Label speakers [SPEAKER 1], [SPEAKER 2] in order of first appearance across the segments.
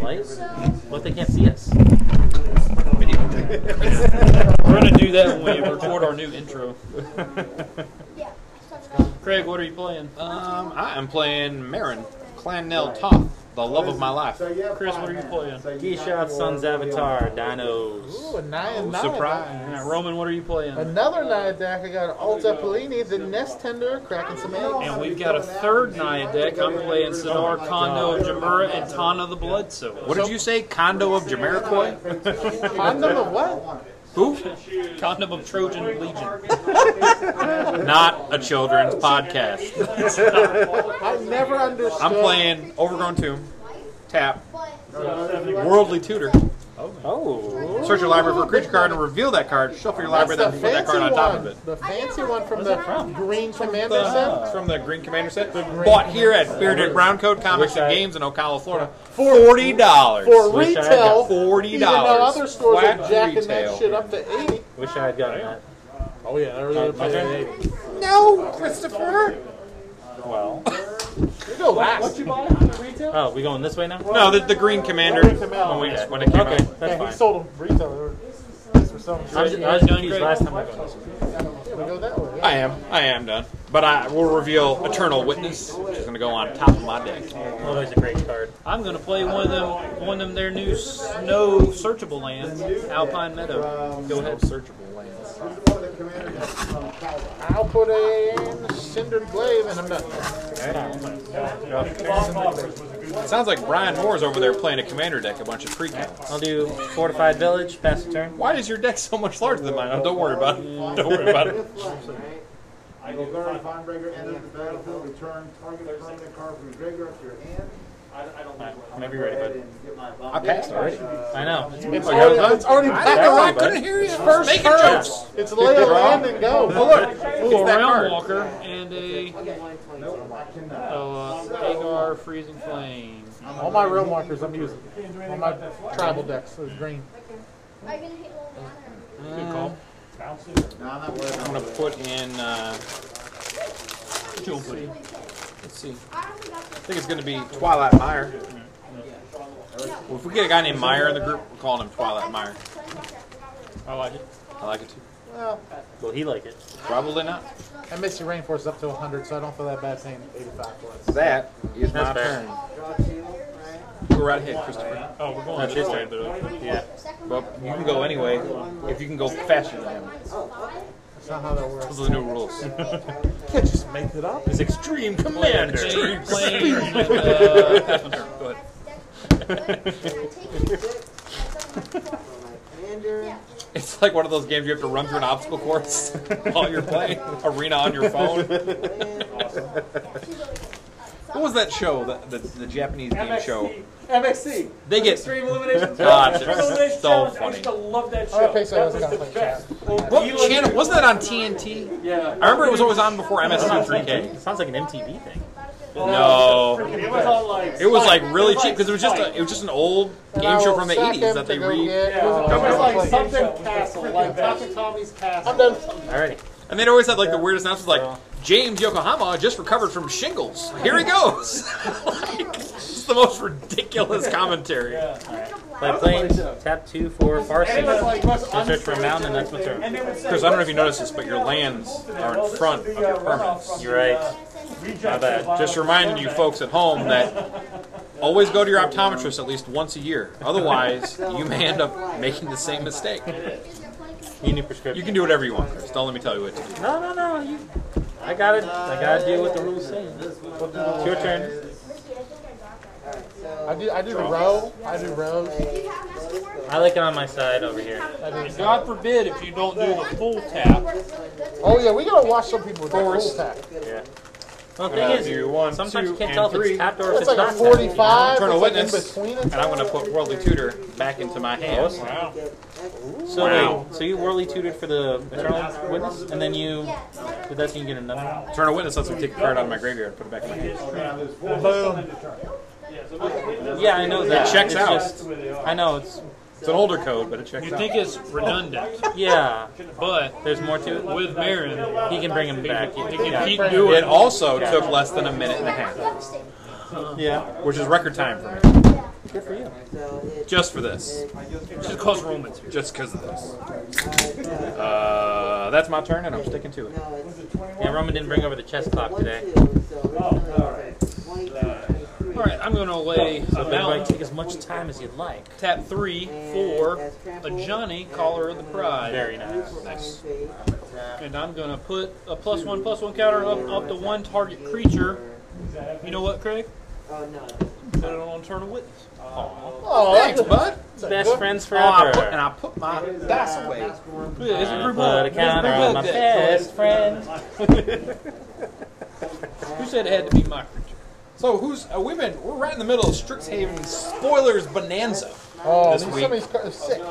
[SPEAKER 1] lights? What they can't see us?
[SPEAKER 2] We're gonna do that when we record our new intro.
[SPEAKER 3] Yeah. So
[SPEAKER 2] Craig, what are you playing? Uh,
[SPEAKER 4] Um, I am playing Marin, Clan Nell Toth, the love of my life.
[SPEAKER 2] Chris, what are you playing?
[SPEAKER 1] Geeshot, Sun's Avatar, Dinos.
[SPEAKER 5] Ooh, a nine and nine.
[SPEAKER 2] All right,
[SPEAKER 4] Surprise.
[SPEAKER 2] Uh, Roman, what are you playing?
[SPEAKER 5] Another Naya deck. I got Alta Pellini, the Nest Tender, cracking some eggs.
[SPEAKER 2] And we've got a third Naya deck. I'm playing Sidar, Kondo of Jamura, and Tana the Blood Soul.
[SPEAKER 4] What did you say? Condo of Jamiroquai?
[SPEAKER 5] Fond of the what?
[SPEAKER 4] Who?
[SPEAKER 2] Condom of Trojan Legion.
[SPEAKER 4] Not a children's podcast.
[SPEAKER 5] I never understood.
[SPEAKER 4] I'm playing Overgrown Tomb, Tap, Worldly Tutor.
[SPEAKER 1] Oh.
[SPEAKER 4] Search your library for a creature card and reveal that card. Shuffle your
[SPEAKER 5] That's
[SPEAKER 4] library,
[SPEAKER 5] the
[SPEAKER 4] then put that
[SPEAKER 5] fancy
[SPEAKER 4] card on top of
[SPEAKER 5] one.
[SPEAKER 4] it.
[SPEAKER 5] The fancy one from the Green Commander
[SPEAKER 4] It's
[SPEAKER 5] set.
[SPEAKER 4] Uh, from the Green Commander set. Bought here at Bearded Brown Coat Comics and Games in Ocala, Florida. Forty dollars.
[SPEAKER 5] For
[SPEAKER 1] Wish I had
[SPEAKER 5] retail,
[SPEAKER 1] got
[SPEAKER 4] $40.
[SPEAKER 5] Even though other stores are
[SPEAKER 4] Flat
[SPEAKER 5] jacking
[SPEAKER 4] retail.
[SPEAKER 5] that shit up to eighty.
[SPEAKER 1] Wish I had gotten that.
[SPEAKER 5] Oh yeah, they're really playing eighty.
[SPEAKER 4] No, Christopher.
[SPEAKER 1] Well.
[SPEAKER 5] You go last.
[SPEAKER 1] Oh, we going this way now?
[SPEAKER 4] No, the, the Green Commander when, we, when it came
[SPEAKER 1] Okay, that's
[SPEAKER 4] out.
[SPEAKER 5] Yeah, he
[SPEAKER 1] fine.
[SPEAKER 5] sold them retail.
[SPEAKER 1] I was, I was Oh, confused last time I went. this way.
[SPEAKER 5] We go that way.
[SPEAKER 4] I am. I am done. But I will reveal Eternal Witness, which is going to go on top of my deck.
[SPEAKER 1] Oh, there's a great card.
[SPEAKER 2] I'm gonna play one of them, one of them their new snow searchable lands, Alpine Meadow. Go ahead.
[SPEAKER 4] Searchable lands.
[SPEAKER 5] I'll put in Cindered Glaive in a minute.
[SPEAKER 4] It sounds like Brian Moore's over there playing a commander deck, a bunch of pre-counts.
[SPEAKER 1] I'll do Fortified Village, pass the turn.
[SPEAKER 4] Why is your deck so much larger than mine? Oh, don't worry about it. Don't worry about it.
[SPEAKER 6] I will learn Vonbreaker enters the battlefield, return target permanent card from your graveyard to your hand.
[SPEAKER 4] Maybe ready, bud.
[SPEAKER 6] I
[SPEAKER 4] I passed already.
[SPEAKER 1] I know. It's
[SPEAKER 5] It's
[SPEAKER 4] Oh, you're done?
[SPEAKER 5] already, it's already
[SPEAKER 4] I know, I
[SPEAKER 5] back up.
[SPEAKER 4] couldn't hear you. First Making
[SPEAKER 5] turn.
[SPEAKER 4] jokes.
[SPEAKER 5] It's lay a land and go.
[SPEAKER 2] Ooh, a
[SPEAKER 4] that card.
[SPEAKER 2] round walker and a uh, Agar Freezing Flame.
[SPEAKER 5] All my real markers I'm using. All my tribal decks are green.
[SPEAKER 3] Are you gonna hit all the other?
[SPEAKER 2] Good call.
[SPEAKER 4] I'm going to put in, uh,
[SPEAKER 2] Chill, buddy.
[SPEAKER 4] let's see.
[SPEAKER 3] I don't think that's.
[SPEAKER 4] I think it's going to be Twilight Meyer. Well, if we get a guy named Meyer in the group, we're calling him Twilight Meyer.
[SPEAKER 2] I like it.
[SPEAKER 4] I like it too.
[SPEAKER 5] Well,
[SPEAKER 1] Will he like it?
[SPEAKER 4] Probably not.
[SPEAKER 5] I miss your rainforest up to 100, so I don't feel that bad saying 85 plus.
[SPEAKER 4] That is my
[SPEAKER 1] That's fair.
[SPEAKER 4] turn. Go right ahead, Christopher.
[SPEAKER 2] Oh, we're going
[SPEAKER 1] That's
[SPEAKER 2] this
[SPEAKER 1] his
[SPEAKER 2] way,
[SPEAKER 1] turn.
[SPEAKER 2] though.
[SPEAKER 1] Yeah.
[SPEAKER 4] Well, you can go anyway if you can go faster than him.
[SPEAKER 5] That's not how that works.
[SPEAKER 4] Those are the new rules.
[SPEAKER 5] Can't just make it up.
[SPEAKER 4] It's extreme commander.
[SPEAKER 2] Jay playing, uh, Carpenter. Go ahead.
[SPEAKER 4] It's like one of those games you have to run through an obstacle course while you're playing arena on your phone. What was that show? The, the, the Japanese game show.
[SPEAKER 7] MXC.
[SPEAKER 4] They get
[SPEAKER 7] Extreme Elimination
[SPEAKER 4] God,
[SPEAKER 7] Challenge. Extreme
[SPEAKER 4] that's
[SPEAKER 7] Elimination
[SPEAKER 4] so
[SPEAKER 7] Challenge. I
[SPEAKER 4] funny.
[SPEAKER 7] used to love that show.
[SPEAKER 5] Oh, okay, so
[SPEAKER 7] that
[SPEAKER 5] it's
[SPEAKER 7] was
[SPEAKER 5] gotta
[SPEAKER 7] the
[SPEAKER 5] play
[SPEAKER 7] best.
[SPEAKER 4] what channel? Wasn't that on TNT?
[SPEAKER 7] Yeah.
[SPEAKER 4] I remember it was always on before MSU 3K.
[SPEAKER 1] It sounds like an MTV thing.
[SPEAKER 4] No,
[SPEAKER 7] It was on like.
[SPEAKER 4] it was like really cheap because it was just a, it was just an old game show from the 80s that they re
[SPEAKER 7] Yeah, it was like something castle, like
[SPEAKER 5] Dr.
[SPEAKER 7] that.
[SPEAKER 5] Tommy's Castle. I'm done.
[SPEAKER 1] Alrighty.
[SPEAKER 4] and they'd always had like the weirdest announcements like James Yokohama just recovered from shingles. Here he goes. like, it's the most ridiculous commentary.
[SPEAKER 1] Play planes, tap two for Farsi. To search for a mountain, and that's my turn.
[SPEAKER 7] And they would say,
[SPEAKER 4] Chris, I don't know if you noticed this, but your lands are in front of your
[SPEAKER 7] uh,
[SPEAKER 4] permanents.
[SPEAKER 1] You're right.
[SPEAKER 7] My
[SPEAKER 1] bad.
[SPEAKER 4] Just reminding you folks at home that always go to your optometrist at least once a year. Otherwise, you may end up making the same mistake.
[SPEAKER 1] You need prescription.
[SPEAKER 4] You can do whatever you want, Chris. Don't let me tell you what to do.
[SPEAKER 1] No, no, no. You, I got it. I got to do what the rules say. It's your turn.
[SPEAKER 5] I do, I do the row. I do rows.
[SPEAKER 1] I like it on my side over here.
[SPEAKER 2] God forbid if you don't do the full tap.
[SPEAKER 5] Oh, yeah, we gotta watch some people with that
[SPEAKER 4] Force.
[SPEAKER 5] rules attack.
[SPEAKER 1] Well, the thing
[SPEAKER 4] do
[SPEAKER 1] is,
[SPEAKER 4] one,
[SPEAKER 1] sometimes you
[SPEAKER 4] two,
[SPEAKER 1] can't tell
[SPEAKER 4] and
[SPEAKER 1] if it's
[SPEAKER 4] three.
[SPEAKER 1] tapped or if it's
[SPEAKER 5] It's like
[SPEAKER 1] not
[SPEAKER 5] a
[SPEAKER 1] tapped.
[SPEAKER 5] 45.
[SPEAKER 4] Eternal
[SPEAKER 5] it's like in
[SPEAKER 4] Witness.
[SPEAKER 5] between.
[SPEAKER 4] And I'm going to put Worldly Tutor back into my hand.
[SPEAKER 2] Wow.
[SPEAKER 1] So
[SPEAKER 4] Wow.
[SPEAKER 1] wait, so you whirly tooted for the Eternal Witness, and then you with that you get another.
[SPEAKER 4] Eternal Witness lets me take a card out of my graveyard and put it back in my hand.
[SPEAKER 1] Yeah, I know that.
[SPEAKER 4] checks
[SPEAKER 1] It's
[SPEAKER 4] out.
[SPEAKER 1] just- I know it's.
[SPEAKER 4] It's an older code, but it checks
[SPEAKER 2] You
[SPEAKER 4] out.
[SPEAKER 2] think it's redundant,
[SPEAKER 1] Yeah,
[SPEAKER 2] but
[SPEAKER 1] there's more to it.
[SPEAKER 2] with Marin,
[SPEAKER 1] He can bring him back.
[SPEAKER 2] he can
[SPEAKER 1] Yeah.
[SPEAKER 2] keep doing
[SPEAKER 4] It
[SPEAKER 2] it.
[SPEAKER 4] also took less than a minute and a half,
[SPEAKER 3] Yeah.
[SPEAKER 1] yeah.
[SPEAKER 4] which is record time for me.
[SPEAKER 5] Good for you.
[SPEAKER 8] So it.
[SPEAKER 4] Just for this.
[SPEAKER 8] it-
[SPEAKER 2] Just cause Romans here.
[SPEAKER 4] Just because of this.
[SPEAKER 8] uh, no,
[SPEAKER 4] Uh, that's my turn, and I'm sticking to it.
[SPEAKER 8] no, uh, it's
[SPEAKER 1] Yeah, Roman didn't bring over the chess clock
[SPEAKER 8] one,
[SPEAKER 1] today.
[SPEAKER 8] two, so it's another
[SPEAKER 7] all right.
[SPEAKER 8] Twenty-two, twenty-three.
[SPEAKER 2] All right, I'm going to lay a
[SPEAKER 1] Everybody
[SPEAKER 2] mountain,
[SPEAKER 1] take as much time as you'd like.
[SPEAKER 2] tap three
[SPEAKER 8] And
[SPEAKER 2] for
[SPEAKER 8] that's trample,
[SPEAKER 2] a Johnny
[SPEAKER 8] and
[SPEAKER 2] Caller of the
[SPEAKER 8] I'm gonna
[SPEAKER 2] Pride,
[SPEAKER 1] Very
[SPEAKER 8] move
[SPEAKER 1] nice.
[SPEAKER 8] for
[SPEAKER 4] Nice.
[SPEAKER 8] nine feet.
[SPEAKER 2] and I'm going to put a plus one plus one counter up up to one target creature. You know what, Craig?
[SPEAKER 8] Oh, no.
[SPEAKER 2] Put it on turn of witness.
[SPEAKER 5] Oh,
[SPEAKER 4] Thanks, bud.
[SPEAKER 1] Best friends
[SPEAKER 4] Oh, I put, and
[SPEAKER 1] forever.
[SPEAKER 4] I put my dice away.
[SPEAKER 2] Yeah, it's a
[SPEAKER 1] I
[SPEAKER 2] group
[SPEAKER 1] put a
[SPEAKER 2] hug.
[SPEAKER 1] counter on my
[SPEAKER 2] It's a group hug
[SPEAKER 1] best friend.
[SPEAKER 2] day. Who said it had to be my creature?
[SPEAKER 4] So who's uh, we've been we're right in the middle of Strixhaven spoilers bonanza.
[SPEAKER 5] Oh,
[SPEAKER 4] This
[SPEAKER 5] these-
[SPEAKER 4] week.
[SPEAKER 5] some of these cards are sick.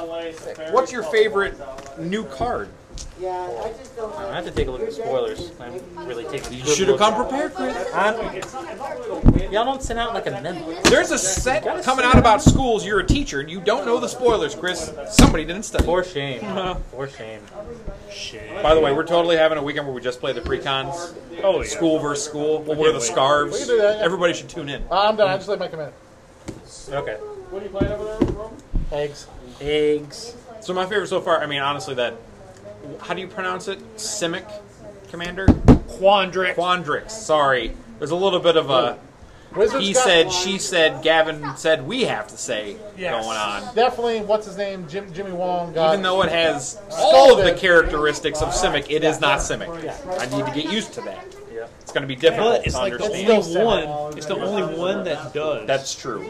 [SPEAKER 4] What's your favorite new card?
[SPEAKER 8] Yeah, I just don't.
[SPEAKER 1] I
[SPEAKER 8] like
[SPEAKER 1] have to
[SPEAKER 8] it.
[SPEAKER 1] take a look
[SPEAKER 8] Your
[SPEAKER 1] at
[SPEAKER 8] deck
[SPEAKER 1] spoilers.
[SPEAKER 8] is
[SPEAKER 1] I'm
[SPEAKER 8] making-
[SPEAKER 1] really taking.
[SPEAKER 4] You
[SPEAKER 1] good
[SPEAKER 4] should have
[SPEAKER 1] look.
[SPEAKER 4] come prepared, Chris.
[SPEAKER 1] I'm- Y'all don't send out like a memo.
[SPEAKER 4] There's a set coming out about schools. You're a teacher and you don't know the spoilers, Chris. Somebody didn't study.
[SPEAKER 1] For shame. For shame. Shame.
[SPEAKER 4] By the way, we're totally having a weekend where we just play the pre-cons.
[SPEAKER 2] Oh, yeah.
[SPEAKER 4] School versus school. We'll wear the
[SPEAKER 5] We can
[SPEAKER 4] scarves.
[SPEAKER 5] do that, yeah.
[SPEAKER 4] Everybody should tune in.
[SPEAKER 5] Uh, I'm done. I just let my command.
[SPEAKER 1] Okay.
[SPEAKER 7] What are you playing over there, Roman?
[SPEAKER 5] Eggs.
[SPEAKER 1] Eggs.
[SPEAKER 4] So my favorite so far, I mean, honestly, that, how do you pronounce it? Simic Commander?
[SPEAKER 2] Quandric.
[SPEAKER 4] Quandrix, sorry. There's a little bit of a
[SPEAKER 5] Wizards
[SPEAKER 4] he
[SPEAKER 5] got
[SPEAKER 4] said,
[SPEAKER 5] one.
[SPEAKER 4] she said, Gavin said, we have to say
[SPEAKER 2] Yes.
[SPEAKER 4] going on.
[SPEAKER 5] Definitely, what's his name? Jim, Jimmy Wong got.
[SPEAKER 4] Even though it has all of the
[SPEAKER 5] Scolded.
[SPEAKER 4] characteristics of Simic, it is not Simic. I need to get used to that. It's going to be difficult
[SPEAKER 2] But it's
[SPEAKER 4] to
[SPEAKER 2] like the
[SPEAKER 4] understand.
[SPEAKER 5] It's
[SPEAKER 2] only
[SPEAKER 5] still
[SPEAKER 2] one. It's the only one that does.
[SPEAKER 4] That's true.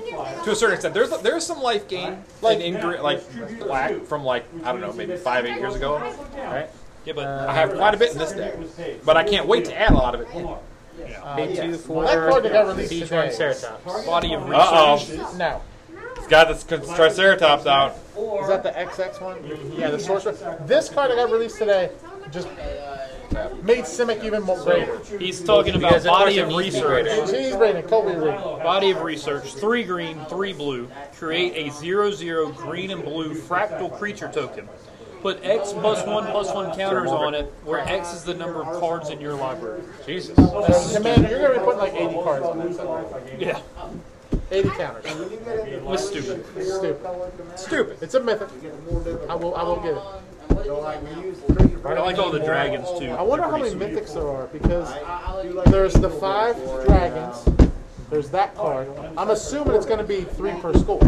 [SPEAKER 4] To a certain extent, there's there's some life gain like in, Gre- like black from like I don't know maybe five eight years ago. Right?
[SPEAKER 2] yeah, but
[SPEAKER 4] I have quite a bit in this deck, but I can't wait to add a lot of it. more.
[SPEAKER 1] Pay two for
[SPEAKER 5] uh, That card that got released
[SPEAKER 1] Beach
[SPEAKER 5] today.
[SPEAKER 1] Run Ceratops.
[SPEAKER 2] body of research.
[SPEAKER 4] Uh oh.
[SPEAKER 5] Now,
[SPEAKER 4] Got this Triceratops out.
[SPEAKER 5] is that the XX one? Yeah, the sorcerer. This card that got released today just made Simic even more greater.
[SPEAKER 2] He's talking about
[SPEAKER 1] Because that
[SPEAKER 2] body
[SPEAKER 1] person
[SPEAKER 2] of
[SPEAKER 1] needs to be
[SPEAKER 2] research.
[SPEAKER 1] greater.
[SPEAKER 5] He's rating Kobe Reed.
[SPEAKER 2] Body of research. Three green, three blue. Create a zero zero green and blue fractal creature token. Put X plus one plus one counters on it, where X is the number of cards in your library.
[SPEAKER 1] Jesus.
[SPEAKER 5] So, Commander, you're gonna be putting like 80 cards on this.
[SPEAKER 2] Yeah,
[SPEAKER 5] 80 counters.
[SPEAKER 2] it was stupid.
[SPEAKER 5] It's stupid.
[SPEAKER 4] Stupid.
[SPEAKER 5] It's a mythic. I will. I will get it.
[SPEAKER 2] I like all the dragons too.
[SPEAKER 5] I wonder how many mythics there are because there's the five dragons. There's that card. I'm assuming it's going to be three per school.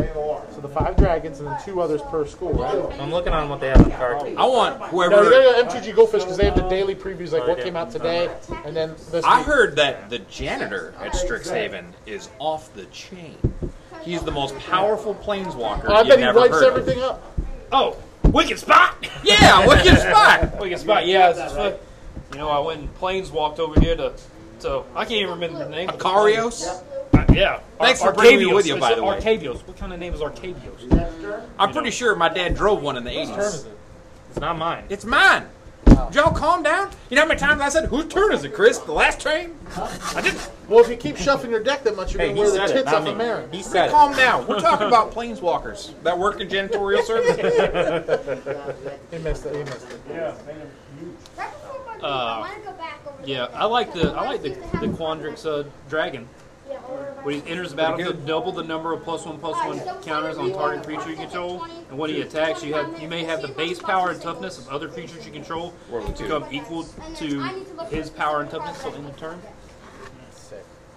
[SPEAKER 5] So the five dragons and then two others per school, right?
[SPEAKER 1] I'm looking on what they have on card.
[SPEAKER 4] I want
[SPEAKER 5] No,
[SPEAKER 4] whoever.
[SPEAKER 5] you got MTG Goldfish because they have the daily previews, like what came out today, and then this.
[SPEAKER 4] I
[SPEAKER 5] week.
[SPEAKER 4] heard that the janitor at Strixhaven is off the chain. He's the most powerful planeswalker.
[SPEAKER 5] I
[SPEAKER 4] you've
[SPEAKER 5] bet he
[SPEAKER 4] never
[SPEAKER 5] wipes
[SPEAKER 4] heard of.
[SPEAKER 5] everything up.
[SPEAKER 2] Oh, wicked spot.
[SPEAKER 4] Yeah, look at spot.
[SPEAKER 2] Wicked spot. Yeah, it's just like- you know, I went and planes walked over here to. So I can't even remember the name. of the place.
[SPEAKER 4] Acarios.
[SPEAKER 2] Uh, yeah.
[SPEAKER 4] Thanks
[SPEAKER 2] Ar-
[SPEAKER 4] for bringing me
[SPEAKER 2] Arcabios.
[SPEAKER 4] with you,
[SPEAKER 2] It's
[SPEAKER 4] by the way.
[SPEAKER 2] Arcabios. What kind of name is Arcabios?
[SPEAKER 4] I'm pretty sure my dad drove one in the 80s.
[SPEAKER 1] It's not mine.
[SPEAKER 4] It's mine. Did y'all calm down? You know how many times I said, whose turn is it, Chris? The last train? I just
[SPEAKER 5] Well, if you keep shuffling your deck that much, you're
[SPEAKER 1] Hey,
[SPEAKER 5] going to
[SPEAKER 1] he
[SPEAKER 5] wear the
[SPEAKER 1] said it,
[SPEAKER 5] tits
[SPEAKER 1] not
[SPEAKER 5] off the
[SPEAKER 1] me.
[SPEAKER 5] Marin.
[SPEAKER 1] He said it.
[SPEAKER 4] calm down. We're talking about planeswalkers that work in janitorial services.
[SPEAKER 5] He missed it. He missed it.
[SPEAKER 2] Uh, Yeah, I like the I like the the Quandrix uh, dragon. When he enters the battlefield, double the number of plus one plus one counters on target creature you control, and when he attacks, you have you may have the base power and toughness of other creatures you control
[SPEAKER 4] World two.
[SPEAKER 2] become equal to his power and toughness till end of turn.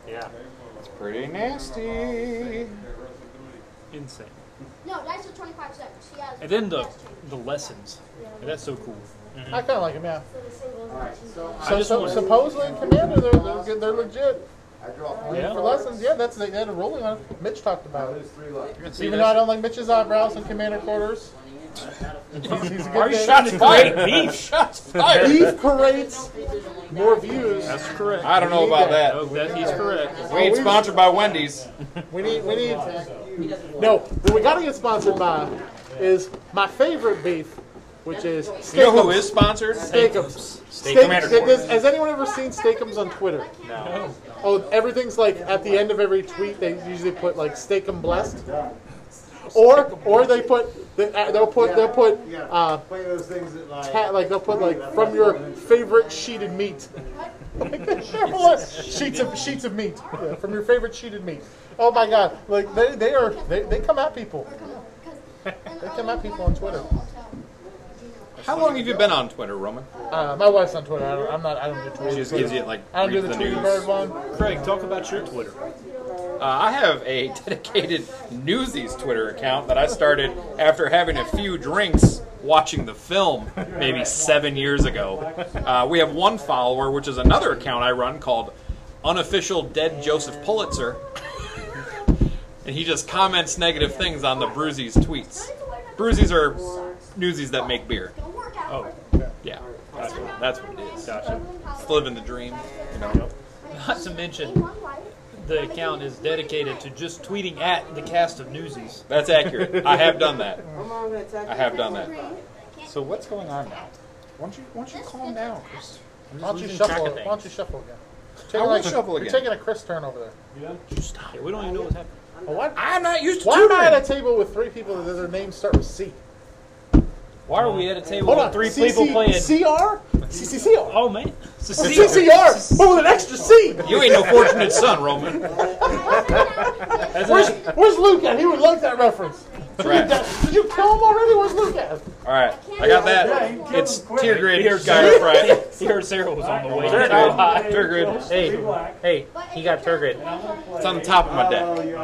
[SPEAKER 1] Yeah.
[SPEAKER 4] It's pretty nasty.
[SPEAKER 2] Insane.
[SPEAKER 3] No, that's the 25 cents. She has.
[SPEAKER 2] And then the
[SPEAKER 3] that's changed.
[SPEAKER 2] the lessons. And that's so cool.
[SPEAKER 5] I kind of like him, yeah.
[SPEAKER 2] I
[SPEAKER 5] So,
[SPEAKER 2] just
[SPEAKER 5] so
[SPEAKER 2] want-
[SPEAKER 5] supposedly in Commander, they're, they're, good- they're legit.
[SPEAKER 2] Yeah.
[SPEAKER 5] For lessons, yeah, that's they had a rolling on it. Mitch talked about it.
[SPEAKER 2] See,
[SPEAKER 5] Even though I
[SPEAKER 2] that's-
[SPEAKER 5] don't like Mitch's eyebrows and commander quarters. He's, he's a good
[SPEAKER 4] Are you
[SPEAKER 5] guy.
[SPEAKER 4] shots fired?
[SPEAKER 2] Great beef.
[SPEAKER 4] Shots fired.
[SPEAKER 5] Beef creates more views.
[SPEAKER 2] That's correct.
[SPEAKER 4] I don't know about that.
[SPEAKER 2] Oh, that he's correct.
[SPEAKER 4] We ain't sponsored by Wendy's.
[SPEAKER 5] We need, we need. No, what we gotta get sponsored by is my favorite beef, which is
[SPEAKER 4] You know who
[SPEAKER 5] Steakums.
[SPEAKER 4] is sponsored?
[SPEAKER 5] Steakums. Steak,
[SPEAKER 4] Commander
[SPEAKER 5] Steak-
[SPEAKER 4] Quarters.
[SPEAKER 5] has anyone ever seen Steakums on Twitter?
[SPEAKER 1] No.
[SPEAKER 5] Oh, everything's like at the end of every tweet. They usually put like "steak 'em blessed," or or they put they, uh, they'll put they'll put uh,
[SPEAKER 6] Play those things that like.
[SPEAKER 5] ta- like they'll put like from your favorite sheeted meat. Like, there sure was. Sheets of sheets of meat yeah, from your favorite sheeted meat. Oh my God! Like they, they are they, they come at people.
[SPEAKER 3] Or come over, 'cause- and
[SPEAKER 5] They
[SPEAKER 3] I'll
[SPEAKER 5] come at
[SPEAKER 3] invite
[SPEAKER 5] people on Twitter.
[SPEAKER 3] them to the hotel.
[SPEAKER 4] How long have you been on Twitter, Roman?
[SPEAKER 5] Uh, my wife's on Twitter. I don't, I'm not. I don't do Twitter.
[SPEAKER 4] She just gives you like
[SPEAKER 5] I don't do
[SPEAKER 4] reads
[SPEAKER 5] the,
[SPEAKER 4] the
[SPEAKER 5] Tweety
[SPEAKER 4] news.
[SPEAKER 5] Bird one.
[SPEAKER 2] Craig, talk about your Twitter.
[SPEAKER 4] Uh, I have a dedicated Newsies Twitter account that I started after having a few drinks watching the film maybe seven years ago. Uh, we have one follower, which is another account I run called Unofficial Dead Joseph Pulitzer. and he just comments negative things on the Bruisies tweets. Bruisies are newsies that make beer.
[SPEAKER 3] Go work out. Oh.
[SPEAKER 4] Yeah, that's what, that's what it is.
[SPEAKER 2] Gotcha.
[SPEAKER 4] It's living the dream.
[SPEAKER 2] Not to mention, the account is dedicated to just tweeting at the cast of Newsies.
[SPEAKER 4] That's accurate. I have done that.
[SPEAKER 8] I'm on gonna talk
[SPEAKER 4] I have done that.
[SPEAKER 1] So what's going on now?
[SPEAKER 4] Why don't you, why don't you calm down? Just
[SPEAKER 5] Why don't you
[SPEAKER 1] losing track
[SPEAKER 5] shuffle?
[SPEAKER 1] of
[SPEAKER 5] Why don't you
[SPEAKER 1] things.
[SPEAKER 5] shuffle again?
[SPEAKER 4] I
[SPEAKER 5] Taking
[SPEAKER 4] will
[SPEAKER 5] like,
[SPEAKER 4] shuffle
[SPEAKER 5] You're
[SPEAKER 4] again.
[SPEAKER 5] taking a Chris turn over there.
[SPEAKER 2] Yeah, we don't even know what's happening.
[SPEAKER 5] Well, why,
[SPEAKER 4] I'm not used to
[SPEAKER 5] why am I
[SPEAKER 4] tutoring.
[SPEAKER 5] at a table with three people that their names start with C?
[SPEAKER 2] Why are we at a table
[SPEAKER 5] Hold
[SPEAKER 2] with
[SPEAKER 5] on.
[SPEAKER 2] three
[SPEAKER 5] C-
[SPEAKER 2] people
[SPEAKER 5] C-
[SPEAKER 2] playing?
[SPEAKER 5] CR? CCCR.
[SPEAKER 2] oh man, it's a secret.
[SPEAKER 5] CCR. But Oh, with an extra C.
[SPEAKER 4] You ain't no fortunate son, Roman.
[SPEAKER 2] That's
[SPEAKER 5] Where's,
[SPEAKER 2] it.
[SPEAKER 5] where's Luke at? He would like that reference. Did you,
[SPEAKER 4] Right.
[SPEAKER 5] did you kill him already? Where's Luke at?
[SPEAKER 4] All right, I got that. It's tier grade Skyrim Friday.
[SPEAKER 2] He heard Sarah was on the way.
[SPEAKER 1] Turgid.
[SPEAKER 2] Hi.
[SPEAKER 4] Turgid.
[SPEAKER 1] Hey, hey, he got Turgid.
[SPEAKER 4] It's on the top of my deck.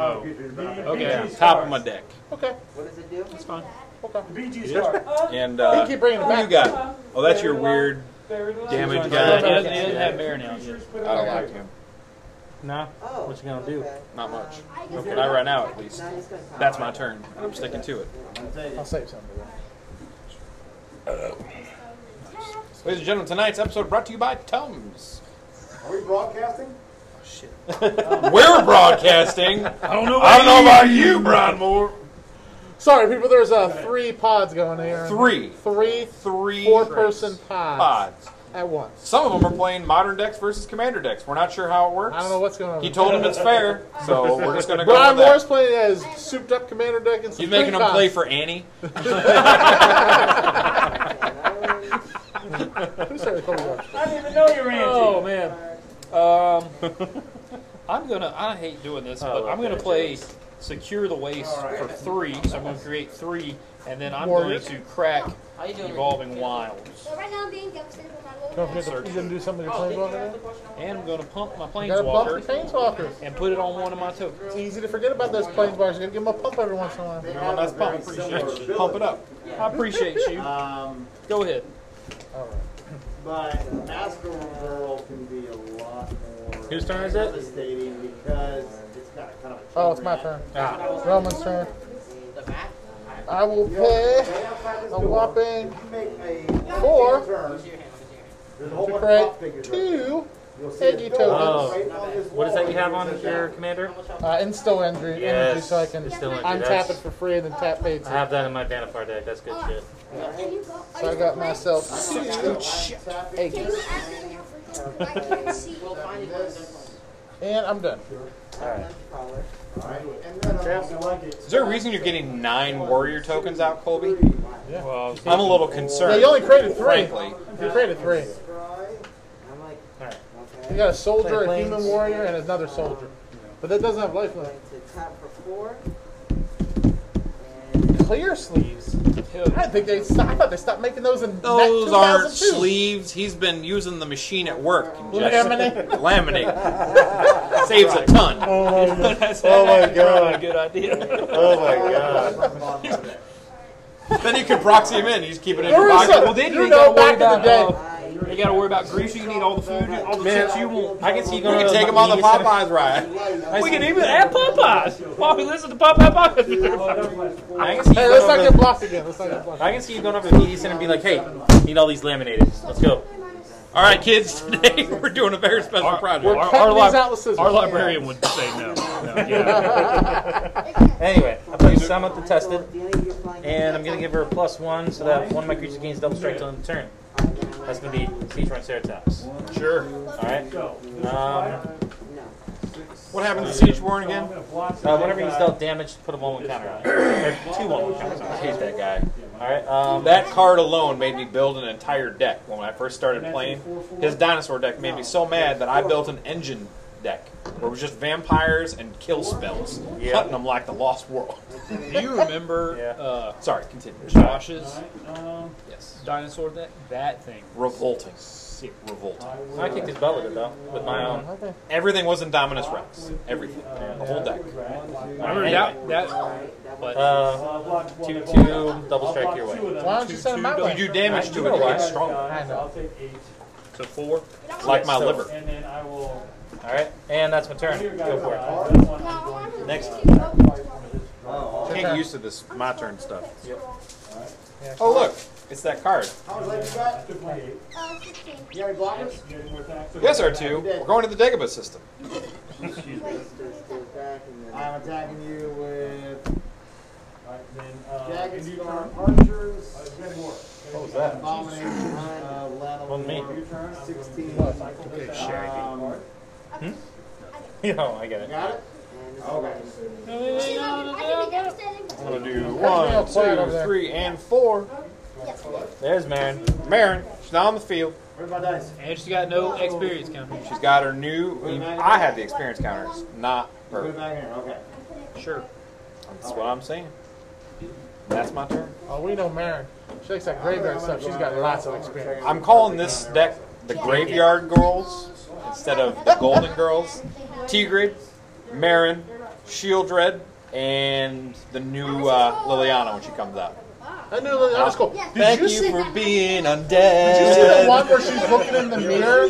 [SPEAKER 2] Okay.
[SPEAKER 4] Top of my deck.
[SPEAKER 5] Okay.
[SPEAKER 8] What does it do?
[SPEAKER 7] BG star.
[SPEAKER 4] And
[SPEAKER 5] They
[SPEAKER 4] uh,
[SPEAKER 5] keep bringing it
[SPEAKER 4] who you
[SPEAKER 5] back.
[SPEAKER 4] got? Oh, that's your weird
[SPEAKER 2] He
[SPEAKER 4] damage guy.
[SPEAKER 2] doesn't, he doesn't have Mare now yet.
[SPEAKER 4] I don't like him.
[SPEAKER 1] Nah.
[SPEAKER 8] Oh.
[SPEAKER 1] What you gonna do?
[SPEAKER 8] okay. Um,
[SPEAKER 4] Not much.
[SPEAKER 3] Okay.
[SPEAKER 4] Not right now, at least.
[SPEAKER 8] Now he's gonna talk.
[SPEAKER 4] That's my turn. I'm sticking to it.
[SPEAKER 5] I'll save some. for that.
[SPEAKER 4] Ladies and gentlemen, tonight's episode brought to you by Tums. Oh,
[SPEAKER 6] Are we broadcasting?
[SPEAKER 4] We're broadcasting. I
[SPEAKER 2] don't know
[SPEAKER 4] don't know about you, Brian Moore.
[SPEAKER 5] Sorry, people. There's uh, three pods going here.
[SPEAKER 4] Three.
[SPEAKER 5] Three
[SPEAKER 4] Three
[SPEAKER 5] four-person pods
[SPEAKER 4] pods.
[SPEAKER 5] at once.
[SPEAKER 4] Some of them are playing modern decks versus commander decks. We're not sure how it works.
[SPEAKER 5] I don't know what's going on.
[SPEAKER 4] He told him it's fair, so we're just gonna go
[SPEAKER 5] Brian
[SPEAKER 4] with
[SPEAKER 5] Moore's
[SPEAKER 4] that.
[SPEAKER 5] playing as souped-up commander deck and some
[SPEAKER 4] He's making
[SPEAKER 5] three
[SPEAKER 4] him play
[SPEAKER 5] pods.
[SPEAKER 4] for Annie.
[SPEAKER 5] Who started calling him?
[SPEAKER 7] I didn't even know you were anti.
[SPEAKER 2] Oh man. Um, I'm gonna. I hate doing this, but I'm gonna play secure the waste for three. So I'm gonna create three, and then I'm going
[SPEAKER 5] Warriors.
[SPEAKER 2] to crack evolving wilds,
[SPEAKER 3] So right now I'm being devastated with my little
[SPEAKER 5] Don't forget
[SPEAKER 3] guy.
[SPEAKER 5] to- you gonna do something
[SPEAKER 8] Oh,
[SPEAKER 5] with your planeswalker. there?
[SPEAKER 2] and I'm gonna pump my
[SPEAKER 5] You gotta bump your
[SPEAKER 2] planeswalker
[SPEAKER 5] planeswalkers.
[SPEAKER 2] and put it on one of my tokens.
[SPEAKER 5] It's easy to forget about those planeswalkers. You gotta give them a pump every once in a while.
[SPEAKER 4] Well, that's pump. Appreciate you. Pump it up.
[SPEAKER 2] I appreciate you.
[SPEAKER 6] Um,
[SPEAKER 2] Go ahead.
[SPEAKER 6] but Asgore World can be a lot more
[SPEAKER 1] Whose turn is it?
[SPEAKER 6] devastating because it's got kind of a
[SPEAKER 5] Oh, it's my turn.
[SPEAKER 1] Ah.
[SPEAKER 5] Roman's turn.
[SPEAKER 8] The back?
[SPEAKER 5] I will play a whopping Four.
[SPEAKER 6] There's a whole
[SPEAKER 5] to
[SPEAKER 6] bunch
[SPEAKER 5] create
[SPEAKER 6] of pop figures right there.
[SPEAKER 5] two
[SPEAKER 6] You'll see a
[SPEAKER 5] Iggy
[SPEAKER 6] door
[SPEAKER 4] Oh.
[SPEAKER 5] tokens.
[SPEAKER 6] right on this
[SPEAKER 1] What is
[SPEAKER 6] wall
[SPEAKER 1] that you have on
[SPEAKER 6] says
[SPEAKER 1] your commander?
[SPEAKER 5] uh, insta energy, energy, so I can
[SPEAKER 1] Yes, still empty.
[SPEAKER 5] untap it
[SPEAKER 1] That's-
[SPEAKER 5] for free and then tap paid.
[SPEAKER 1] I
[SPEAKER 5] So
[SPEAKER 1] have that in my Vanifar deck. That's good shit.
[SPEAKER 3] Can you go? Are
[SPEAKER 5] I
[SPEAKER 3] you
[SPEAKER 5] got
[SPEAKER 3] playing?
[SPEAKER 5] myself two
[SPEAKER 3] Can
[SPEAKER 5] eggs,
[SPEAKER 3] you ask me how freaking I can't see?
[SPEAKER 8] Find it,
[SPEAKER 5] and I'm done.
[SPEAKER 8] Crawler.
[SPEAKER 6] And then
[SPEAKER 7] Perhaps you
[SPEAKER 6] I'll-
[SPEAKER 7] like it.
[SPEAKER 4] Is there a reason you're getting nine warrior tokens out, Colby?
[SPEAKER 2] Well,
[SPEAKER 4] I'm a little
[SPEAKER 5] Yeah,
[SPEAKER 4] concerned.
[SPEAKER 5] you only created three.
[SPEAKER 4] Frankly,
[SPEAKER 5] You created three.
[SPEAKER 8] I'm like,
[SPEAKER 1] Alright.
[SPEAKER 5] You
[SPEAKER 8] okay.
[SPEAKER 5] got a soldier, a human warrior, and another soldier, but that doesn't have life left.
[SPEAKER 8] Going to tap for four. And
[SPEAKER 5] Clear sleeves. I think they. St- I thought they stopped making those in
[SPEAKER 4] those aren't
[SPEAKER 5] 2002.
[SPEAKER 4] sleeves. He's been using the machine at work. and just-
[SPEAKER 5] Laminate.
[SPEAKER 4] Laminate. Saves a ton.
[SPEAKER 5] Oh my,
[SPEAKER 2] that's
[SPEAKER 5] Oh my
[SPEAKER 2] probably
[SPEAKER 5] God.
[SPEAKER 2] a good idea.
[SPEAKER 5] oh my god.
[SPEAKER 4] Then you can proxy him in. He's keeping it in
[SPEAKER 5] There
[SPEAKER 4] your
[SPEAKER 5] is
[SPEAKER 4] pocket.
[SPEAKER 5] a-
[SPEAKER 4] Well, then
[SPEAKER 5] you
[SPEAKER 4] you
[SPEAKER 5] know,
[SPEAKER 4] got
[SPEAKER 5] back in the day.
[SPEAKER 2] Uh, you gotta worry about grease. You need all the food, all the
[SPEAKER 1] Man,
[SPEAKER 2] chips you want.
[SPEAKER 1] I can see you
[SPEAKER 4] We
[SPEAKER 1] going
[SPEAKER 4] can take him on the Popeyes ride.
[SPEAKER 2] We can even add Popeyes. While we listen to Popeye Podcast.
[SPEAKER 1] I can see you
[SPEAKER 5] Hey,
[SPEAKER 1] going
[SPEAKER 5] let's not
[SPEAKER 1] over-
[SPEAKER 5] get blocked again. Let's not get blocked.
[SPEAKER 1] I can see you going up to the media center and be like, hey, need all these laminated. Let's go.
[SPEAKER 4] All right, kids. Today we're doing a very special project.
[SPEAKER 5] We're
[SPEAKER 2] Our-
[SPEAKER 5] cutting
[SPEAKER 2] our
[SPEAKER 5] these
[SPEAKER 2] lib-
[SPEAKER 5] out with scissors.
[SPEAKER 2] Our librarian would say no. no yeah.
[SPEAKER 1] Anyway, I play Sam up the Tested,
[SPEAKER 8] Danny, you're flying.
[SPEAKER 1] and I'm going to give her a plus one so that one of my creatures gains double strike till end of turn. That's going to be Siege Triceratops.
[SPEAKER 4] Sure.
[SPEAKER 1] Alright? Um,
[SPEAKER 4] What happens to Siege Warren again?
[SPEAKER 1] uh, whenever he's dealt damage, put a 1 1 counter on it. Or 2 1 counters on it.
[SPEAKER 4] I hate that guy.
[SPEAKER 1] All right. Um,
[SPEAKER 4] That card alone made me build an entire deck when I first started playing. His dinosaur deck made me so mad that I built an engine deck where it was just vampires and kill spells,
[SPEAKER 1] Yeah.
[SPEAKER 4] hunting them like the Lost World.
[SPEAKER 2] Do you remember
[SPEAKER 1] Yeah.
[SPEAKER 2] uh,
[SPEAKER 4] Sorry, continue.
[SPEAKER 2] Josh's
[SPEAKER 4] Yes.
[SPEAKER 2] dinosaur? That that thing.
[SPEAKER 4] Revolting. Revolting.
[SPEAKER 1] I kicked his butt with it though, with my own.
[SPEAKER 5] Okay.
[SPEAKER 4] Everything was in Dominus Rex. Everything. The whole deck.
[SPEAKER 2] I remember that. that but
[SPEAKER 1] Uh, two, two, double strike your way.
[SPEAKER 5] Why don't you send him my
[SPEAKER 4] You
[SPEAKER 5] way?
[SPEAKER 4] do damage to it,
[SPEAKER 1] You know
[SPEAKER 4] it
[SPEAKER 1] why?
[SPEAKER 4] gets stronger.
[SPEAKER 5] I know.
[SPEAKER 7] I'll take eight,
[SPEAKER 2] so four.
[SPEAKER 4] Like my
[SPEAKER 1] So-
[SPEAKER 4] liver.
[SPEAKER 7] and then I will.
[SPEAKER 1] All right, and that's my turn.
[SPEAKER 7] Here, guys,
[SPEAKER 1] Go for
[SPEAKER 9] uh,
[SPEAKER 1] it.
[SPEAKER 7] I don't want
[SPEAKER 3] No, I
[SPEAKER 7] to
[SPEAKER 3] want him to
[SPEAKER 1] Next.
[SPEAKER 3] see what he's doing.
[SPEAKER 4] Can't get used to this my turn stuff.
[SPEAKER 1] Yep.
[SPEAKER 4] Oh look, it's that card.
[SPEAKER 6] How late you got?
[SPEAKER 7] go to my eight.
[SPEAKER 3] Uh, 16.
[SPEAKER 6] You got any blockers?
[SPEAKER 7] Getting more tactical.
[SPEAKER 4] Yes, R2. We're going to the Dagobah system.
[SPEAKER 8] Let's just do back and then.
[SPEAKER 6] I'm attacking you with
[SPEAKER 7] Alright, then, uh,
[SPEAKER 6] Jagged
[SPEAKER 7] and you
[SPEAKER 6] Star
[SPEAKER 7] turn.
[SPEAKER 6] Archers,
[SPEAKER 7] Uh, Red War.
[SPEAKER 1] What was that?
[SPEAKER 6] Abomination, uh, Lattimer,
[SPEAKER 1] On me.
[SPEAKER 6] Your turn, sixteen.
[SPEAKER 7] Okay,
[SPEAKER 6] Um,
[SPEAKER 4] Uh,
[SPEAKER 1] Yo, I get
[SPEAKER 6] you
[SPEAKER 1] it.
[SPEAKER 6] got it? Okay.
[SPEAKER 3] She's not gonna- I can be devastating, but-
[SPEAKER 4] I'm gonna do
[SPEAKER 5] real
[SPEAKER 4] one,
[SPEAKER 5] quiet over
[SPEAKER 4] two,
[SPEAKER 5] there.
[SPEAKER 4] three, and four.
[SPEAKER 3] Yes.
[SPEAKER 1] There's Marin.
[SPEAKER 4] Marin, she's not on the field.
[SPEAKER 6] Where's my dice?
[SPEAKER 2] And she's got no experience counter.
[SPEAKER 4] She's got her new. I had the experience counters, not
[SPEAKER 6] Put it
[SPEAKER 4] her.
[SPEAKER 6] back in, okay.
[SPEAKER 2] Sure.
[SPEAKER 4] That's what I'm saying. That's my turn.
[SPEAKER 5] Oh, we know Marin. She likes that graveyard stuff. She's got lots of experience.
[SPEAKER 4] I'm calling this deck the Graveyard Girls instead of the Golden Girls. Tigrid, Marin, Shield Red, and the new uh, Liliana when she comes out.
[SPEAKER 5] I knew that was cool. Did
[SPEAKER 4] Thank
[SPEAKER 5] you
[SPEAKER 4] you
[SPEAKER 5] see?
[SPEAKER 4] for being
[SPEAKER 5] Did you see the
[SPEAKER 4] undead.
[SPEAKER 5] one where she's looking in the mirror?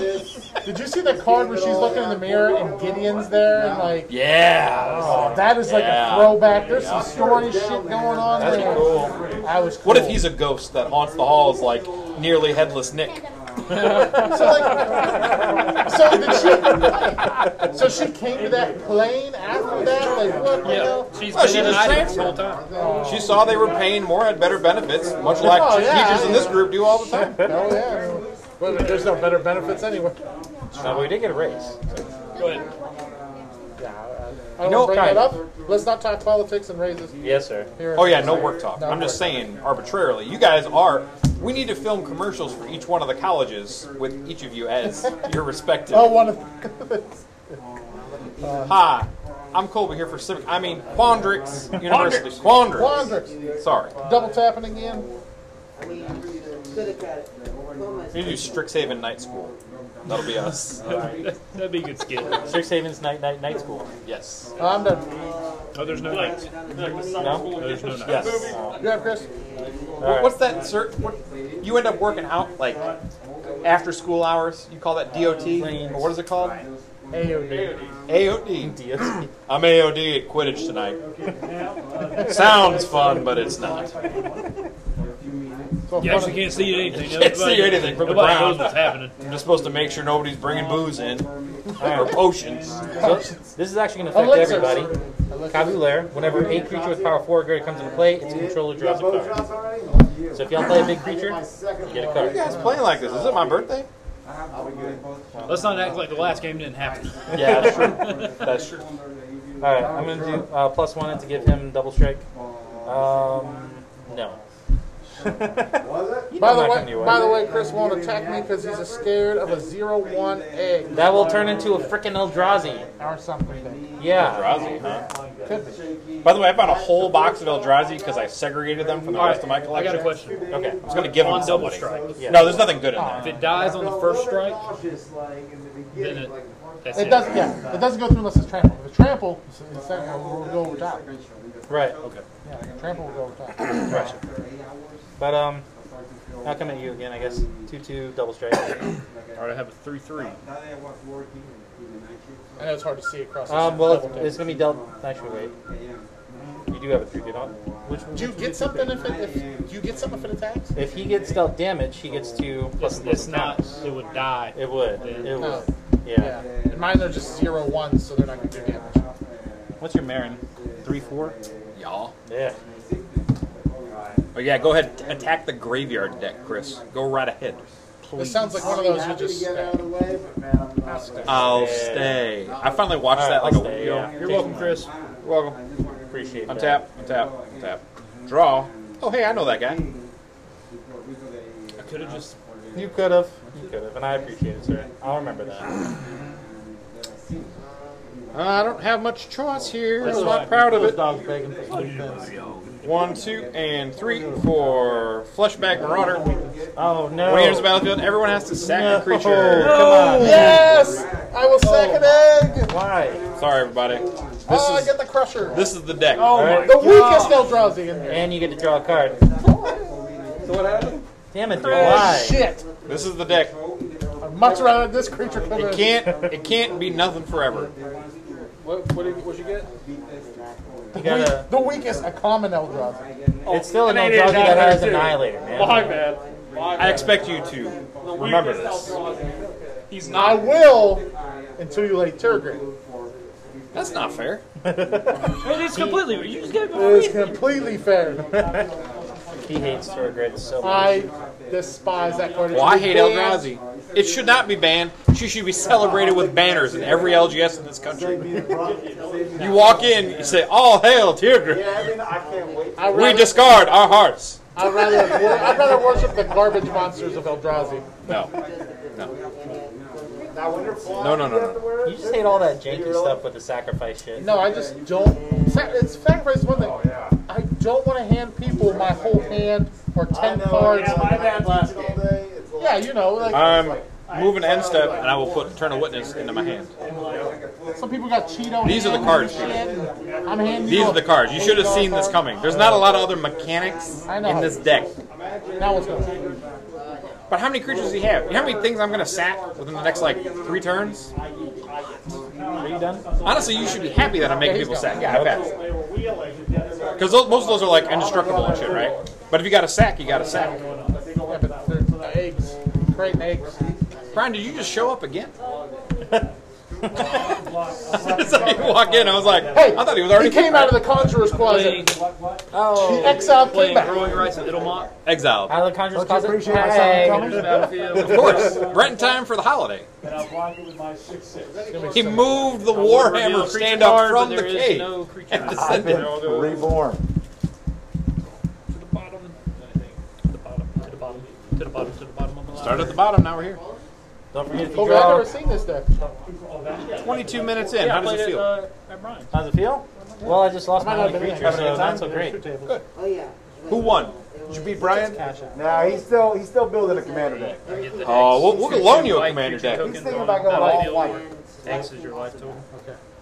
[SPEAKER 5] Did you see the card where she's looking in the mirror and Gideon's there and like?
[SPEAKER 4] Yeah.
[SPEAKER 5] Oh, that is like
[SPEAKER 4] Yeah.
[SPEAKER 5] a throwback. There's some story shit going on
[SPEAKER 4] That's
[SPEAKER 5] there.
[SPEAKER 4] cool.
[SPEAKER 5] That was cool.
[SPEAKER 4] What if he's a ghost that haunts the halls like nearly headless Nick?
[SPEAKER 5] so like? So did she? So she came to that plane after that? Like what? the
[SPEAKER 2] Yeah.
[SPEAKER 5] hell?
[SPEAKER 2] She's
[SPEAKER 4] Oh,
[SPEAKER 2] been
[SPEAKER 4] she
[SPEAKER 2] in
[SPEAKER 4] just
[SPEAKER 2] hiding
[SPEAKER 4] transferred.
[SPEAKER 2] this whole time.
[SPEAKER 4] She saw they were paying more at better benefits, much like
[SPEAKER 5] Oh, yeah.
[SPEAKER 4] teachers in this group do all the time.
[SPEAKER 5] Hell yeah. Well, there's no better benefits anyway.
[SPEAKER 1] No, but we did get a raise.
[SPEAKER 2] Go ahead.
[SPEAKER 5] I don't
[SPEAKER 4] know,
[SPEAKER 5] want to bring
[SPEAKER 4] guys-
[SPEAKER 5] that up. Let's not talk politics and raises
[SPEAKER 1] Yes, sir.
[SPEAKER 5] here.
[SPEAKER 4] Oh yeah, no work talk.
[SPEAKER 5] No
[SPEAKER 4] I'm just
[SPEAKER 5] work
[SPEAKER 4] saying arbitrarily. You guys are. We need to film commercials for each one of the colleges with each of you as your respective.
[SPEAKER 5] Oh, one of.
[SPEAKER 4] Hi, I'm Colby here for Civic. I mean Quandrix University. Quandrix.
[SPEAKER 5] Quandrix.
[SPEAKER 4] Sorry.
[SPEAKER 5] Double tapping again.
[SPEAKER 8] I mean, good at that. Almost.
[SPEAKER 4] We need to do Strixhaven Night School. That'll be us.
[SPEAKER 2] That'd be a good skill.
[SPEAKER 1] Six Havens night night night school.
[SPEAKER 4] Yes.
[SPEAKER 5] I'm done.
[SPEAKER 2] Oh, there's no nights.
[SPEAKER 1] No.
[SPEAKER 2] There's no nights.
[SPEAKER 1] Yes.
[SPEAKER 5] You have Chris?
[SPEAKER 1] All right.
[SPEAKER 4] What's that? Sir, what, you end up working out like after school hours. You call that DOT or what is it called?
[SPEAKER 5] AOD.
[SPEAKER 4] AOD. I'm AOD at Quidditch tonight.
[SPEAKER 9] uh,
[SPEAKER 4] Sounds fun, but it's not.
[SPEAKER 5] So
[SPEAKER 2] You
[SPEAKER 5] fun-
[SPEAKER 2] actually can't see anything.
[SPEAKER 4] You can't see anything from the
[SPEAKER 2] Nobody
[SPEAKER 4] ground.
[SPEAKER 2] knows what's happening.
[SPEAKER 4] I'm just supposed to make sure nobody's bringing booze in or potions.
[SPEAKER 1] So, this is actually going to affect
[SPEAKER 5] Elixirs.
[SPEAKER 1] everybody. Kavulair, whenever a creature with power 4 or greater comes into play, its controller draws a
[SPEAKER 6] Bow
[SPEAKER 1] card.
[SPEAKER 6] shots already? Oh,
[SPEAKER 1] So if y'all play a big
[SPEAKER 6] I get
[SPEAKER 1] creature,
[SPEAKER 6] my second
[SPEAKER 1] you get a
[SPEAKER 6] one.
[SPEAKER 4] You
[SPEAKER 1] card.
[SPEAKER 4] guys playing like this? Is it my birthday?
[SPEAKER 6] I'll be good.
[SPEAKER 2] Let's not act like the last game didn't happen.
[SPEAKER 1] Yeah, that's true. That's true. Alright, I'm going to do uh, plus 1 to give him double strike. Um, no.
[SPEAKER 6] Was it?
[SPEAKER 5] By the
[SPEAKER 1] I'm not
[SPEAKER 5] way,
[SPEAKER 1] gonna do
[SPEAKER 5] by
[SPEAKER 1] it.
[SPEAKER 5] the way, Chris won't attack me because he's scared of a zero one egg
[SPEAKER 1] That will turn into a frickin' Eldrazi.
[SPEAKER 5] or something.
[SPEAKER 1] Yeah.
[SPEAKER 4] Eldrazi, huh? By the way, I found a whole box of Eldrazi because I segregated them from the rest of my
[SPEAKER 2] I got
[SPEAKER 4] collection.
[SPEAKER 2] a question.
[SPEAKER 1] Okay.
[SPEAKER 4] I was going to give them
[SPEAKER 2] On
[SPEAKER 4] to
[SPEAKER 2] double
[SPEAKER 4] somebody.
[SPEAKER 2] strike.
[SPEAKER 1] Yeah.
[SPEAKER 4] No, there's nothing good in
[SPEAKER 2] If
[SPEAKER 4] that.
[SPEAKER 2] it dies on the first strike,
[SPEAKER 6] Cautious, like in the
[SPEAKER 2] then
[SPEAKER 6] beginning,
[SPEAKER 2] it,
[SPEAKER 6] like.
[SPEAKER 2] that's
[SPEAKER 5] It doesn't. Yeah, it doesn't go through unless it's trample. If it's trample, it's, it's that will go over top.
[SPEAKER 1] Right. Okay.
[SPEAKER 5] Yeah, trample will go over top.
[SPEAKER 1] Right. But, um, I'll come at you again, I guess. 2 2, double strike.
[SPEAKER 2] all right, I have a three-three.
[SPEAKER 5] I know it's hard to see across. the
[SPEAKER 1] Um, well,
[SPEAKER 5] level.
[SPEAKER 1] it's, it's going to be dealt. Actually, wait. You do have a 3 2, don't Which
[SPEAKER 5] do you get something if it? If, do you get something if it attacks?
[SPEAKER 1] If he gets dealt damage, he gets two plus
[SPEAKER 2] It's,
[SPEAKER 1] plus
[SPEAKER 2] it's not.
[SPEAKER 1] attacks.
[SPEAKER 2] It would die.
[SPEAKER 1] It would. It
[SPEAKER 5] No.
[SPEAKER 1] would. Yeah.
[SPEAKER 5] Yeah. And mine are just zero ones, so they're not going to do damage.
[SPEAKER 1] What's your Marin? Three four.
[SPEAKER 4] Y'all.
[SPEAKER 1] Yeah.
[SPEAKER 4] Oh, yeah, go ahead. Attack the graveyard deck, Chris. Go right ahead.
[SPEAKER 5] This sounds like one of those you just. stack.
[SPEAKER 4] I'll stay. I finally watched
[SPEAKER 1] All right,
[SPEAKER 4] that like
[SPEAKER 1] I'll
[SPEAKER 4] a
[SPEAKER 1] stay,
[SPEAKER 4] week ago.
[SPEAKER 1] yeah.
[SPEAKER 2] You're welcome, Chris.
[SPEAKER 4] Welcome.
[SPEAKER 1] Appreciate that.
[SPEAKER 4] Untap, untap, untap. Draw. Oh, hey, I know that guy.
[SPEAKER 1] could have just.
[SPEAKER 5] You could have.
[SPEAKER 1] You could have, and I appreciate it, sir. I'll remember that.
[SPEAKER 6] uh,
[SPEAKER 4] I don't have much choice here.
[SPEAKER 1] That's
[SPEAKER 4] I'm
[SPEAKER 1] all right.
[SPEAKER 4] not proud of
[SPEAKER 5] Those
[SPEAKER 4] it.
[SPEAKER 5] dogs begging for some pens.
[SPEAKER 4] One, two, and three for Fleshback Marauder.
[SPEAKER 1] Oh no!
[SPEAKER 4] When he enters the battlefield, everyone has to sack
[SPEAKER 1] No.
[SPEAKER 4] a creature.
[SPEAKER 1] Come on.
[SPEAKER 5] Yes! I will sack an egg!
[SPEAKER 1] Why?
[SPEAKER 4] Sorry, everybody. This
[SPEAKER 5] Oh, I
[SPEAKER 4] is
[SPEAKER 5] get the crusher.
[SPEAKER 4] this is the deck.
[SPEAKER 2] Oh.
[SPEAKER 1] my
[SPEAKER 5] the weakest Eldrazi in there.
[SPEAKER 1] And you get to draw a card.
[SPEAKER 8] So what happened?
[SPEAKER 1] Damn it! dude, Why?
[SPEAKER 5] Shit!
[SPEAKER 4] This is the deck.
[SPEAKER 5] I'd much rather this creature come
[SPEAKER 4] It
[SPEAKER 5] in.
[SPEAKER 4] can't it can't be nothing forever.
[SPEAKER 8] What, what did what you get?
[SPEAKER 1] You gotta.
[SPEAKER 5] The weakest, a common Eldrazi.
[SPEAKER 1] It's still an old
[SPEAKER 7] Canadian
[SPEAKER 1] doggy that has
[SPEAKER 7] Annihilator.
[SPEAKER 1] annihilator,
[SPEAKER 7] My
[SPEAKER 1] man.
[SPEAKER 7] bad. My
[SPEAKER 4] I
[SPEAKER 7] bad.
[SPEAKER 4] expect you to
[SPEAKER 7] The
[SPEAKER 4] remember
[SPEAKER 7] weakest
[SPEAKER 4] this.
[SPEAKER 7] Eldrazi.
[SPEAKER 4] He's
[SPEAKER 5] I
[SPEAKER 4] not.
[SPEAKER 5] will until you lay Turgid.
[SPEAKER 4] That's not fair.
[SPEAKER 2] It's completely. You just gave
[SPEAKER 5] It is completely fair.
[SPEAKER 1] He hates to regret so much.
[SPEAKER 5] I despise that card. It
[SPEAKER 4] Well, I
[SPEAKER 5] should be
[SPEAKER 4] hate
[SPEAKER 5] banned.
[SPEAKER 4] Eldrazi. It should not be banned. She should be celebrated with banners in every LGS in this country. You walk in, you say, "All hail Teardra."
[SPEAKER 6] I mean, I can't wait.
[SPEAKER 5] I'd
[SPEAKER 4] We
[SPEAKER 5] rather,
[SPEAKER 4] discard our hearts.
[SPEAKER 5] I'd, rather wor- I'd rather worship the garbage monsters of Eldrazi.
[SPEAKER 4] No,
[SPEAKER 6] I wonder if
[SPEAKER 4] no, no, no, no.
[SPEAKER 1] You just hate all that janky stuff with the sacrifice shit.
[SPEAKER 5] No, I just don't. sa- It's sacrifice is one thing. I don't want to hand people my whole hand or ten cards.
[SPEAKER 7] Yeah, my bad last
[SPEAKER 6] all
[SPEAKER 7] game.
[SPEAKER 6] day. It's like,
[SPEAKER 5] Yeah, you know, like
[SPEAKER 4] I'm moving end step, and I will put Eternal Witness into my hand.
[SPEAKER 5] some people got Cheeto.
[SPEAKER 4] These are the
[SPEAKER 5] hands
[SPEAKER 4] cards.
[SPEAKER 5] and shit. I'm handing.
[SPEAKER 4] These
[SPEAKER 5] you
[SPEAKER 4] are
[SPEAKER 5] a-
[SPEAKER 4] the cards. You should have seen this coming. There's not a lot of other mechanics
[SPEAKER 5] I know.
[SPEAKER 4] in this deck.
[SPEAKER 5] Now it's going.
[SPEAKER 4] But how many creatures does he have? You know how many things I'm going to sack within the next like three turns?
[SPEAKER 1] Are you done?
[SPEAKER 4] Honestly, you should be happy that I'm making people sack. Yeah, I bet.
[SPEAKER 7] They were wheeling. Yeah, they were-
[SPEAKER 4] Because most of those are like indestructible and shit, right? But if you got a sack, you got a sack.
[SPEAKER 5] Yeah, but they're the eggs, creating eggs.
[SPEAKER 4] Brian, did you just show up again? so you walk in, I was like,
[SPEAKER 5] Hey,
[SPEAKER 4] I thought he was already
[SPEAKER 5] He came out of the Conjurer's closet. The
[SPEAKER 1] Oh.
[SPEAKER 5] exile came
[SPEAKER 2] playing
[SPEAKER 5] back.
[SPEAKER 2] growing rights in Idelmont.
[SPEAKER 4] exiled.
[SPEAKER 1] Out of the Conjurer's Closet.
[SPEAKER 5] appreciate my
[SPEAKER 1] Hey.
[SPEAKER 5] silent
[SPEAKER 2] Enters the battlefield.
[SPEAKER 4] Of course, right in time for the holiday.
[SPEAKER 7] And I blocked it with my six six.
[SPEAKER 4] He moved the
[SPEAKER 2] I will reveal
[SPEAKER 4] Warhammer
[SPEAKER 2] a creature
[SPEAKER 4] stand up
[SPEAKER 2] card, but
[SPEAKER 4] from the
[SPEAKER 2] there is
[SPEAKER 4] cave.
[SPEAKER 2] no creature.
[SPEAKER 4] and descended.
[SPEAKER 6] Reborn.
[SPEAKER 2] to the bottom. To the bottom. To the bottom. To the bottom. To the bottom of the line.
[SPEAKER 4] Start at the bottom, now we're here.
[SPEAKER 1] Don't forget if you
[SPEAKER 5] Oh, man, I've
[SPEAKER 1] draw.
[SPEAKER 5] never seen this deck.
[SPEAKER 4] 22 minutes in,
[SPEAKER 2] Yeah,
[SPEAKER 4] how
[SPEAKER 2] I
[SPEAKER 4] does
[SPEAKER 2] played
[SPEAKER 4] it
[SPEAKER 2] it
[SPEAKER 4] feel?
[SPEAKER 2] uh, at Brian's.
[SPEAKER 1] How's it feel? Well, I just lost
[SPEAKER 5] Might
[SPEAKER 1] my
[SPEAKER 5] not
[SPEAKER 1] only
[SPEAKER 5] have been
[SPEAKER 1] creature, so
[SPEAKER 5] it.
[SPEAKER 1] not so great.
[SPEAKER 8] Oh yeah.
[SPEAKER 4] Who won?
[SPEAKER 8] Did
[SPEAKER 5] you beat Brian?
[SPEAKER 6] Nah, he's still he's still building a commander deck.
[SPEAKER 4] Oh, we'll, we'll loan you a commander deck.
[SPEAKER 6] He's thinking about going all white.
[SPEAKER 2] X is your life total.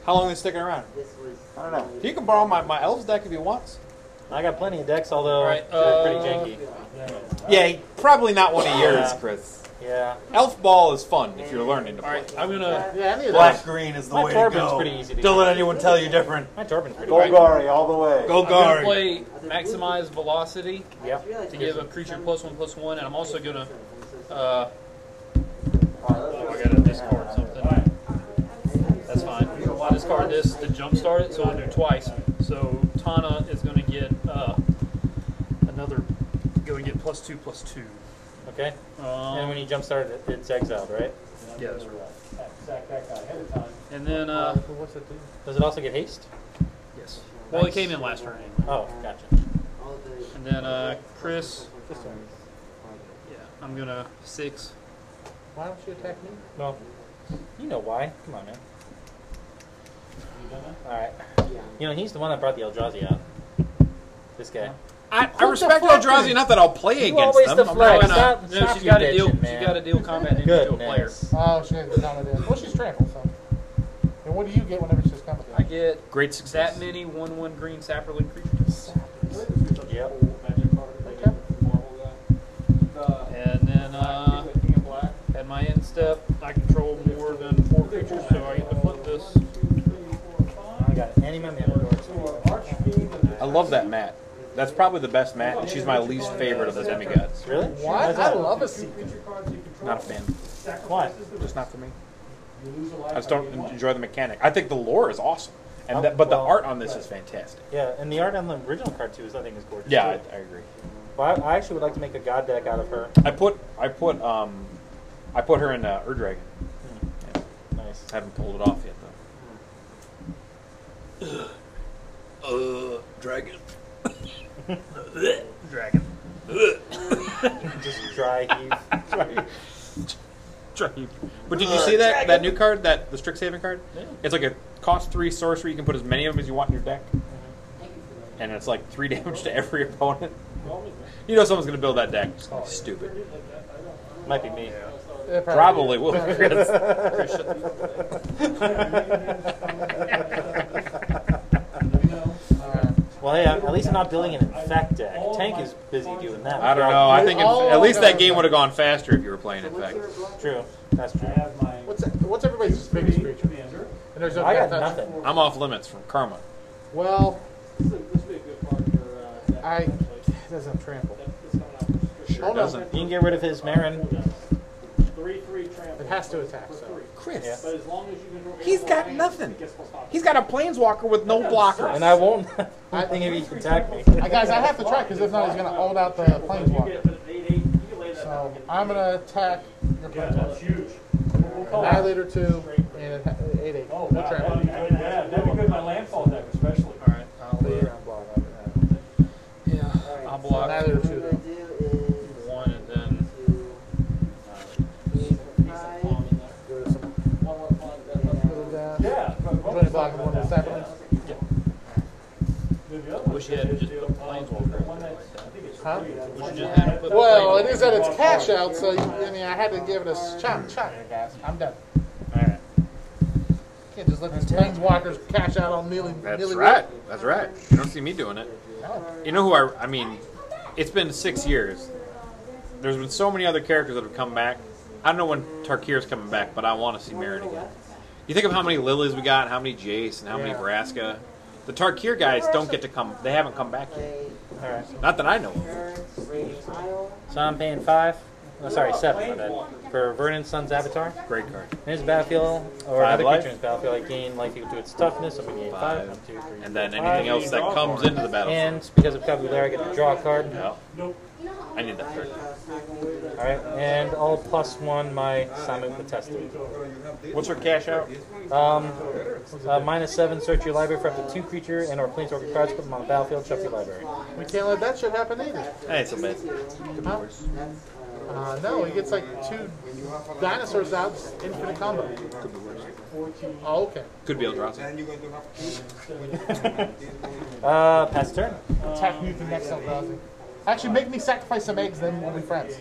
[SPEAKER 4] How long are they sticking around?
[SPEAKER 8] This was.
[SPEAKER 6] I don't know.
[SPEAKER 4] You can borrow my, my elves deck if you want.
[SPEAKER 1] I got plenty of decks, although
[SPEAKER 2] Alright,
[SPEAKER 1] they're
[SPEAKER 2] uh,
[SPEAKER 1] pretty janky.
[SPEAKER 4] Yeah, probably not one of yours, Chris.
[SPEAKER 1] Yeah.
[SPEAKER 4] Elf ball is fun if you're learning to
[SPEAKER 2] All
[SPEAKER 4] play.
[SPEAKER 2] right, I'm gonna.
[SPEAKER 5] Yeah, I need
[SPEAKER 9] Black green is the
[SPEAKER 1] My
[SPEAKER 9] way to
[SPEAKER 1] Torben's
[SPEAKER 9] go.
[SPEAKER 1] pretty easy to
[SPEAKER 9] Don't
[SPEAKER 1] use.
[SPEAKER 9] let anyone tell you different.
[SPEAKER 1] My Torben's pretty
[SPEAKER 2] Right.
[SPEAKER 6] Golgari all the way.
[SPEAKER 4] Go
[SPEAKER 2] I'm gonna
[SPEAKER 4] guard.
[SPEAKER 2] play maximize velocity
[SPEAKER 1] Yep.
[SPEAKER 2] to give a creature plus one plus one, and I'm also gonna. Uh, oh, I gotta discard something. That's fine. Discard this to jumpstart it, so it'll do twice. So Tana is gonna get uh, another. Go and get plus two plus two.
[SPEAKER 1] Okay. And
[SPEAKER 2] Um,
[SPEAKER 1] when you jump start it, it's exiled, right?
[SPEAKER 2] yeah, that's right.
[SPEAKER 7] Sack that guy ahead of time.
[SPEAKER 2] And then uh,
[SPEAKER 1] Does it also get haste?
[SPEAKER 2] yes. Well, it came in last turn anyway.
[SPEAKER 1] Oh, gotcha.
[SPEAKER 2] And then uh, Chris. Yeah, I'm gonna six.
[SPEAKER 5] Why don't you attack me?
[SPEAKER 1] Well, you know why. Come on, man. Alright. You know, he's the one that brought the Eldrazi out. This guy.
[SPEAKER 4] I, I respect Eldrazi enough that I'll play
[SPEAKER 1] You
[SPEAKER 4] against
[SPEAKER 1] always
[SPEAKER 4] them.
[SPEAKER 1] the
[SPEAKER 4] I'm
[SPEAKER 1] flag.
[SPEAKER 4] not
[SPEAKER 1] Stop-
[SPEAKER 4] gonna-
[SPEAKER 2] No,
[SPEAKER 1] stop
[SPEAKER 2] she's
[SPEAKER 1] you
[SPEAKER 2] got to deal.
[SPEAKER 1] bitching,
[SPEAKER 2] She's
[SPEAKER 1] man.
[SPEAKER 2] got to deal combat damage to a player.
[SPEAKER 1] Goodness.
[SPEAKER 5] Oh, she has not idea. Well, she's trampled, so. And what do you get whenever she's coming?
[SPEAKER 2] I get
[SPEAKER 4] Great success.
[SPEAKER 2] that many one-one green sapperling creatures,
[SPEAKER 1] Yep.
[SPEAKER 5] Okay.
[SPEAKER 2] and then uh, at my end step, I control more than four creatures, so I get to flip this.
[SPEAKER 1] I don't got any memory of it.
[SPEAKER 4] I love that mat. That's probably the best mat, and she's my least favorite of the demigods.
[SPEAKER 1] Really? Why's
[SPEAKER 5] What? I
[SPEAKER 1] that?
[SPEAKER 5] love a seat.
[SPEAKER 4] Not a fan.
[SPEAKER 1] Why?
[SPEAKER 4] Just not for me. I just don't enjoy the mechanic. I think the lore is awesome, and that, but the
[SPEAKER 1] Well-
[SPEAKER 4] art on this is fantastic.
[SPEAKER 1] Yeah, and the art on the original card too is I think is gorgeous.
[SPEAKER 4] Yeah, I,
[SPEAKER 1] too.
[SPEAKER 4] I agree.
[SPEAKER 1] Well, I, I actually would like to make a god deck out of her.
[SPEAKER 4] I put I put um, I put her in uh, Urdragon.
[SPEAKER 1] Nice.
[SPEAKER 4] I haven't pulled it off yet though.
[SPEAKER 2] Dragon.
[SPEAKER 1] Just dry heave.
[SPEAKER 4] Dragon. But did you see that that new card, that the Strixhaven card?
[SPEAKER 1] Yeah.
[SPEAKER 4] It's like a cost three sorcery. You can put as many of them as you want in your deck, and it's like three damage to every opponent. You know someone's gonna build that deck. It's gonna be stupid.
[SPEAKER 1] Might be me.
[SPEAKER 5] It
[SPEAKER 4] Probably will. Chris.
[SPEAKER 1] Well, hey, I'm- at least I'm not building an infect deck. Tank is busy doing that.
[SPEAKER 4] I don't know. I think in, at least that game would have gone faster if you were playing in fact.
[SPEAKER 1] True. That's true.
[SPEAKER 7] have my
[SPEAKER 5] What's what's everybody's biggest
[SPEAKER 7] three
[SPEAKER 5] creature?
[SPEAKER 7] commander.
[SPEAKER 5] And there's no
[SPEAKER 1] I got
[SPEAKER 5] death touch.
[SPEAKER 1] nothing.
[SPEAKER 4] I'm off limits from Karma.
[SPEAKER 5] Well,
[SPEAKER 7] This would be a good card for, uh,
[SPEAKER 5] I it doesn't trample.
[SPEAKER 4] Sure
[SPEAKER 5] Hold on.
[SPEAKER 4] doesn't.
[SPEAKER 1] You can get rid of his Marin.
[SPEAKER 7] three, three trample.
[SPEAKER 5] It has to attack. So.
[SPEAKER 4] Chris,
[SPEAKER 1] Yeah.
[SPEAKER 7] But as long as you control.
[SPEAKER 4] He's got
[SPEAKER 7] Lions,
[SPEAKER 4] nothing.
[SPEAKER 7] it gets plus five.
[SPEAKER 4] he's got a planeswalker with no blocker.
[SPEAKER 1] And I won't. I think if he can attack me.
[SPEAKER 5] I, guys, I have to try because if not, he's gonna ult out the planeswalker. So I'm gonna attack your
[SPEAKER 7] Yeah, that's
[SPEAKER 5] planeswalker.
[SPEAKER 7] huge.
[SPEAKER 9] Oh.
[SPEAKER 5] Annihilator two and it ha- eight eight.
[SPEAKER 7] Oh,
[SPEAKER 5] No
[SPEAKER 7] wow, that'd
[SPEAKER 5] trample.
[SPEAKER 7] be good, yeah, that'd be good in my landfall deck especially.
[SPEAKER 4] Yeah, I'll
[SPEAKER 5] So
[SPEAKER 4] block
[SPEAKER 5] Annihilator two. Though.
[SPEAKER 4] one and then.
[SPEAKER 8] uh,
[SPEAKER 7] Yeah. but what
[SPEAKER 5] Twenty
[SPEAKER 7] was
[SPEAKER 5] block
[SPEAKER 7] that
[SPEAKER 5] and one
[SPEAKER 7] about
[SPEAKER 5] with
[SPEAKER 7] that?
[SPEAKER 5] sapling.
[SPEAKER 7] Yeah. Then the other one
[SPEAKER 4] Wish you had
[SPEAKER 7] is
[SPEAKER 4] just
[SPEAKER 7] the,
[SPEAKER 4] put
[SPEAKER 7] uh,
[SPEAKER 4] planeswalker
[SPEAKER 7] the one that's- I think it's
[SPEAKER 5] Huh?
[SPEAKER 7] three, it's a one-
[SPEAKER 5] Well, it is at its cash out, so I mean I had to give it a s- chop chop. Guys, I'm done.
[SPEAKER 4] Alright.
[SPEAKER 5] Can't just let these planeswalkers cash out on Neely.
[SPEAKER 4] That's
[SPEAKER 5] Neely
[SPEAKER 4] right. That's right. You don't see me doing it. You know who I? I mean, it's been six years. There's been so many other characters that have come back. I don't know when Tarkir's coming back, but I want to see Marin again. You think of how many Lilies we got, how many Jace, and how many
[SPEAKER 5] Yeah.
[SPEAKER 4] Vraska. The Tarkir guys don't get to come. They haven't come back yet.
[SPEAKER 1] All right.
[SPEAKER 4] Not that I know of.
[SPEAKER 1] So I'm paying five. Oh, sorry, seven. My bad. For Vernon Sun's Avatar.
[SPEAKER 4] Great card.
[SPEAKER 1] In his battlefield, or
[SPEAKER 4] Five
[SPEAKER 1] other
[SPEAKER 4] life?
[SPEAKER 1] creature in his battlefield, I gain life equal to its toughness. So we gain five.
[SPEAKER 4] Five.
[SPEAKER 1] One, two, three.
[SPEAKER 4] And then anything else that comes into the battle.
[SPEAKER 1] And because of Cabulera, I get to draw a card.
[SPEAKER 4] No, I need that
[SPEAKER 8] uh,
[SPEAKER 4] card.
[SPEAKER 1] All right. And I'll plus one my Samu Potestum.
[SPEAKER 4] What's her cash out?
[SPEAKER 1] Um, uh, minus seven, search your library for up to two creature and or planeswalker cards, put them on the battlefield, shuffle your library.
[SPEAKER 5] We can't let that shit happen either.
[SPEAKER 4] Hey, it's a bit.
[SPEAKER 5] Huh? Uh, no, he gets like two dinosaurs out, infinite combo. Oh, okay.
[SPEAKER 4] Could be Eldrazi.
[SPEAKER 1] Uh, pass turn.
[SPEAKER 5] Attack me with the next Eldrazi. Actually, make me sacrifice some eggs, then we'll be friends.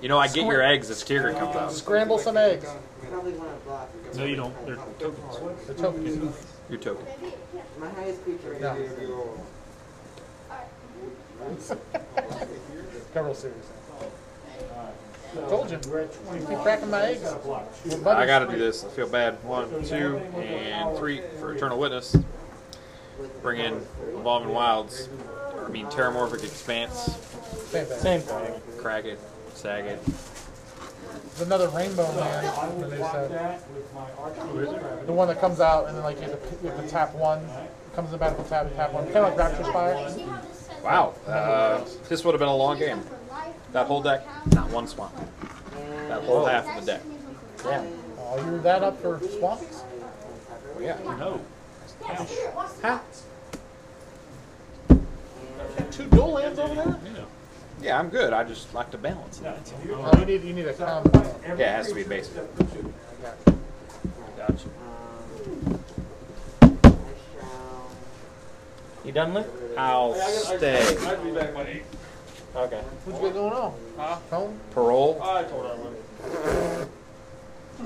[SPEAKER 4] You know, I get your eggs as Kieran comes out.
[SPEAKER 5] Scramble some eggs.
[SPEAKER 8] Probably want to block.
[SPEAKER 2] No, you don't. They're tokens.
[SPEAKER 5] The token.
[SPEAKER 4] Your token.
[SPEAKER 8] My highest creature.
[SPEAKER 5] No. Several series. Told you. Keep cracking my eggs. We're
[SPEAKER 4] I
[SPEAKER 5] buddies.
[SPEAKER 4] gotta do this. I feel bad. One, two, and three for Eternal Witness. Bring in Evolving Wilds. Or, I mean, Terramorphic Expanse.
[SPEAKER 5] Same thing.
[SPEAKER 1] Same thing.
[SPEAKER 4] Crack it, sag it.
[SPEAKER 5] There's another rainbow man. in the new set. The one that comes out and then like you have to, you have to tap one. Comes in the battlefield, tap, tap one. Kind of like Rapture Spire.
[SPEAKER 4] Wow. Uh, this would have been a long game. That whole deck, not one swamp. That whole half of the deck.
[SPEAKER 1] Yeah.
[SPEAKER 5] Oh, you were that up for swamps?
[SPEAKER 4] Well, yeah.
[SPEAKER 2] No.
[SPEAKER 5] Two dual lands over there?
[SPEAKER 4] Yeah, I'm good. I just like to balance it. That's all.
[SPEAKER 5] Oh, you need you need a combo.
[SPEAKER 4] Yeah, it has to be basic. Gotcha.
[SPEAKER 8] um,
[SPEAKER 1] You done, Luke?
[SPEAKER 4] I'll stay.
[SPEAKER 7] I'd be back by eight.
[SPEAKER 1] Okay.
[SPEAKER 5] What you got going on? Home?
[SPEAKER 4] Parole?
[SPEAKER 7] I told her I would.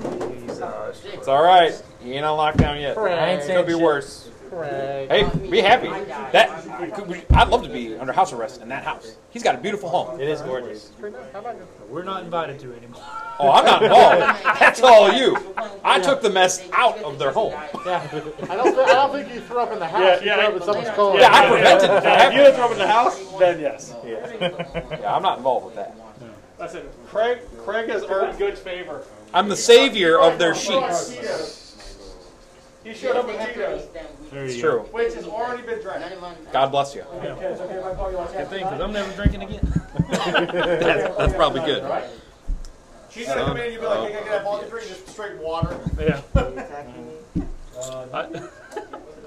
[SPEAKER 4] It's alright. He ain't on lockdown yet.
[SPEAKER 1] I ain't saying
[SPEAKER 4] Could be
[SPEAKER 1] shit.
[SPEAKER 4] worse.
[SPEAKER 5] Craig.
[SPEAKER 4] Hey, be happy. That could we- I'd love to be under house arrest in that house. He's got a beautiful home.
[SPEAKER 1] It is gorgeous.
[SPEAKER 5] How about you?
[SPEAKER 2] We're not invited to anymore.
[SPEAKER 4] Oh, I'm not involved. That's all you. I took the mess out of their home.
[SPEAKER 5] I don't, thi- I don't think you threw up in the house.
[SPEAKER 7] Yeah,
[SPEAKER 5] you
[SPEAKER 7] yeah,
[SPEAKER 5] threw
[SPEAKER 7] I-
[SPEAKER 5] up in someone's car.
[SPEAKER 4] Yeah, I prevented it.
[SPEAKER 7] Now, if you had trouble in the house, then yes.
[SPEAKER 4] Yeah, I'm not involved with that.
[SPEAKER 7] I said, Craig, Craig has earned good favor.
[SPEAKER 4] I'm the savior of their sheets.
[SPEAKER 7] He showed up with Cheetos,
[SPEAKER 4] It's true.
[SPEAKER 7] which has already been drank.
[SPEAKER 4] God bless you.
[SPEAKER 7] Okay, it's okay if I call you
[SPEAKER 2] Good thing, because I'm never drinking again.
[SPEAKER 4] That's, that's probably good.
[SPEAKER 7] She's gonna come in and you'll be like, hey, I can have all the drink, just straight water.
[SPEAKER 2] Yeah. I,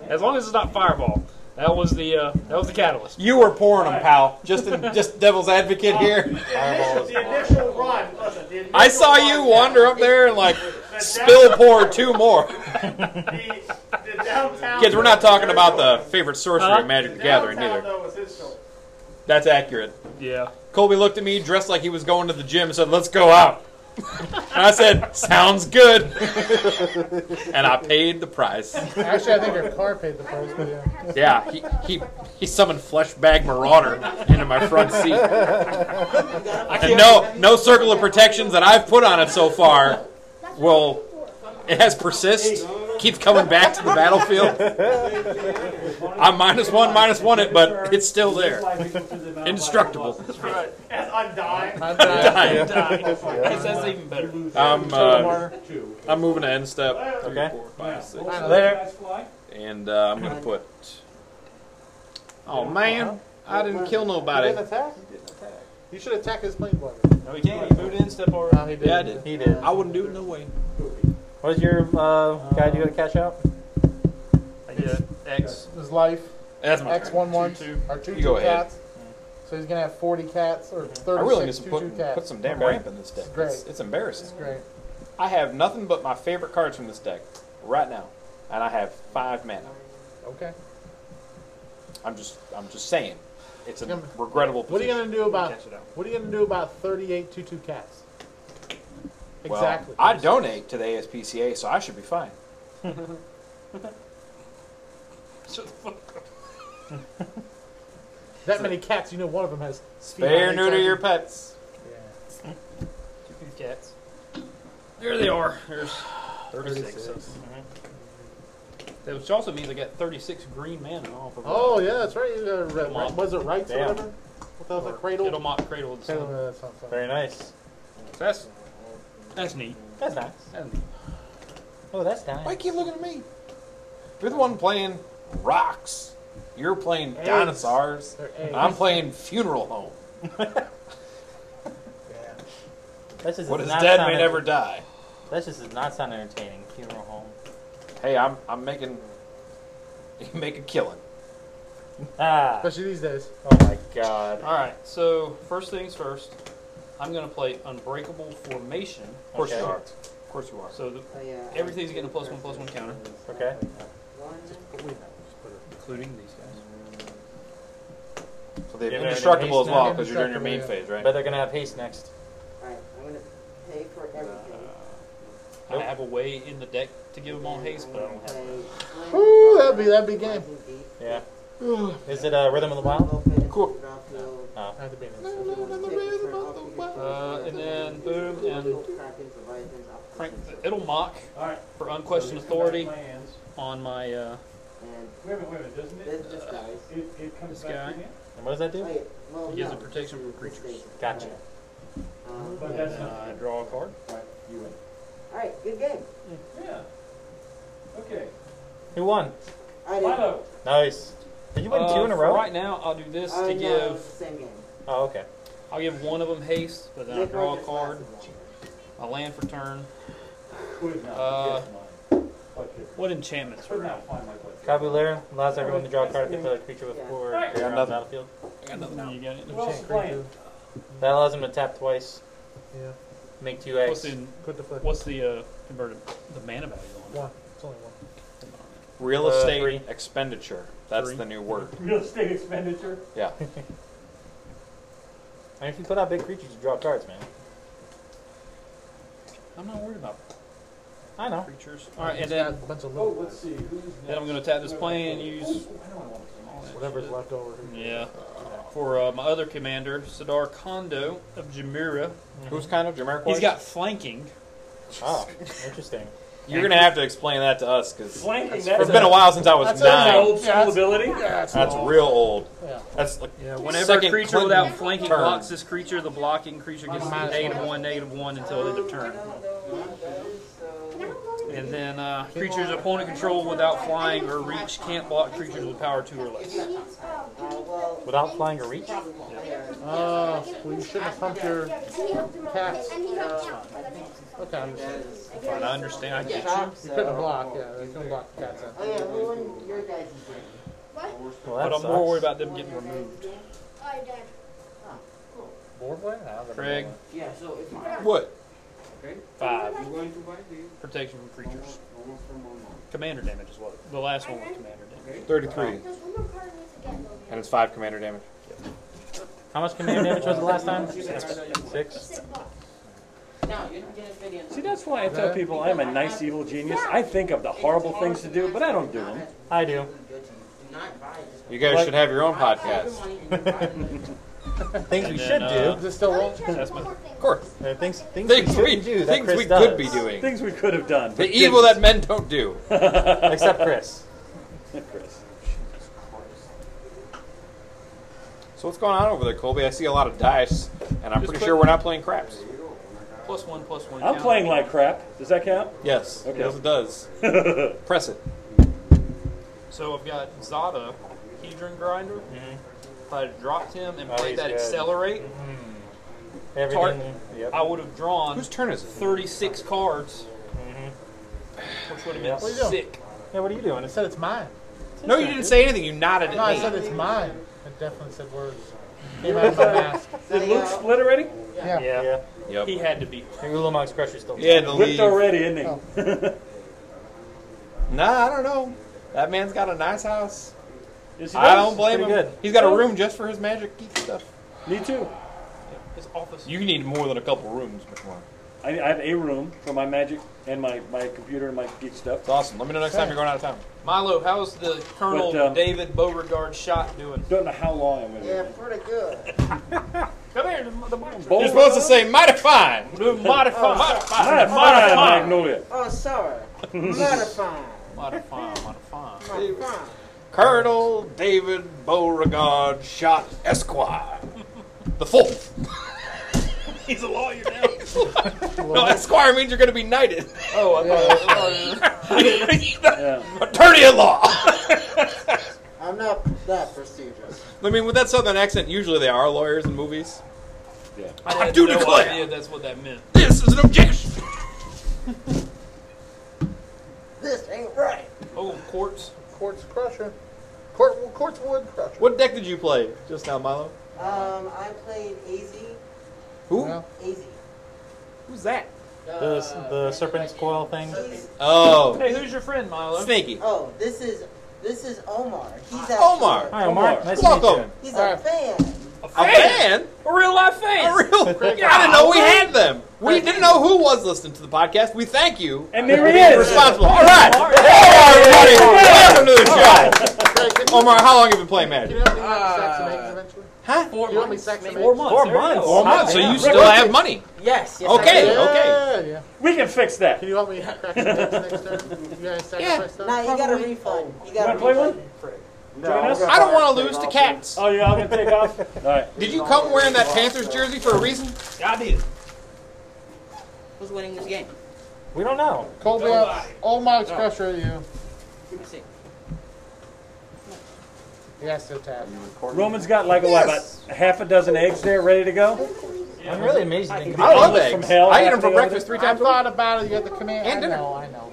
[SPEAKER 2] as long as it's not Fireball. That was the uh, that was the catalyst.
[SPEAKER 4] You were pouring them, pal. Just in, just devil's advocate here.
[SPEAKER 7] The initial run, listen, the
[SPEAKER 4] I
[SPEAKER 7] initial
[SPEAKER 4] saw
[SPEAKER 7] run-
[SPEAKER 4] you wander up there and like spill pour two more.
[SPEAKER 7] The, the downtown.
[SPEAKER 4] Kids, we're not talking about the favorite sorcery
[SPEAKER 2] Huh?
[SPEAKER 4] of Magic the Gathering
[SPEAKER 7] Downtown,
[SPEAKER 4] either.
[SPEAKER 7] though, was his story.
[SPEAKER 4] That's accurate.
[SPEAKER 2] Yeah.
[SPEAKER 4] Colby looked at me dressed like he was going to the gym and said, Let's go out. and I said, Sounds good. and I paid the price.
[SPEAKER 5] Actually, I think her car paid the price, but yeah.
[SPEAKER 4] Yeah, he, he, he summoned Fleshbag Marauder into my front seat. and no, no circle of protections that I've put on it so far will, it has persist, keeps coming back to the battlefield. I'm minus one, minus one it, but it's still there. Indestructible.
[SPEAKER 7] As undying.
[SPEAKER 4] Dying.
[SPEAKER 2] That's, that's even better.
[SPEAKER 4] I'm, uh, I'm moving to end step. Three,
[SPEAKER 1] Okay.
[SPEAKER 4] four, five, six.
[SPEAKER 1] Later.
[SPEAKER 4] And uh, I'm going to put. Oh, man. I didn't kill
[SPEAKER 5] He
[SPEAKER 4] nobody.
[SPEAKER 5] didn't attack? You should attack his plane blocker.
[SPEAKER 1] No, he can't. He moved in, step over.
[SPEAKER 5] No, he didn't.
[SPEAKER 4] Yeah, I did.
[SPEAKER 1] He did.
[SPEAKER 4] I wouldn't do it no way.
[SPEAKER 1] What does your uh, guy do to cash out?
[SPEAKER 2] Yeah. X.
[SPEAKER 5] His life,
[SPEAKER 4] That's my turn.
[SPEAKER 5] X11,
[SPEAKER 2] Two, two.
[SPEAKER 5] or 2
[SPEAKER 4] You go
[SPEAKER 5] 2
[SPEAKER 4] ahead. Mm-hmm.
[SPEAKER 5] cats. So he's going to have 40 cats, or
[SPEAKER 4] I
[SPEAKER 5] 36
[SPEAKER 4] really need to
[SPEAKER 5] 2
[SPEAKER 4] put,
[SPEAKER 5] cats.
[SPEAKER 4] put some damn
[SPEAKER 1] Okay.
[SPEAKER 4] ramp in this deck.
[SPEAKER 5] It's great.
[SPEAKER 4] It's, it's embarrassing.
[SPEAKER 5] Great.
[SPEAKER 4] I have nothing but my favorite cards from this deck right now, and I have five mana.
[SPEAKER 5] Okay.
[SPEAKER 4] I'm just, I'm just saying, it's a
[SPEAKER 5] Gonna-
[SPEAKER 4] regrettable.
[SPEAKER 5] What are you
[SPEAKER 4] position.
[SPEAKER 5] going to do about
[SPEAKER 2] Catch it out.
[SPEAKER 5] What are you going to do about 38 2 2 cats?
[SPEAKER 4] Well,
[SPEAKER 5] Exactly.
[SPEAKER 4] I donate to the ASPCA, so I should be fine.
[SPEAKER 2] Shut the fuck up.
[SPEAKER 5] that many cats, you know one of them has.
[SPEAKER 4] Spay or
[SPEAKER 5] feline
[SPEAKER 4] neuter
[SPEAKER 5] HIV.
[SPEAKER 4] your pets.
[SPEAKER 5] Yeah.
[SPEAKER 2] Cats. There they are. There's 36. That Which also means I got 36 green mana off of
[SPEAKER 5] Oh, yeah, that's right. You got a red,
[SPEAKER 2] Come on.
[SPEAKER 5] was it rights or
[SPEAKER 1] Damn.
[SPEAKER 5] whatever? What the hell is that? Cradle?
[SPEAKER 2] It'll mock Cradle of the
[SPEAKER 5] Cradle,
[SPEAKER 2] Sun.
[SPEAKER 5] uh, that's not something.
[SPEAKER 1] Very nice.
[SPEAKER 4] That's,
[SPEAKER 2] That's neat.
[SPEAKER 1] That's nice.
[SPEAKER 2] That's neat.
[SPEAKER 1] Oh, that's nice.
[SPEAKER 4] why you keep looking at me? You're the one playing rocks. You're playing
[SPEAKER 5] Eggs.
[SPEAKER 4] dinosaurs.
[SPEAKER 5] They're eggs.
[SPEAKER 4] I'm playing funeral home.
[SPEAKER 5] Yeah.
[SPEAKER 1] That just
[SPEAKER 4] What
[SPEAKER 1] does
[SPEAKER 4] is
[SPEAKER 1] not
[SPEAKER 4] dead
[SPEAKER 1] sound
[SPEAKER 4] may
[SPEAKER 1] enter-
[SPEAKER 4] never die.
[SPEAKER 1] That just does not sound entertaining. Funeral home.
[SPEAKER 4] Hey, I'm I'm making you make a killing.
[SPEAKER 1] Ah.
[SPEAKER 5] Especially these days.
[SPEAKER 1] Oh my god.
[SPEAKER 2] All right. So first things first, I'm going to play Unbreakable Formation.
[SPEAKER 4] Of course
[SPEAKER 1] Okay.
[SPEAKER 4] you are. Of course you are.
[SPEAKER 2] So the,
[SPEAKER 8] Oh, yeah.
[SPEAKER 2] everything's getting a plus one plus one counter,
[SPEAKER 1] Okay.
[SPEAKER 2] including these guys.
[SPEAKER 4] So they're
[SPEAKER 1] Yeah, they're
[SPEAKER 4] indestructible as
[SPEAKER 1] haste
[SPEAKER 4] well
[SPEAKER 5] now.
[SPEAKER 4] because you're in your main
[SPEAKER 5] Indestructible,
[SPEAKER 4] phase, right?
[SPEAKER 1] But they're gonna have haste next.
[SPEAKER 8] Alright, I'm gonna pay for everything.
[SPEAKER 2] I have a way in the deck to give them all haste, but I don't have. it.
[SPEAKER 5] Ooh, that'd be- that'd be game.
[SPEAKER 1] Yeah. Is it uh, Rhythm of the Wild?
[SPEAKER 4] Cool.
[SPEAKER 1] Oh.
[SPEAKER 5] I had to be an instant.
[SPEAKER 2] Uh, and then boom and crank. It'll mock
[SPEAKER 7] All right.
[SPEAKER 2] for unquestioned authority on my. Uh,
[SPEAKER 7] Wait a minute, wait a minute, doesn't it?
[SPEAKER 8] This dies.
[SPEAKER 7] It, it comes
[SPEAKER 2] This
[SPEAKER 7] back
[SPEAKER 2] guy.
[SPEAKER 7] to me?
[SPEAKER 1] And what does that do?
[SPEAKER 8] Wait, well,
[SPEAKER 2] It gives
[SPEAKER 8] no.
[SPEAKER 2] it protection from creatures.
[SPEAKER 1] Gotcha.
[SPEAKER 8] Um,
[SPEAKER 7] But that's not.
[SPEAKER 2] uh, draw a card.
[SPEAKER 7] You win.
[SPEAKER 8] Alright, good game.
[SPEAKER 7] Yeah. Okay.
[SPEAKER 1] Who won?
[SPEAKER 8] I did.
[SPEAKER 7] Milo.
[SPEAKER 1] Nice. Did you win
[SPEAKER 2] Uh,
[SPEAKER 1] two in a
[SPEAKER 2] for
[SPEAKER 1] row?
[SPEAKER 2] Right now, I'll do this
[SPEAKER 8] Uh,
[SPEAKER 2] to
[SPEAKER 8] no,
[SPEAKER 2] give.
[SPEAKER 8] it's the same game.
[SPEAKER 1] Oh, okay.
[SPEAKER 2] I'll give one of them haste, but then I
[SPEAKER 8] Nick
[SPEAKER 2] draw a
[SPEAKER 8] Rogers
[SPEAKER 2] card.
[SPEAKER 8] lasted longer.
[SPEAKER 2] I land for turn.
[SPEAKER 7] Who is not?
[SPEAKER 2] Uh,
[SPEAKER 7] Yes, mine. What kid?
[SPEAKER 2] What enchantments
[SPEAKER 7] Could
[SPEAKER 2] were
[SPEAKER 7] not find my what kid.
[SPEAKER 1] Cabulera allows everyone to draw a card if they play a creature with four or greater on the battlefield.
[SPEAKER 2] out? You got it.
[SPEAKER 7] Who else is playing?
[SPEAKER 1] That allows them to tap twice,
[SPEAKER 5] Yeah.
[SPEAKER 1] make two
[SPEAKER 2] What's
[SPEAKER 1] eggs.
[SPEAKER 2] the
[SPEAKER 5] Put the flip.
[SPEAKER 2] what's the uh, converted the mana value on?
[SPEAKER 5] One. It's only one.
[SPEAKER 4] Real
[SPEAKER 1] Uh,
[SPEAKER 4] estate
[SPEAKER 1] three.
[SPEAKER 4] expenditure. That's
[SPEAKER 2] Three.
[SPEAKER 4] the new word.
[SPEAKER 7] Real estate expenditure.
[SPEAKER 4] Yeah.
[SPEAKER 1] And if you put out big creatures, you draw cards, man.
[SPEAKER 2] I'm not worried about
[SPEAKER 1] I know.
[SPEAKER 2] creatures. All right, and
[SPEAKER 5] It's
[SPEAKER 2] then
[SPEAKER 5] got a bunch of
[SPEAKER 7] Oh,
[SPEAKER 5] little.
[SPEAKER 7] let's see. Who's next?
[SPEAKER 2] then I'm gonna tap this plane and use
[SPEAKER 7] I don't want to.
[SPEAKER 5] Whatever's left over.
[SPEAKER 2] yeah for uh, my other commander Sadar Kondo of Jamira.
[SPEAKER 4] Who's kind of Jamaica?
[SPEAKER 2] He's got flanking.
[SPEAKER 1] Oh, interesting.
[SPEAKER 4] You're gonna have to explain that to us because
[SPEAKER 7] Flanking.
[SPEAKER 4] it's
[SPEAKER 7] That's
[SPEAKER 4] been a while since I was
[SPEAKER 5] That's an
[SPEAKER 4] Oh, nine.
[SPEAKER 7] Old school ability.
[SPEAKER 4] That's real old.
[SPEAKER 5] Yeah.
[SPEAKER 4] That's like
[SPEAKER 2] Yeah, whenever
[SPEAKER 4] Second
[SPEAKER 2] a creature
[SPEAKER 4] Clinton
[SPEAKER 2] without flanking
[SPEAKER 4] turn.
[SPEAKER 2] blocks this creature, the blocking creature gets
[SPEAKER 5] Minus
[SPEAKER 2] negative
[SPEAKER 5] one.
[SPEAKER 2] one, negative one until end of turn. And then uh, creatures opponent control without flying or reach can't block creatures with power two or less.
[SPEAKER 3] um,
[SPEAKER 1] Without flying or reach?
[SPEAKER 5] Oh, well, you shouldn't have pumped your. Cats. Okay, I'm just.
[SPEAKER 4] fine. I understand. I get
[SPEAKER 5] You couldn't block, yeah. You couldn't block the cats.
[SPEAKER 8] Oh, yeah, we won your guys' game.
[SPEAKER 3] What?
[SPEAKER 1] Well, that
[SPEAKER 4] But I'm
[SPEAKER 1] sucks.
[SPEAKER 4] more worried about them getting removed.
[SPEAKER 3] Alright, Dad.
[SPEAKER 1] Board play? I don't know.
[SPEAKER 4] Craig.
[SPEAKER 8] Yeah, so if you
[SPEAKER 4] What?
[SPEAKER 8] Okay.
[SPEAKER 1] Uh,
[SPEAKER 4] Five.
[SPEAKER 8] I'm going to buy these.
[SPEAKER 4] Protection from creatures.
[SPEAKER 8] I want from one more.
[SPEAKER 4] Commander damage is what. The last one was commander damage.
[SPEAKER 8] Okay?
[SPEAKER 4] 33.
[SPEAKER 3] There's one more card I need to get, though.
[SPEAKER 4] And it's 5 commander damage.
[SPEAKER 1] How much commander damage was the last time? Six.
[SPEAKER 3] Six bucks.
[SPEAKER 8] No, you didn't get a video.
[SPEAKER 9] See, that's why I tell people I'm a nice evil genius. I think of the horrible things to do, but I don't do them.
[SPEAKER 1] I do.
[SPEAKER 8] Good to you. Do not buy this.
[SPEAKER 4] You guys should have your own podcast.
[SPEAKER 8] podcast.
[SPEAKER 1] Things we
[SPEAKER 2] And
[SPEAKER 1] should
[SPEAKER 2] then, uh,
[SPEAKER 1] do.
[SPEAKER 5] Is it still
[SPEAKER 3] Let
[SPEAKER 5] on?
[SPEAKER 3] me check
[SPEAKER 2] my-
[SPEAKER 3] one more thing.
[SPEAKER 4] Of course.
[SPEAKER 1] There are things things,
[SPEAKER 4] Things
[SPEAKER 1] we
[SPEAKER 4] we,
[SPEAKER 1] shouldn't do. That
[SPEAKER 4] things
[SPEAKER 1] Chris
[SPEAKER 4] we
[SPEAKER 1] does.
[SPEAKER 4] could be doing.
[SPEAKER 9] Things we could have done.
[SPEAKER 4] The evil that men don't do.
[SPEAKER 1] Except Chris.
[SPEAKER 9] Chris.
[SPEAKER 4] So what's going on over there, Colby? I see a lot of dice, and I'm
[SPEAKER 2] Just
[SPEAKER 4] pretty
[SPEAKER 2] quick-
[SPEAKER 4] sure we're not playing craps.
[SPEAKER 2] Plus one, plus one.
[SPEAKER 9] I'm
[SPEAKER 2] counter.
[SPEAKER 9] playing like crap. Does that count?
[SPEAKER 4] Yes.
[SPEAKER 9] Okay.
[SPEAKER 4] Yes, it does. Press it.
[SPEAKER 2] So I've got Zada, Hedron Grinder. If I had dropped him and
[SPEAKER 1] Oh,
[SPEAKER 2] played
[SPEAKER 1] he's
[SPEAKER 2] that
[SPEAKER 1] good.
[SPEAKER 2] accelerate,
[SPEAKER 1] Everything. Yep.
[SPEAKER 2] I would have drawn
[SPEAKER 4] Whose turn is it?
[SPEAKER 2] 36 cards, which would have been
[SPEAKER 1] What are you doing?
[SPEAKER 2] sick.
[SPEAKER 5] Yeah, what are you doing? It said it's mine.
[SPEAKER 4] No, you didn't say anything. You nodded
[SPEAKER 5] No, I
[SPEAKER 4] at
[SPEAKER 5] said
[SPEAKER 4] me.
[SPEAKER 5] it's mine. It definitely said words. Came out of my mask.
[SPEAKER 9] Did Luke split already?
[SPEAKER 5] Yeah.
[SPEAKER 1] Yeah. yeah.
[SPEAKER 4] Yep.
[SPEAKER 2] He had to be.
[SPEAKER 1] I think Ulamog's Crusher's still.
[SPEAKER 4] Yeah, the
[SPEAKER 9] Whipped
[SPEAKER 4] lead.
[SPEAKER 9] already, isn't he?
[SPEAKER 4] Nah, I don't know. That man's got a nice house.
[SPEAKER 9] Yes, he
[SPEAKER 4] I
[SPEAKER 9] does.
[SPEAKER 4] don't blame him.
[SPEAKER 1] pretty good.
[SPEAKER 4] He's got a room just for his magic geek stuff.
[SPEAKER 9] Me too.
[SPEAKER 2] His office.
[SPEAKER 4] You need more than a couple rooms, McMahon.
[SPEAKER 9] I, I have a room for my magic and my, my computer and my geek stuff.
[SPEAKER 4] It's awesome. Let me know next time you're going out of town.
[SPEAKER 2] Milo, how's the Colonel
[SPEAKER 9] But, um,
[SPEAKER 2] David Beauregard shot doing?
[SPEAKER 9] Don't know how long I'm
[SPEAKER 8] Yeah,
[SPEAKER 9] going
[SPEAKER 8] pretty good.
[SPEAKER 2] Come here, the, the box.
[SPEAKER 4] You're supposed to say mighty fine.
[SPEAKER 2] Do modify,
[SPEAKER 1] Oh,
[SPEAKER 2] modify,
[SPEAKER 9] to.
[SPEAKER 2] modify,
[SPEAKER 9] Ah, Magnolia.
[SPEAKER 8] Oh, sorry. Modify.
[SPEAKER 2] modify, modify.
[SPEAKER 8] Modify.
[SPEAKER 4] Colonel David Beauregard Shot Esquire. The fourth.
[SPEAKER 2] He's a lawyer now.
[SPEAKER 4] No, Esquire means you're going to be knighted.
[SPEAKER 2] oh, I thought.
[SPEAKER 9] Yeah.
[SPEAKER 4] Attorney at law.
[SPEAKER 8] I'm not that prestigious.
[SPEAKER 4] I mean, with that southern accent, usually they are lawyers in movies.
[SPEAKER 9] Yeah.
[SPEAKER 2] I
[SPEAKER 4] I
[SPEAKER 2] had
[SPEAKER 4] do
[SPEAKER 2] no
[SPEAKER 4] declare.
[SPEAKER 2] idea that's what that meant.
[SPEAKER 4] This is an objection.
[SPEAKER 8] This ain't right.
[SPEAKER 2] Oh, quartz.
[SPEAKER 5] Quartz Crusher. Court, quartz Wood Crusher.
[SPEAKER 4] What deck did you play just now, Milo?
[SPEAKER 8] Um, I played AZ.
[SPEAKER 4] Who?
[SPEAKER 5] Yeah.
[SPEAKER 8] AZ.
[SPEAKER 4] Who's that?
[SPEAKER 1] The the serpent's coil thing.
[SPEAKER 8] Uh, He's,
[SPEAKER 4] Oh,
[SPEAKER 2] Hey, who's your friend, Milo?
[SPEAKER 4] Sneaky.
[SPEAKER 8] oh, this is this is Omar. He's out.
[SPEAKER 4] Omar.
[SPEAKER 1] Hi, Omar. Nice to meet you.
[SPEAKER 4] Welcome.
[SPEAKER 8] He's
[SPEAKER 5] All
[SPEAKER 8] a
[SPEAKER 5] right.
[SPEAKER 8] fan.
[SPEAKER 2] A
[SPEAKER 4] A
[SPEAKER 2] fan.
[SPEAKER 4] fan?
[SPEAKER 2] A real life fan.
[SPEAKER 4] A real? I didn't know we had them. We
[SPEAKER 8] Craig.
[SPEAKER 4] didn't know who was listening to the podcast. We thank you.
[SPEAKER 9] And there
[SPEAKER 4] We're
[SPEAKER 9] he is.
[SPEAKER 4] responsible. All right. Hello, everybody. Welcome to the show. Omar, how long have you been playing
[SPEAKER 5] Do
[SPEAKER 4] Magic?
[SPEAKER 5] Oh, you have any sex and eggs eventually?
[SPEAKER 4] Huh?
[SPEAKER 5] Do you have any sex and eggs?
[SPEAKER 2] Four months.
[SPEAKER 1] Four
[SPEAKER 2] there you
[SPEAKER 1] months.
[SPEAKER 2] go.
[SPEAKER 1] Four
[SPEAKER 4] Oh,
[SPEAKER 1] months.
[SPEAKER 4] so you still have money.
[SPEAKER 8] Yes. yes
[SPEAKER 4] Okay,
[SPEAKER 8] I
[SPEAKER 5] Yeah, yeah.
[SPEAKER 9] We can fix that.
[SPEAKER 5] Can
[SPEAKER 9] You
[SPEAKER 5] you help me crack some eggs next turn? You guys sacrifice
[SPEAKER 8] did.
[SPEAKER 5] stuff?
[SPEAKER 8] Nah, you got a refund. You got
[SPEAKER 9] want
[SPEAKER 8] a
[SPEAKER 9] to play
[SPEAKER 8] refund.
[SPEAKER 9] one? Join us?
[SPEAKER 4] I don't want to lose to cats.
[SPEAKER 9] Oh, yeah, I'm going to take off. All right.
[SPEAKER 4] Did you come wearing that Panthers jersey for a reason?
[SPEAKER 2] I did.
[SPEAKER 8] Who's winning this game?
[SPEAKER 1] We don't know.
[SPEAKER 5] Colby, I- all my Crusher at you.
[SPEAKER 8] Let me see.
[SPEAKER 5] You guys still tap.
[SPEAKER 9] Roman's got like a, what,
[SPEAKER 4] Yes.
[SPEAKER 9] about half a dozen eggs there ready to go.
[SPEAKER 1] I'm really amazed. you didn't-
[SPEAKER 4] I love
[SPEAKER 9] Omelets from
[SPEAKER 4] eggs.
[SPEAKER 9] hell
[SPEAKER 4] I eat them for
[SPEAKER 9] happening
[SPEAKER 4] breakfast three
[SPEAKER 5] I
[SPEAKER 4] times a week.
[SPEAKER 5] thought about it. You got the command.
[SPEAKER 4] And
[SPEAKER 5] I
[SPEAKER 4] dinner.
[SPEAKER 5] know, I know.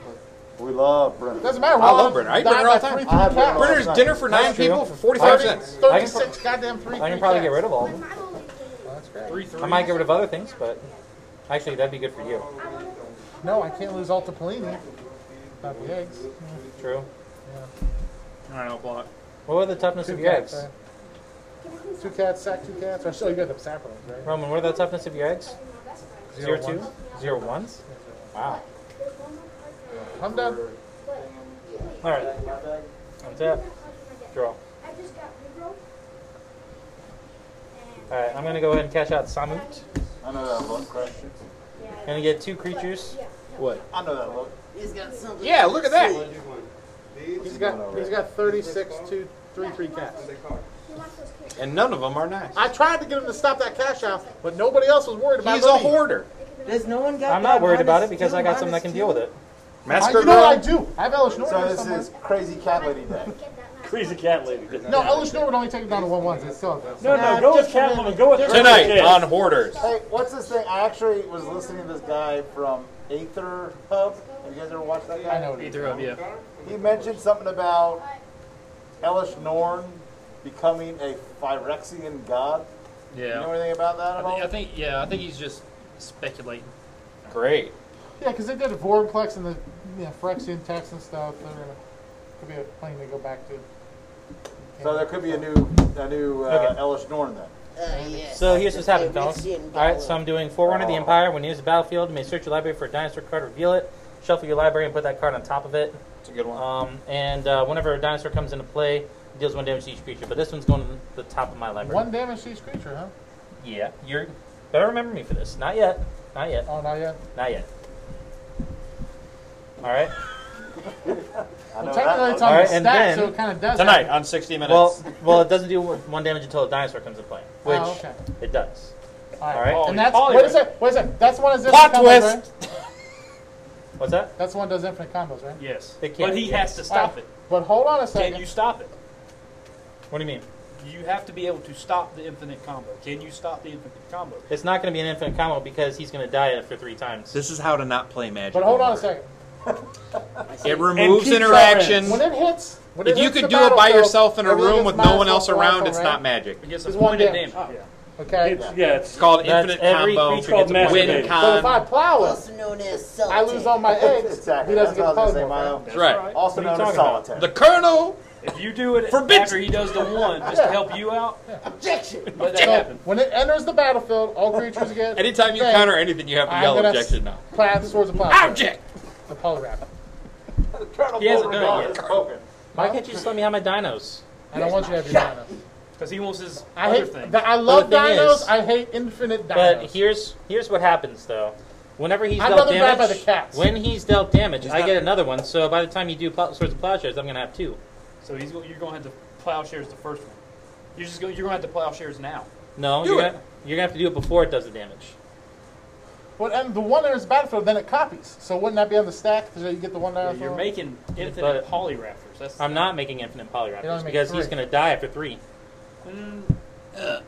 [SPEAKER 5] But
[SPEAKER 7] We love Brent.
[SPEAKER 5] doesn't matter.
[SPEAKER 4] I love
[SPEAKER 5] Rollins
[SPEAKER 4] Brenner. I eat
[SPEAKER 5] died
[SPEAKER 4] Brenner all
[SPEAKER 5] by
[SPEAKER 4] the time.
[SPEAKER 5] three free cats.
[SPEAKER 4] Brenner's dinner for nine
[SPEAKER 1] That's true.
[SPEAKER 4] people for 45 cents.
[SPEAKER 5] Thirty-six goddamn three.
[SPEAKER 1] I can
[SPEAKER 5] free
[SPEAKER 1] probably get
[SPEAKER 5] cats.
[SPEAKER 1] rid of all of
[SPEAKER 3] When
[SPEAKER 1] them.
[SPEAKER 3] my mom leaves,
[SPEAKER 5] That's great.
[SPEAKER 2] Three, three.
[SPEAKER 1] I might get rid of other things, but actually, that'd be good for you.
[SPEAKER 3] I wanna-
[SPEAKER 5] No, I can't lose Alta Polini. Not the eggs.
[SPEAKER 1] True.
[SPEAKER 4] All right, I'll block.
[SPEAKER 1] What were the toughness of your eggs?
[SPEAKER 5] uh, Two cats, sack two cats. Or so you got the saplings, right?
[SPEAKER 1] Roman, what are the toughness of your eggs?
[SPEAKER 3] my best friend.
[SPEAKER 1] Zero
[SPEAKER 5] Zero
[SPEAKER 1] two?
[SPEAKER 5] ones.
[SPEAKER 1] Zero ones? Wow.
[SPEAKER 3] There's one more card for me.
[SPEAKER 5] I'm done.
[SPEAKER 1] All right. I'm tap. Draw.
[SPEAKER 3] I just got reroll. And
[SPEAKER 1] All right. I'm gonna go ahead and cash out Samut.
[SPEAKER 7] I know that look, Christian.
[SPEAKER 3] yeah,
[SPEAKER 1] Gonna get two creatures.
[SPEAKER 3] yeah.
[SPEAKER 4] What?
[SPEAKER 7] I know that look.
[SPEAKER 8] He's got something.
[SPEAKER 4] Yeah, look at that.
[SPEAKER 5] He's got he's got 36, two, three free cats.
[SPEAKER 3] He wants those kids.
[SPEAKER 4] And none of them are nice.
[SPEAKER 5] I tried to get him to stop that cash out, but nobody else was worried about
[SPEAKER 4] He's a
[SPEAKER 5] me.
[SPEAKER 4] hoarder.
[SPEAKER 8] There's no one got.
[SPEAKER 1] I'm not
[SPEAKER 8] that
[SPEAKER 1] worried about it
[SPEAKER 8] minus
[SPEAKER 1] because
[SPEAKER 8] two,
[SPEAKER 1] I got something that
[SPEAKER 8] minus
[SPEAKER 1] can deal with
[SPEAKER 8] two?
[SPEAKER 1] it.
[SPEAKER 5] I,
[SPEAKER 4] Master
[SPEAKER 5] you know what I
[SPEAKER 4] girl.
[SPEAKER 5] do? I have Elish Norwood.
[SPEAKER 7] So this
[SPEAKER 5] somewhere.
[SPEAKER 7] is crazy cat lady day.
[SPEAKER 3] Get that nice
[SPEAKER 9] Crazy cat lady. didn't
[SPEAKER 5] No,
[SPEAKER 9] it?
[SPEAKER 5] Elish Norwood only take him down to one ones. It's still.
[SPEAKER 9] No, no, go with Catwoman. Go with Crazy
[SPEAKER 4] Tonight
[SPEAKER 9] Cat.
[SPEAKER 4] on Hoarders.
[SPEAKER 7] Hey, what's this thing? I actually was listening to this guy from Aether Hub. Have you guys ever watched that guy?
[SPEAKER 5] I know. it is.
[SPEAKER 2] Either of you.
[SPEAKER 7] He mentioned something about
[SPEAKER 6] Hellish Norn becoming a Phyrexian god? You
[SPEAKER 2] Yeah.
[SPEAKER 6] know anything about that
[SPEAKER 2] I
[SPEAKER 6] at all?
[SPEAKER 2] think, I think yeah, I think he's just speculating.
[SPEAKER 4] Great.
[SPEAKER 5] Yeah, because they did a Vorplex and the yeah, Phyrexian text and stuff. They're gonna could be a plane they go back to.
[SPEAKER 6] So there could be a new, a new uh,
[SPEAKER 1] Okay.
[SPEAKER 6] Hellish Norn then.
[SPEAKER 8] Uh,
[SPEAKER 1] So here's what's happened, fellas. Alright, so I'm doing Forerunner of the Empire. When you use the battlefield, you may search your library for a dinosaur card, reveal it, shuffle your library, and put that card on top of it.
[SPEAKER 4] It's a good one.
[SPEAKER 1] Um, and uh, whenever a dinosaur comes into play, it deals one damage to each creature. But this one's going to the top of my library.
[SPEAKER 5] One damage to each creature, huh?
[SPEAKER 1] Yeah, you're better remember me for this. Not yet. Not yet.
[SPEAKER 5] Oh, not yet.
[SPEAKER 1] Not yet. All right.
[SPEAKER 6] I know
[SPEAKER 5] Well,
[SPEAKER 6] that
[SPEAKER 5] technically,
[SPEAKER 6] much.
[SPEAKER 5] it's on
[SPEAKER 1] All right,
[SPEAKER 5] the
[SPEAKER 1] and
[SPEAKER 5] stack, so
[SPEAKER 1] then-
[SPEAKER 5] it kind of does.
[SPEAKER 4] Tonight
[SPEAKER 5] happen.
[SPEAKER 4] on 60 Minutes.
[SPEAKER 1] Well, well, it doesn't do one damage until a dinosaur comes into play, which
[SPEAKER 5] Oh, okay.
[SPEAKER 1] it does.
[SPEAKER 5] All
[SPEAKER 1] right.
[SPEAKER 5] And that's
[SPEAKER 4] Holy
[SPEAKER 5] what is
[SPEAKER 4] Hollywood.
[SPEAKER 5] that? What is that? That's the one. That's
[SPEAKER 4] Plot
[SPEAKER 5] infinite combos,
[SPEAKER 4] twist!
[SPEAKER 5] Right?
[SPEAKER 1] What's that?
[SPEAKER 5] That's the one that does infinite combos, right?
[SPEAKER 2] Yes.
[SPEAKER 1] It can,
[SPEAKER 2] But he
[SPEAKER 1] yes.
[SPEAKER 2] has to stop it.
[SPEAKER 5] But hold on a
[SPEAKER 2] Can
[SPEAKER 5] second.
[SPEAKER 2] you stop it?
[SPEAKER 1] What do you mean?
[SPEAKER 2] You have to be able to stop the infinite combo. Can you stop the infinite combo?
[SPEAKER 1] It's not going to be an infinite combo because he's going to die after three times.
[SPEAKER 4] This is how to not play Magic.
[SPEAKER 5] but hold on a
[SPEAKER 4] Order.
[SPEAKER 5] second.
[SPEAKER 4] It removes
[SPEAKER 9] keeps our
[SPEAKER 4] interaction.
[SPEAKER 5] When it hits, when
[SPEAKER 4] If
[SPEAKER 5] it
[SPEAKER 4] you
[SPEAKER 5] hits
[SPEAKER 4] could
[SPEAKER 5] the
[SPEAKER 4] do it by
[SPEAKER 5] battlefield,
[SPEAKER 4] yourself in a
[SPEAKER 5] everything
[SPEAKER 4] room
[SPEAKER 5] is
[SPEAKER 4] with
[SPEAKER 5] minus
[SPEAKER 4] no one
[SPEAKER 5] one
[SPEAKER 4] else
[SPEAKER 5] for
[SPEAKER 4] around,
[SPEAKER 5] rifle,
[SPEAKER 4] it's
[SPEAKER 5] right?
[SPEAKER 4] not magic.
[SPEAKER 2] It gets a
[SPEAKER 5] It's one
[SPEAKER 2] point of
[SPEAKER 5] damage.
[SPEAKER 2] damage.
[SPEAKER 5] Oh.
[SPEAKER 2] Yeah.
[SPEAKER 5] Okay.
[SPEAKER 9] It's, yeah, it's
[SPEAKER 4] It's called
[SPEAKER 1] That's
[SPEAKER 4] infinite
[SPEAKER 1] every
[SPEAKER 4] combo.
[SPEAKER 1] creature gets
[SPEAKER 9] a point.
[SPEAKER 4] Win
[SPEAKER 9] Masturbated.
[SPEAKER 5] So if I
[SPEAKER 4] con.
[SPEAKER 5] plow it,
[SPEAKER 8] Also known as
[SPEAKER 5] I
[SPEAKER 8] Celtic.
[SPEAKER 5] lose all my eggs.
[SPEAKER 6] Exactly.
[SPEAKER 5] He doesn't
[SPEAKER 6] That's
[SPEAKER 5] get
[SPEAKER 6] what I
[SPEAKER 5] puzzled.
[SPEAKER 6] was gonna say, Milo.
[SPEAKER 4] That's right.
[SPEAKER 6] Also
[SPEAKER 1] What are you
[SPEAKER 6] known as
[SPEAKER 1] talking about?
[SPEAKER 6] solitaire.
[SPEAKER 4] The Colonel.
[SPEAKER 2] If you do it
[SPEAKER 4] Forbids-
[SPEAKER 2] after he does the one, just to help you out,
[SPEAKER 8] Objection.
[SPEAKER 2] let that happen.
[SPEAKER 5] When it enters the battlefield, all creatures get.
[SPEAKER 4] Anytime you
[SPEAKER 5] Thanks.
[SPEAKER 4] counter anything, you have to
[SPEAKER 5] I'm
[SPEAKER 4] yell
[SPEAKER 5] gonna
[SPEAKER 4] objection now.
[SPEAKER 5] Plow the swords of plow.
[SPEAKER 4] Object.
[SPEAKER 5] The poly wrap.
[SPEAKER 1] He hasn't done it yet.
[SPEAKER 6] Spoken.
[SPEAKER 1] Why can't you just let me have my dinos?
[SPEAKER 5] I don't want you to have your dinos.
[SPEAKER 2] Because he wants his
[SPEAKER 5] I
[SPEAKER 2] other
[SPEAKER 5] hate.
[SPEAKER 2] thing.
[SPEAKER 5] The, I love
[SPEAKER 1] the thing
[SPEAKER 5] dinos.
[SPEAKER 1] is-
[SPEAKER 5] I hate infinite dinos.
[SPEAKER 1] But here's here's what happens though. Whenever he's
[SPEAKER 5] I'd
[SPEAKER 1] dealt
[SPEAKER 5] rather die
[SPEAKER 1] damage,
[SPEAKER 5] by the cats.
[SPEAKER 1] when he's dealt damage,
[SPEAKER 4] He's
[SPEAKER 1] I
[SPEAKER 4] not-
[SPEAKER 1] get another one. So by the time you do pl- swords of plowshares, I'm gonna have two.
[SPEAKER 2] so he's go- you're going to have to plowshares the first one. You're just going. You're going to have to plowshares now.
[SPEAKER 1] No,
[SPEAKER 4] Do
[SPEAKER 1] you're
[SPEAKER 4] it.
[SPEAKER 1] gonna, you're gonna have to do it before it does the damage.
[SPEAKER 5] Well, and the one enters the battlefield, then it copies. So wouldn't that be on the stack? So you get the one
[SPEAKER 2] Yeah,
[SPEAKER 5] dinos.
[SPEAKER 2] you're making
[SPEAKER 1] But-
[SPEAKER 2] infinite polyraptors. That's
[SPEAKER 1] I'm not making infinite
[SPEAKER 5] You only
[SPEAKER 1] polyraptors
[SPEAKER 5] make
[SPEAKER 1] because he's
[SPEAKER 5] three.
[SPEAKER 1] gonna die after three.
[SPEAKER 2] Mm, uh,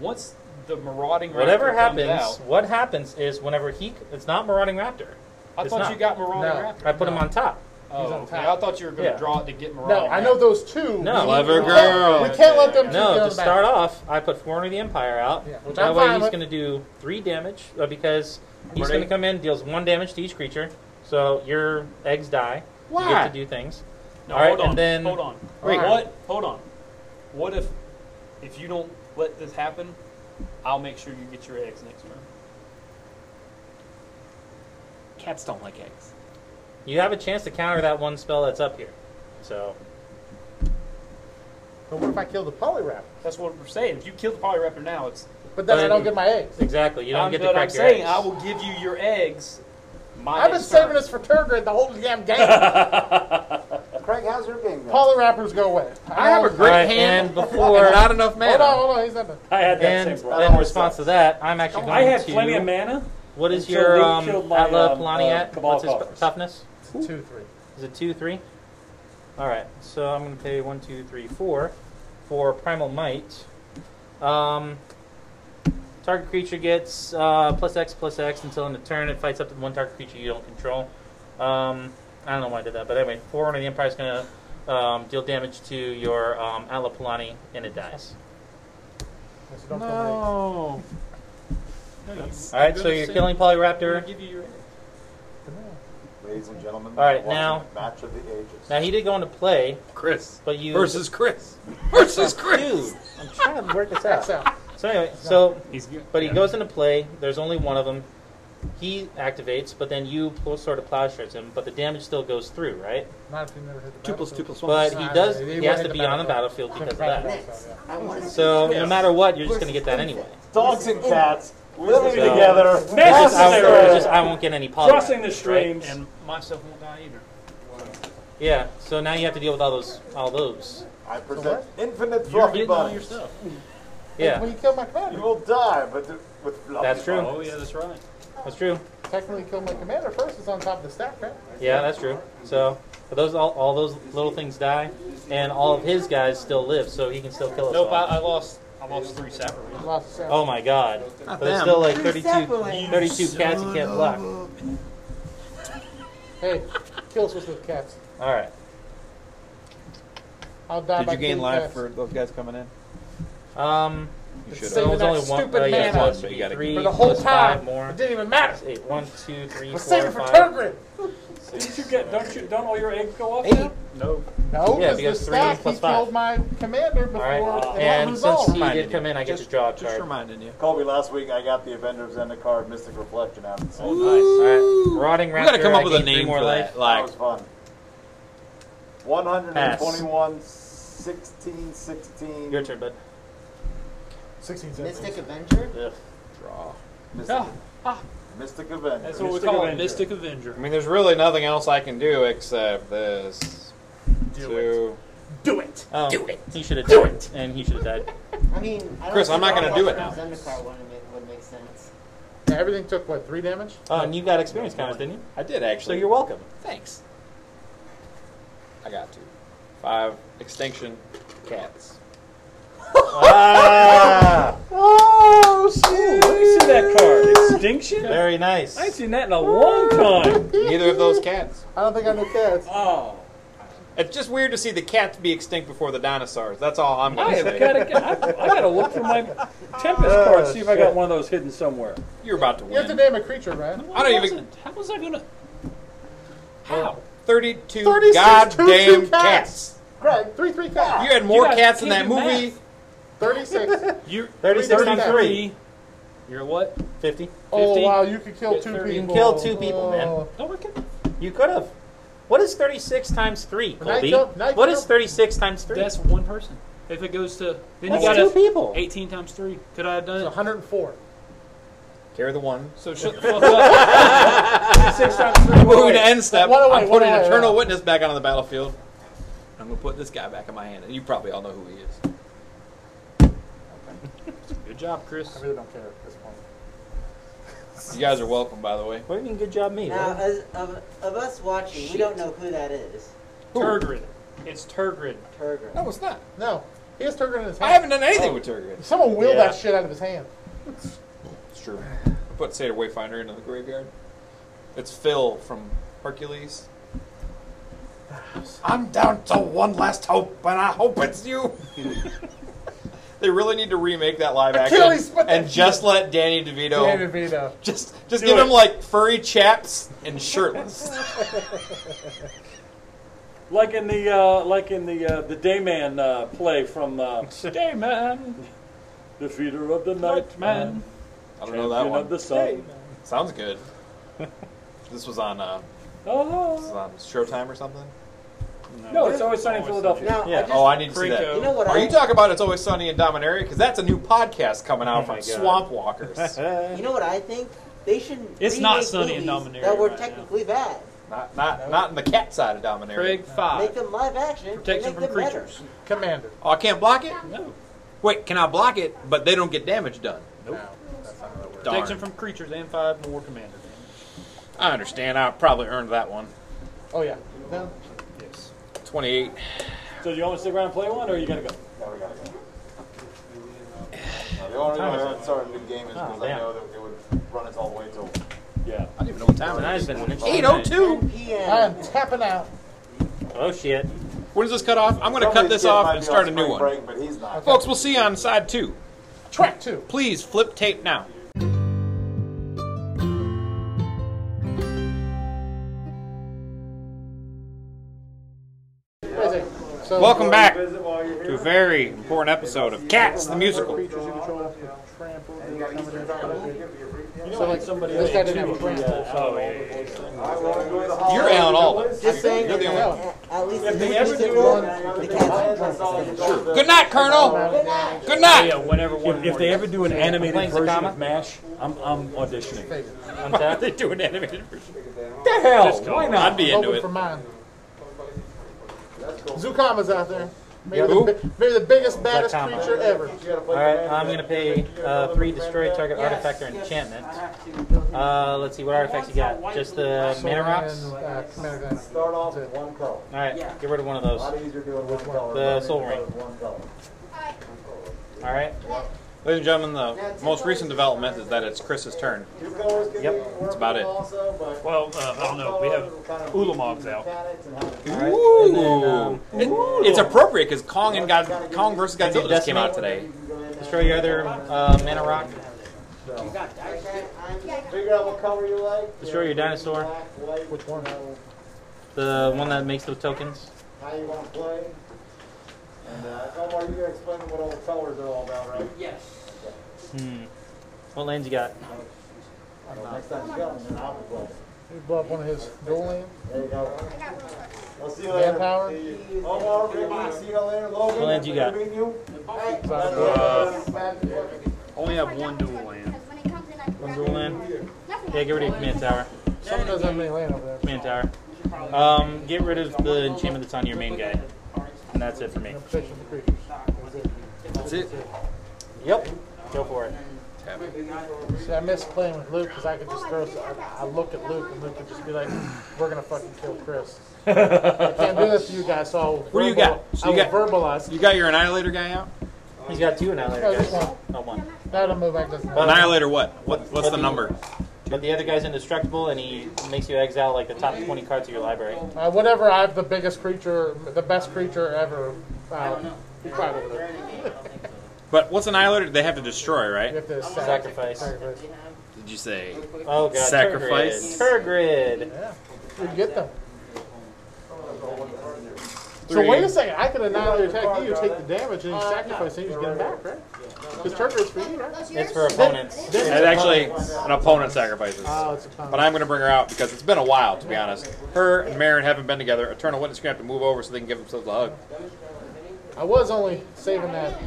[SPEAKER 2] once the marauding raptor
[SPEAKER 1] Whatever
[SPEAKER 2] comes
[SPEAKER 1] happens,
[SPEAKER 2] out-
[SPEAKER 1] what happens is whenever he it's not marauding raptor.
[SPEAKER 2] I
[SPEAKER 1] it's
[SPEAKER 2] thought
[SPEAKER 1] not.
[SPEAKER 2] you got marauding
[SPEAKER 5] No.
[SPEAKER 2] raptor.
[SPEAKER 1] I put him on top.
[SPEAKER 2] Oh,
[SPEAKER 5] He's on
[SPEAKER 2] okay.
[SPEAKER 5] top.
[SPEAKER 2] I thought you were going to
[SPEAKER 1] Yeah.
[SPEAKER 2] draw it to get marauding.
[SPEAKER 5] No, I know those two.
[SPEAKER 1] No.
[SPEAKER 5] We-
[SPEAKER 4] Clever
[SPEAKER 5] we can't-
[SPEAKER 4] girl.
[SPEAKER 5] We can't let
[SPEAKER 1] No,
[SPEAKER 5] them. two get
[SPEAKER 1] to
[SPEAKER 5] on the
[SPEAKER 1] start
[SPEAKER 5] back.
[SPEAKER 1] off, I put Foreigner the Empire out.
[SPEAKER 5] Yeah, which
[SPEAKER 1] that
[SPEAKER 5] I'm
[SPEAKER 1] way
[SPEAKER 5] fine
[SPEAKER 1] he's
[SPEAKER 5] with.
[SPEAKER 1] going to do three damage uh, because he's
[SPEAKER 4] Right.
[SPEAKER 1] going to come in, deals one damage to each creature, so your eggs die. You
[SPEAKER 4] Why?
[SPEAKER 1] get to do things.
[SPEAKER 2] No,
[SPEAKER 1] All right,
[SPEAKER 2] hold on.
[SPEAKER 1] and then-
[SPEAKER 2] hold on.
[SPEAKER 5] Wait.
[SPEAKER 2] What? Hold on. What if if you don't let this happen? I'll make sure you get your eggs next turn.
[SPEAKER 4] Cats don't like eggs.
[SPEAKER 1] You have a chance to counter that one spell that's up here. So
[SPEAKER 5] But what if I kill the polyraptor?
[SPEAKER 2] That's what we're saying. If you kill the polyraptor now, it's
[SPEAKER 5] But then I
[SPEAKER 1] But-
[SPEAKER 5] don't get my eggs.
[SPEAKER 1] exactly, you don't
[SPEAKER 2] I'm,
[SPEAKER 1] get to
[SPEAKER 2] but
[SPEAKER 1] crack
[SPEAKER 2] I'm
[SPEAKER 1] your
[SPEAKER 2] saying
[SPEAKER 1] eggs.
[SPEAKER 2] I will give you your eggs. My
[SPEAKER 5] I've been
[SPEAKER 2] next turn.
[SPEAKER 5] saving this for Turgid the whole damn game.
[SPEAKER 6] Craig, how's your game going?
[SPEAKER 5] Polyraptors go away.
[SPEAKER 4] I have
[SPEAKER 1] All
[SPEAKER 4] a great
[SPEAKER 1] right,
[SPEAKER 4] hand,
[SPEAKER 1] and
[SPEAKER 4] but
[SPEAKER 1] before
[SPEAKER 4] not enough
[SPEAKER 5] Hold on,
[SPEAKER 4] mana.
[SPEAKER 5] hold on. He's not done.
[SPEAKER 9] I had that
[SPEAKER 1] and
[SPEAKER 9] same problem.
[SPEAKER 1] in response to that, I'm actually going
[SPEAKER 9] I had
[SPEAKER 1] to.
[SPEAKER 9] plenty of mana.
[SPEAKER 1] what is
[SPEAKER 9] until
[SPEAKER 1] your
[SPEAKER 9] Lee
[SPEAKER 1] um,
[SPEAKER 9] killed my,
[SPEAKER 1] Atla
[SPEAKER 9] um,
[SPEAKER 1] Polani
[SPEAKER 9] uh,
[SPEAKER 1] at?
[SPEAKER 9] Cabal
[SPEAKER 1] What's his
[SPEAKER 9] coffers.
[SPEAKER 1] toughness?
[SPEAKER 5] It's two, three.
[SPEAKER 1] Is it two, three? All right. So I'm going to pay one, two, three, four for primal might. Um, target creature gets uh, plus X plus X until in a turn it fights up to one target creature you don't control. Um, I don't know why I did that, but anyway, forerunner of the empire is going to um, deal damage to your um, Atla Polani and it dies.
[SPEAKER 5] So don't kill my eggs.
[SPEAKER 4] No.
[SPEAKER 1] All right. So
[SPEAKER 2] gonna
[SPEAKER 1] you're
[SPEAKER 2] say-
[SPEAKER 1] killing
[SPEAKER 2] I'm gonna
[SPEAKER 1] Polyraptor.
[SPEAKER 2] give you your eggs.
[SPEAKER 6] Ladies and gentlemen,
[SPEAKER 1] All right,
[SPEAKER 6] watching
[SPEAKER 1] now-
[SPEAKER 6] the match of the ages.
[SPEAKER 1] Now he did go into play,
[SPEAKER 4] Chris.
[SPEAKER 1] but you
[SPEAKER 4] Versus Chris. Versus Chris.
[SPEAKER 1] dude. I'm trying to work this out.
[SPEAKER 5] That's out.
[SPEAKER 1] So anyway, so
[SPEAKER 2] He's good.
[SPEAKER 1] But he goes into play. There's only one of them. He activates, but then you pl- sort of plowshares him, but the damage still goes through, right?
[SPEAKER 5] Not if you never hit the
[SPEAKER 4] Two plus two plus one.
[SPEAKER 1] But he
[SPEAKER 5] Ah,
[SPEAKER 1] does.
[SPEAKER 5] they
[SPEAKER 1] He
[SPEAKER 5] won't
[SPEAKER 1] has
[SPEAKER 5] hit
[SPEAKER 1] to
[SPEAKER 5] the
[SPEAKER 1] be on the
[SPEAKER 5] battlefield.
[SPEAKER 1] battlefield because of that.
[SPEAKER 8] Next, I want to
[SPEAKER 1] So no
[SPEAKER 4] Yes.
[SPEAKER 1] matter what, you're just gonna get that anyway.
[SPEAKER 6] Dogs and cats living
[SPEAKER 1] So-
[SPEAKER 6] together.
[SPEAKER 1] It's just I,
[SPEAKER 9] Necessary.
[SPEAKER 1] it's just I won't get any poly.
[SPEAKER 9] Crossing the streams.
[SPEAKER 2] And my stuff won't die either.
[SPEAKER 1] Oh, Yeah. So now you have to deal with all those, all those.
[SPEAKER 6] I present infinite
[SPEAKER 2] You're
[SPEAKER 6] fluffy
[SPEAKER 2] getting all your
[SPEAKER 6] bunnies.
[SPEAKER 2] stuff.
[SPEAKER 1] Yeah,
[SPEAKER 5] Well, you killed my
[SPEAKER 6] You
[SPEAKER 5] commander.
[SPEAKER 6] will die, but th- with fluffy
[SPEAKER 1] That's true.
[SPEAKER 6] bunnies.
[SPEAKER 2] Oh yeah, that's right.
[SPEAKER 1] that's true.
[SPEAKER 5] Technically, you killed my commander first. It's on top of the stack, right?
[SPEAKER 1] Yeah, that's true. So but those, all, all those little things die, and all of his guys still live, so he can still kill us
[SPEAKER 2] Nope, I,
[SPEAKER 1] all.
[SPEAKER 2] I lost. I lost three sapperings.
[SPEAKER 5] You lost the stack.
[SPEAKER 1] Oh my god.
[SPEAKER 4] Not
[SPEAKER 1] But it's
[SPEAKER 4] them.
[SPEAKER 1] still like
[SPEAKER 8] Who's
[SPEAKER 1] 32,
[SPEAKER 8] that boy?
[SPEAKER 1] 32 cats you can't block.
[SPEAKER 5] Hey, kills with the cats.
[SPEAKER 1] Alright.
[SPEAKER 5] I'll die
[SPEAKER 4] Did
[SPEAKER 5] by
[SPEAKER 4] you gain
[SPEAKER 5] three
[SPEAKER 4] life
[SPEAKER 5] deaths.
[SPEAKER 4] for those guys coming in?
[SPEAKER 1] Um,
[SPEAKER 4] You
[SPEAKER 5] It's
[SPEAKER 4] should
[SPEAKER 5] saving
[SPEAKER 4] have.
[SPEAKER 1] There was only
[SPEAKER 5] that
[SPEAKER 1] one-
[SPEAKER 5] stupid
[SPEAKER 1] oh, yeah,
[SPEAKER 5] mana
[SPEAKER 1] one,
[SPEAKER 4] So you gotta-
[SPEAKER 1] three,
[SPEAKER 5] for the whole
[SPEAKER 1] plus five
[SPEAKER 5] time?
[SPEAKER 1] more.
[SPEAKER 5] It didn't even matter.
[SPEAKER 1] Eight, one, two, three, four,
[SPEAKER 5] We're saving for
[SPEAKER 1] five.
[SPEAKER 5] Turgrid.
[SPEAKER 2] Didn't you get? Don't you? Don't all your eggs go off?
[SPEAKER 4] Eight.
[SPEAKER 9] No.
[SPEAKER 5] No,
[SPEAKER 1] Yeah,
[SPEAKER 5] because
[SPEAKER 1] because
[SPEAKER 5] the
[SPEAKER 1] three
[SPEAKER 5] stack
[SPEAKER 1] plus
[SPEAKER 5] he
[SPEAKER 1] five.
[SPEAKER 5] killed my commander before
[SPEAKER 1] Alright,
[SPEAKER 5] and, I
[SPEAKER 1] and
[SPEAKER 5] lose
[SPEAKER 1] since
[SPEAKER 5] all.
[SPEAKER 1] he
[SPEAKER 4] Reminded
[SPEAKER 1] did come
[SPEAKER 4] you.
[SPEAKER 1] in, I get
[SPEAKER 4] Just-
[SPEAKER 1] to draw a card.
[SPEAKER 4] Just reminding you.
[SPEAKER 6] Called me last week. I got the Avengers End of card Mystic Reflection out. So
[SPEAKER 1] All right, rotting raptor.
[SPEAKER 10] We gotta come
[SPEAKER 1] I
[SPEAKER 10] up with a
[SPEAKER 1] gain three
[SPEAKER 10] name
[SPEAKER 1] more
[SPEAKER 10] for
[SPEAKER 1] life.
[SPEAKER 10] that. Like,
[SPEAKER 6] that was fun. 121, 16, 16.
[SPEAKER 1] Your turn, bud.
[SPEAKER 5] 16
[SPEAKER 8] Mystic Avenger?
[SPEAKER 6] Yeah.
[SPEAKER 4] Draw.
[SPEAKER 6] Mystic,
[SPEAKER 2] Ah,
[SPEAKER 6] Mystic Avenger.
[SPEAKER 2] that's what we
[SPEAKER 9] Mystic
[SPEAKER 2] call
[SPEAKER 9] Avenger.
[SPEAKER 2] it, Mystic
[SPEAKER 4] I
[SPEAKER 2] Avenger.
[SPEAKER 4] mean, there's really nothing else I can do except this. Do
[SPEAKER 5] Do it.
[SPEAKER 1] Oh, do it. He should have done it, and he should have died.
[SPEAKER 8] I mean, I don't
[SPEAKER 4] Chris, I'm
[SPEAKER 8] think
[SPEAKER 4] not gonna do it now.
[SPEAKER 8] Zendikar one would make- would make sense.
[SPEAKER 5] Yeah, everything took what three damage?
[SPEAKER 1] Oh, and you got experience counters, didn't you?
[SPEAKER 4] I did
[SPEAKER 1] So
[SPEAKER 4] actually.
[SPEAKER 1] you're welcome.
[SPEAKER 4] Thanks. I got two. Five extinction cats.
[SPEAKER 1] Ah,
[SPEAKER 2] Oh shit! Let me see that card. Extinction.
[SPEAKER 1] very nice.
[SPEAKER 2] I ain't seen that in a long time.
[SPEAKER 4] Neither of those cats.
[SPEAKER 5] I don't think I know cats.
[SPEAKER 2] Oh,
[SPEAKER 4] It's just weird to see the cats be extinct before the dinosaurs. That's all I'm
[SPEAKER 2] I
[SPEAKER 4] gonna
[SPEAKER 2] have
[SPEAKER 4] say.
[SPEAKER 2] got to. I, I got to look for my Tempest card. See if I got one of those hidden somewhere.
[SPEAKER 4] You're about to
[SPEAKER 5] You have to
[SPEAKER 4] win.
[SPEAKER 5] name a creature, right?
[SPEAKER 4] I don't even-
[SPEAKER 2] Wasn't. How was I gonna? How?
[SPEAKER 4] Thirty-two
[SPEAKER 5] 36
[SPEAKER 4] goddamn
[SPEAKER 5] two-two
[SPEAKER 4] cats.
[SPEAKER 5] cats. Greg, three three cats.
[SPEAKER 4] You had more
[SPEAKER 2] You guys
[SPEAKER 4] cats in that
[SPEAKER 2] can't do
[SPEAKER 4] movie.
[SPEAKER 2] math.
[SPEAKER 5] Thirty six.
[SPEAKER 2] You
[SPEAKER 1] 36
[SPEAKER 5] Thirty
[SPEAKER 1] times
[SPEAKER 5] times
[SPEAKER 1] 3.
[SPEAKER 2] You're what?
[SPEAKER 1] 50.
[SPEAKER 5] Oh
[SPEAKER 2] 50?
[SPEAKER 5] wow, you could kill
[SPEAKER 2] Get
[SPEAKER 5] two people.
[SPEAKER 2] 30.
[SPEAKER 1] You can kill two people, man.
[SPEAKER 5] Oh.
[SPEAKER 2] No, I can.
[SPEAKER 1] You could have. What is 36 times 3,
[SPEAKER 5] Well, now
[SPEAKER 1] Colby?
[SPEAKER 5] you don't- now you
[SPEAKER 1] What is
[SPEAKER 5] don't-
[SPEAKER 1] 36 times 3?
[SPEAKER 2] That's one person. If it goes to, then you
[SPEAKER 1] That's
[SPEAKER 2] got
[SPEAKER 1] two
[SPEAKER 2] to
[SPEAKER 1] people.
[SPEAKER 2] 18 times three. Could I have
[SPEAKER 5] It's
[SPEAKER 2] done it?
[SPEAKER 5] 104.
[SPEAKER 4] Carry the one.
[SPEAKER 2] So shut the fuck up. Six times three.
[SPEAKER 4] Moving to end step.
[SPEAKER 5] One away,
[SPEAKER 4] I'm
[SPEAKER 5] one
[SPEAKER 4] putting
[SPEAKER 5] away,
[SPEAKER 4] eternal
[SPEAKER 5] yeah.
[SPEAKER 4] witness back onto the battlefield. I'm gonna put this guy back in my hand. You probably all know who he is.
[SPEAKER 2] Good job, Chris.
[SPEAKER 5] I really don't care at this point.
[SPEAKER 4] You guys are welcome, by the way.
[SPEAKER 1] What do you mean, good job, me?
[SPEAKER 8] Now,
[SPEAKER 1] What?
[SPEAKER 8] as, of, of us watching, we don't know who that is.
[SPEAKER 2] Turgrid. It's Turgrid.
[SPEAKER 8] Turgrid.
[SPEAKER 4] No, it's not.
[SPEAKER 5] No, he has Turgrid in his hand.
[SPEAKER 4] I haven't done anything with Turgid.
[SPEAKER 5] Someone wheeled
[SPEAKER 1] Yeah.
[SPEAKER 5] that shit out of his hand.
[SPEAKER 4] It's true. I put Seder Wayfinder into the graveyard. It's Phil from Hercules. I'm down to one last hope, and I hope it's you. they really need to remake that live action
[SPEAKER 5] Achilles, what the
[SPEAKER 4] and just let Danny DeVito
[SPEAKER 5] Danny DeVito.
[SPEAKER 4] just just
[SPEAKER 5] Do
[SPEAKER 4] give
[SPEAKER 5] it.
[SPEAKER 4] him like furry chaps and shirtless.
[SPEAKER 2] Like in the uh, like in the uh, the Dayman uh, play from uh, Dayman, the feeder of the night man,
[SPEAKER 4] I don't know that
[SPEAKER 2] champion of
[SPEAKER 4] one.
[SPEAKER 2] the sun.
[SPEAKER 4] Sounds good. This was on uh, this was
[SPEAKER 2] Oh.
[SPEAKER 4] on Showtime or something.
[SPEAKER 2] No, it's always sunny in Philadelphia.
[SPEAKER 8] Now,
[SPEAKER 1] Yeah.
[SPEAKER 8] I just,
[SPEAKER 4] Oh, I need to see
[SPEAKER 2] Franco.
[SPEAKER 4] that.
[SPEAKER 8] you know what
[SPEAKER 4] Are
[SPEAKER 8] I
[SPEAKER 4] you talking about It's Always Sunny in Dominaria? Because that's a new podcast coming out
[SPEAKER 1] Oh my
[SPEAKER 4] from
[SPEAKER 1] God.
[SPEAKER 4] Swamp Walkers.
[SPEAKER 8] You know what I think? They should.
[SPEAKER 2] It's not
[SPEAKER 8] remake
[SPEAKER 2] Sunny in
[SPEAKER 8] movies
[SPEAKER 2] Dominaria
[SPEAKER 8] That were
[SPEAKER 2] right now.
[SPEAKER 8] technically bad.
[SPEAKER 4] not, not, not in the cat side of Dominaria.
[SPEAKER 9] Craig
[SPEAKER 8] Make
[SPEAKER 9] five.
[SPEAKER 8] them live action.
[SPEAKER 9] Protection
[SPEAKER 8] and
[SPEAKER 9] from
[SPEAKER 8] make them better.
[SPEAKER 9] creatures.
[SPEAKER 5] Commander.
[SPEAKER 4] Oh, I can't block it?
[SPEAKER 9] No.
[SPEAKER 4] Wait, can I block it? But they don't get damage done.
[SPEAKER 5] Nope. No, that's not how that works.
[SPEAKER 4] Darn.
[SPEAKER 9] Protection from creatures and five more commander.
[SPEAKER 4] I understand. I probably earned that one.
[SPEAKER 5] Oh yeah. No.
[SPEAKER 9] Yes.
[SPEAKER 4] 28.
[SPEAKER 2] So do you want to stick around and play one, or you gotta go?
[SPEAKER 6] Now we gotta go. The only reason I haven't started a new game is because
[SPEAKER 1] Oh,
[SPEAKER 6] I
[SPEAKER 1] damn.
[SPEAKER 6] know that it would run us all the way till
[SPEAKER 2] Yeah.
[SPEAKER 4] I don't even know what time it
[SPEAKER 1] Tonight's
[SPEAKER 4] is.
[SPEAKER 1] been an interesting
[SPEAKER 9] oh
[SPEAKER 1] night.
[SPEAKER 4] 8.02.
[SPEAKER 8] 10 PM.
[SPEAKER 5] I am tapping out.
[SPEAKER 1] Oh, shit.
[SPEAKER 4] When does this cut off? I'm going to cut this
[SPEAKER 6] Somebody's kid might
[SPEAKER 4] off
[SPEAKER 6] be
[SPEAKER 4] and
[SPEAKER 6] on
[SPEAKER 4] start a new
[SPEAKER 6] spring
[SPEAKER 4] one.
[SPEAKER 6] Break, but he's not.
[SPEAKER 4] Folks, we'll see you on side two.
[SPEAKER 5] Track two.
[SPEAKER 4] Please flip tape now.
[SPEAKER 5] Wait a second. So
[SPEAKER 4] Welcome back to a very important episode of Cats the Musical.
[SPEAKER 5] Creatures you control trample.
[SPEAKER 2] So like somebody
[SPEAKER 5] This guy didn't have a brand.
[SPEAKER 4] You're Alan Alda.
[SPEAKER 8] Just saying.
[SPEAKER 4] You're the only one.
[SPEAKER 8] At, at least if they ever do one, the cats are trying to sure.
[SPEAKER 4] Good night, Colonel. Good
[SPEAKER 9] Yeah,
[SPEAKER 4] night.
[SPEAKER 9] whenever one
[SPEAKER 2] If, if they ever do an animated
[SPEAKER 1] Plains of
[SPEAKER 2] version
[SPEAKER 1] Kama?
[SPEAKER 2] of MASH, I'm, I'm auditioning.
[SPEAKER 1] Untap.
[SPEAKER 4] They do an animated version. The hell? Why not? I'd be into
[SPEAKER 5] Open
[SPEAKER 4] it.
[SPEAKER 5] for mine. Zukama's out there. Maybe,
[SPEAKER 4] Yeah,
[SPEAKER 5] the,
[SPEAKER 4] who?
[SPEAKER 5] bi- maybe the biggest, baddest
[SPEAKER 1] Zakama.
[SPEAKER 5] creature ever.
[SPEAKER 6] Uh,
[SPEAKER 1] Alright, I'm going to pay uh, 3 destroy target artifact or enchantment. Uh, let's see, what artifacts you got? Just the mana rocks?
[SPEAKER 5] And, uh, commander Glenn.
[SPEAKER 6] Start off with one color.
[SPEAKER 1] Alright,
[SPEAKER 8] Yeah.
[SPEAKER 1] get rid of one of
[SPEAKER 6] A lot
[SPEAKER 1] those.
[SPEAKER 6] easier doing one color.
[SPEAKER 1] The
[SPEAKER 6] than
[SPEAKER 1] soul
[SPEAKER 6] doing
[SPEAKER 1] ring.
[SPEAKER 6] One color.
[SPEAKER 1] Alright.
[SPEAKER 4] Ladies and gentlemen, the most recent development is that it's Chris's turn.
[SPEAKER 1] Yep. Oh,
[SPEAKER 4] That's about it.
[SPEAKER 2] Well, uh, I don't know. We have Ulamov's out.
[SPEAKER 4] Ooh.
[SPEAKER 1] And then, um,
[SPEAKER 4] It- it's appropriate because Kong and God, Kong versus
[SPEAKER 1] And
[SPEAKER 4] Godzilla
[SPEAKER 1] it
[SPEAKER 4] just came out
[SPEAKER 1] decimate.
[SPEAKER 4] today.
[SPEAKER 1] destroy your other uh, mana rock.
[SPEAKER 6] Figure out what color you like.
[SPEAKER 1] Destroy your dinosaur.
[SPEAKER 6] Which one?
[SPEAKER 1] The one that makes the tokens.
[SPEAKER 6] How you want to play. And uh, Omar, you're gonna explain what all the colors are all about, right?
[SPEAKER 8] Yes.
[SPEAKER 1] Hmm. What lands you got?
[SPEAKER 6] Well, Next time you come, then I'll be playing.
[SPEAKER 5] You blow up one of his dual land.
[SPEAKER 6] There you go.
[SPEAKER 3] I got real quick.
[SPEAKER 6] I'll see you later.
[SPEAKER 5] Manpower?
[SPEAKER 6] See you. Omar, Ricky, see you later. Logan,
[SPEAKER 1] What land you got?
[SPEAKER 6] good meeting you. Hey,
[SPEAKER 4] Uh,
[SPEAKER 6] glad to have you.
[SPEAKER 2] Only
[SPEAKER 3] I
[SPEAKER 2] have
[SPEAKER 3] got
[SPEAKER 2] one
[SPEAKER 3] real
[SPEAKER 2] dual
[SPEAKER 3] quick,
[SPEAKER 2] land.
[SPEAKER 3] because when it comes in, I can
[SPEAKER 1] One
[SPEAKER 3] grab
[SPEAKER 1] dual
[SPEAKER 3] it.
[SPEAKER 1] land?
[SPEAKER 3] Nothing
[SPEAKER 1] Yeah, get rid of your command tower.
[SPEAKER 5] Someone doesn't have any land over there.
[SPEAKER 1] Command tower. Um, get rid of the enchantment that's on your main guy, and that's it for me.
[SPEAKER 5] No protection for creatures.
[SPEAKER 4] That's it.
[SPEAKER 1] Yep. Go for it.
[SPEAKER 5] See, I miss playing with Luke because I could just throw. I, I look at Luke and Luke could just be like, "We're gonna fucking kill Chris." I can't do that to you guys, so I'll.
[SPEAKER 4] What do you got? So
[SPEAKER 5] I
[SPEAKER 4] you
[SPEAKER 5] will
[SPEAKER 4] got-
[SPEAKER 5] verbalize.
[SPEAKER 4] You got your Annihilator guy out?
[SPEAKER 1] He's got two now,
[SPEAKER 5] No,
[SPEAKER 1] later,
[SPEAKER 5] just
[SPEAKER 1] guys.
[SPEAKER 5] one.
[SPEAKER 1] Oh, one.
[SPEAKER 5] That'll move back. Doesn't matter.
[SPEAKER 4] Annihilator what? what what's the number?
[SPEAKER 1] But the other guy's indestructible, and he makes you exile like the top 20 cards of your library.
[SPEAKER 5] Uh, whatever. I have the biggest creature, the best creature ever. Uh, I don't know. You fight over there.
[SPEAKER 4] But what's Annihilator? They have to destroy,
[SPEAKER 5] You
[SPEAKER 4] right?
[SPEAKER 5] have to sac-
[SPEAKER 1] Sacrifice.
[SPEAKER 5] sacrifice.
[SPEAKER 4] Did you say?
[SPEAKER 1] Oh god.
[SPEAKER 4] Sacrifice.
[SPEAKER 1] Turgrid. Turgrid.
[SPEAKER 5] You get them. So wait a second. I could annihilate attack you, take the damage, and you sacrifice, and you just get him back, right? Because trigger is for you, right?
[SPEAKER 3] Those
[SPEAKER 1] It's
[SPEAKER 3] yours?
[SPEAKER 1] for opponents.
[SPEAKER 4] It's actually an opponent sacrifices.
[SPEAKER 5] Oh, it's a con.
[SPEAKER 4] But I'm going to bring her out because it's been a while, to be honest. Her and Marin haven't been together. Eternal Witness going to have to move over so they can give themselves a hug.
[SPEAKER 5] I was only saving that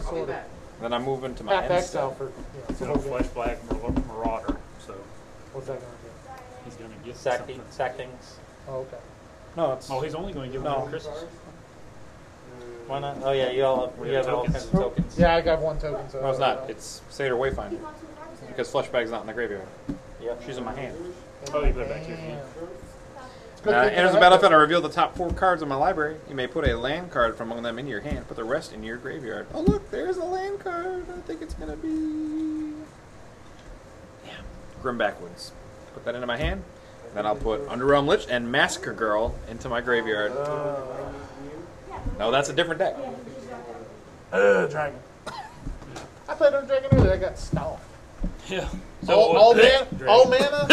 [SPEAKER 5] sort of
[SPEAKER 4] Then I'm moving to my
[SPEAKER 5] half
[SPEAKER 4] end.
[SPEAKER 5] exile
[SPEAKER 4] step.
[SPEAKER 5] for. You know,
[SPEAKER 2] He's
[SPEAKER 5] the
[SPEAKER 2] a
[SPEAKER 5] whole game.
[SPEAKER 2] flesh black mar- marauder, so
[SPEAKER 5] What's that gonna do?
[SPEAKER 2] he's gonna get
[SPEAKER 1] Sack,
[SPEAKER 2] something.
[SPEAKER 1] sack things.
[SPEAKER 5] Oh, okay.
[SPEAKER 1] No, it's.
[SPEAKER 2] Oh, he's only going to give one to Chris.
[SPEAKER 1] Why not? Oh yeah, you all have, you have all kinds of tokens.
[SPEAKER 5] Yeah, I got one token. So
[SPEAKER 4] No, it's not. It's Seder Wayfinder because Fleshbag's not in the graveyard.
[SPEAKER 1] Yep.
[SPEAKER 4] She's in my hand.
[SPEAKER 2] Oh, you put it back here.
[SPEAKER 5] Damn.
[SPEAKER 4] Uh, enters the battlefield and reveal the top four cards in my library. You may put a land card from among them into your hand, put the rest in your graveyard. Oh look, there's a land card. I think it's gonna be yeah, Grim Backwoods. Put that into my hand. Then I'll put Underrealm Lich and Massacre Girl into my graveyard. No, that's a different deck.
[SPEAKER 5] Ugh, dragon. I played on dragon earlier. I got stomped.
[SPEAKER 2] Yeah.
[SPEAKER 5] all, all, man, all mana,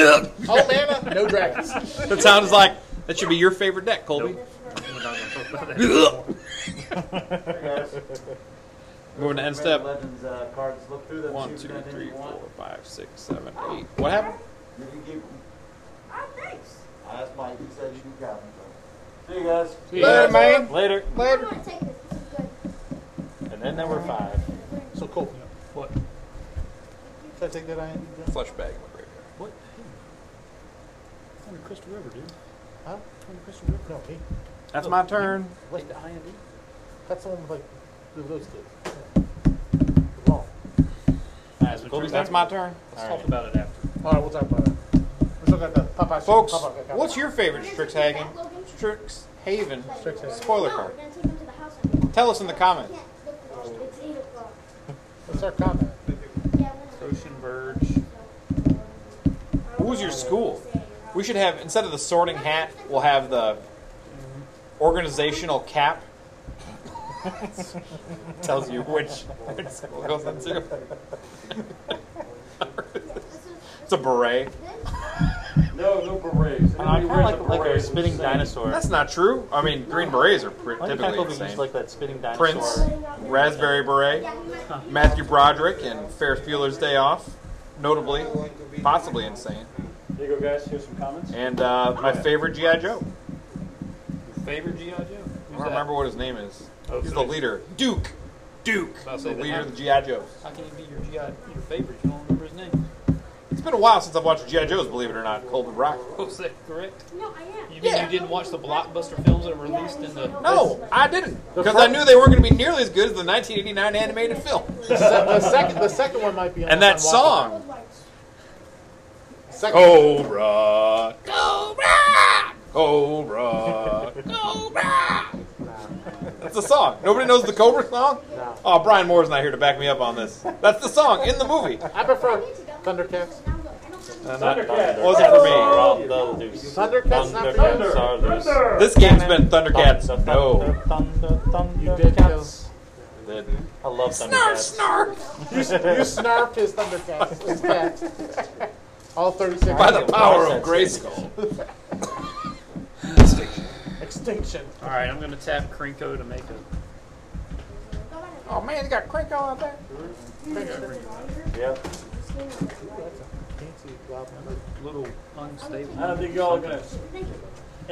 [SPEAKER 5] all mana, no dragons.
[SPEAKER 4] That sounds like that should be your favorite deck, Colby.
[SPEAKER 2] We're not gonna talk about that.
[SPEAKER 4] Moving to end step.
[SPEAKER 6] Legends, uh, cards. Look through them.
[SPEAKER 4] One,
[SPEAKER 6] see
[SPEAKER 4] two,
[SPEAKER 6] if there's anything
[SPEAKER 4] three,
[SPEAKER 6] you want.
[SPEAKER 4] four, five, six, seven, eight. What happened?
[SPEAKER 6] You can keep them.
[SPEAKER 3] Oh, thanks.
[SPEAKER 6] I asked Mike. He said you can count them. So. See you guys.
[SPEAKER 4] Later, man.
[SPEAKER 1] Later.
[SPEAKER 3] I want to take this. This is good.
[SPEAKER 1] And then there were five.
[SPEAKER 5] So cool.
[SPEAKER 2] What?
[SPEAKER 5] Should I take that IND?
[SPEAKER 4] Fleshbag in my graveyard.
[SPEAKER 2] What? It's on the Crystal River, dude.
[SPEAKER 5] Huh?
[SPEAKER 2] On the Crystal River.
[SPEAKER 5] No, he.
[SPEAKER 4] That's my turn.
[SPEAKER 2] Like the IND?
[SPEAKER 5] That's the one with like the those kids. Yeah. The ball.
[SPEAKER 2] That's,
[SPEAKER 4] That's my turn.
[SPEAKER 2] Let's talk about it after.
[SPEAKER 5] All right, we'll talk about it. We still got the Popeye.
[SPEAKER 4] Folks,
[SPEAKER 5] Popeye got
[SPEAKER 4] what's your favorite Strixhagen?
[SPEAKER 3] That Logan?
[SPEAKER 4] Strixhaven
[SPEAKER 5] Strixhaven.
[SPEAKER 4] spoiler
[SPEAKER 3] No,
[SPEAKER 4] card.
[SPEAKER 3] we're gonna take them to the house. I think.
[SPEAKER 4] Tell us in the comments.
[SPEAKER 3] Can't look at it. It's eight o'clock.
[SPEAKER 5] What's our comment?
[SPEAKER 3] Yeah, we're gonna-
[SPEAKER 2] Ocean Verge.
[SPEAKER 4] Who's your school? We should have instead of the sorting hat, we'll have the organizational cap. Tells you which which school it goes into. It's a beret.
[SPEAKER 7] No, no berets.
[SPEAKER 1] I kind of
[SPEAKER 7] Everybody wears
[SPEAKER 1] like,
[SPEAKER 7] a
[SPEAKER 1] like
[SPEAKER 7] beret.
[SPEAKER 1] a spinning dinosaur.
[SPEAKER 4] That's not true. I mean, green berets are pr-
[SPEAKER 1] Why do you kind
[SPEAKER 4] typically
[SPEAKER 1] of
[SPEAKER 4] the
[SPEAKER 1] used
[SPEAKER 4] same.
[SPEAKER 1] like that spinning dinosaur?
[SPEAKER 4] Prince, Raspberry Beret, Matthew Broderick, and Ferris Bueller's Day Off, notably, possibly insane.
[SPEAKER 9] There you go, guys. Here's some comments.
[SPEAKER 4] And uh, my favorite GI Joe.
[SPEAKER 2] Favorite GI Joe?
[SPEAKER 4] I don't remember what his name is.
[SPEAKER 2] Oh,
[SPEAKER 4] He's
[SPEAKER 2] so
[SPEAKER 4] the
[SPEAKER 2] he's-
[SPEAKER 4] leader, Duke. Duke,
[SPEAKER 2] I'll
[SPEAKER 4] the
[SPEAKER 2] say that
[SPEAKER 4] leader
[SPEAKER 2] I'm-
[SPEAKER 4] of the GI Joes.
[SPEAKER 2] How can it be your GI, your favorite? You don't remember his name.
[SPEAKER 4] It's been a while since I've watched GI Joes, believe it or not. Colby Brock.
[SPEAKER 2] Was that correct?
[SPEAKER 3] No, I am.
[SPEAKER 2] You mean
[SPEAKER 4] Yeah.
[SPEAKER 2] you didn't watch the blockbuster films that were released in the?
[SPEAKER 4] No, I didn't,
[SPEAKER 5] The
[SPEAKER 4] because
[SPEAKER 5] fir-
[SPEAKER 4] I knew they weren't going to be nearly as good as the 1989 animated film.
[SPEAKER 5] The, se- the second, the second one might be. on
[SPEAKER 4] And
[SPEAKER 5] the
[SPEAKER 4] that
[SPEAKER 5] Unwatchable.
[SPEAKER 4] song,
[SPEAKER 5] Second,
[SPEAKER 4] Cobra, Cobra, Cobra, Cobra. That's the song. Nobody knows the Cobra song?
[SPEAKER 5] No.
[SPEAKER 4] Oh, Brian Moore's not here to back me up on this. That's the song in the movie.
[SPEAKER 5] I prefer Thundercats.
[SPEAKER 4] It wasn't for me.
[SPEAKER 5] Thundercats, not for you.
[SPEAKER 7] Thundercats are those.
[SPEAKER 4] This game's been Thundercats.
[SPEAKER 7] Thunder,
[SPEAKER 4] No.
[SPEAKER 7] thunder, thunder,
[SPEAKER 5] You did kill.
[SPEAKER 7] Thundercats. I love Thundercats.
[SPEAKER 4] Snarf, snarf.
[SPEAKER 5] You, s- you snarfed his Thundercats. It's fact. All 36.
[SPEAKER 4] By the power of Grayskull.
[SPEAKER 5] Extinction.
[SPEAKER 2] All right, I'm gonna tap Krinko to make a.
[SPEAKER 4] Oh man, you got Krinko out there.
[SPEAKER 7] Yep.
[SPEAKER 2] little unstable.
[SPEAKER 9] I don't think y'all are going to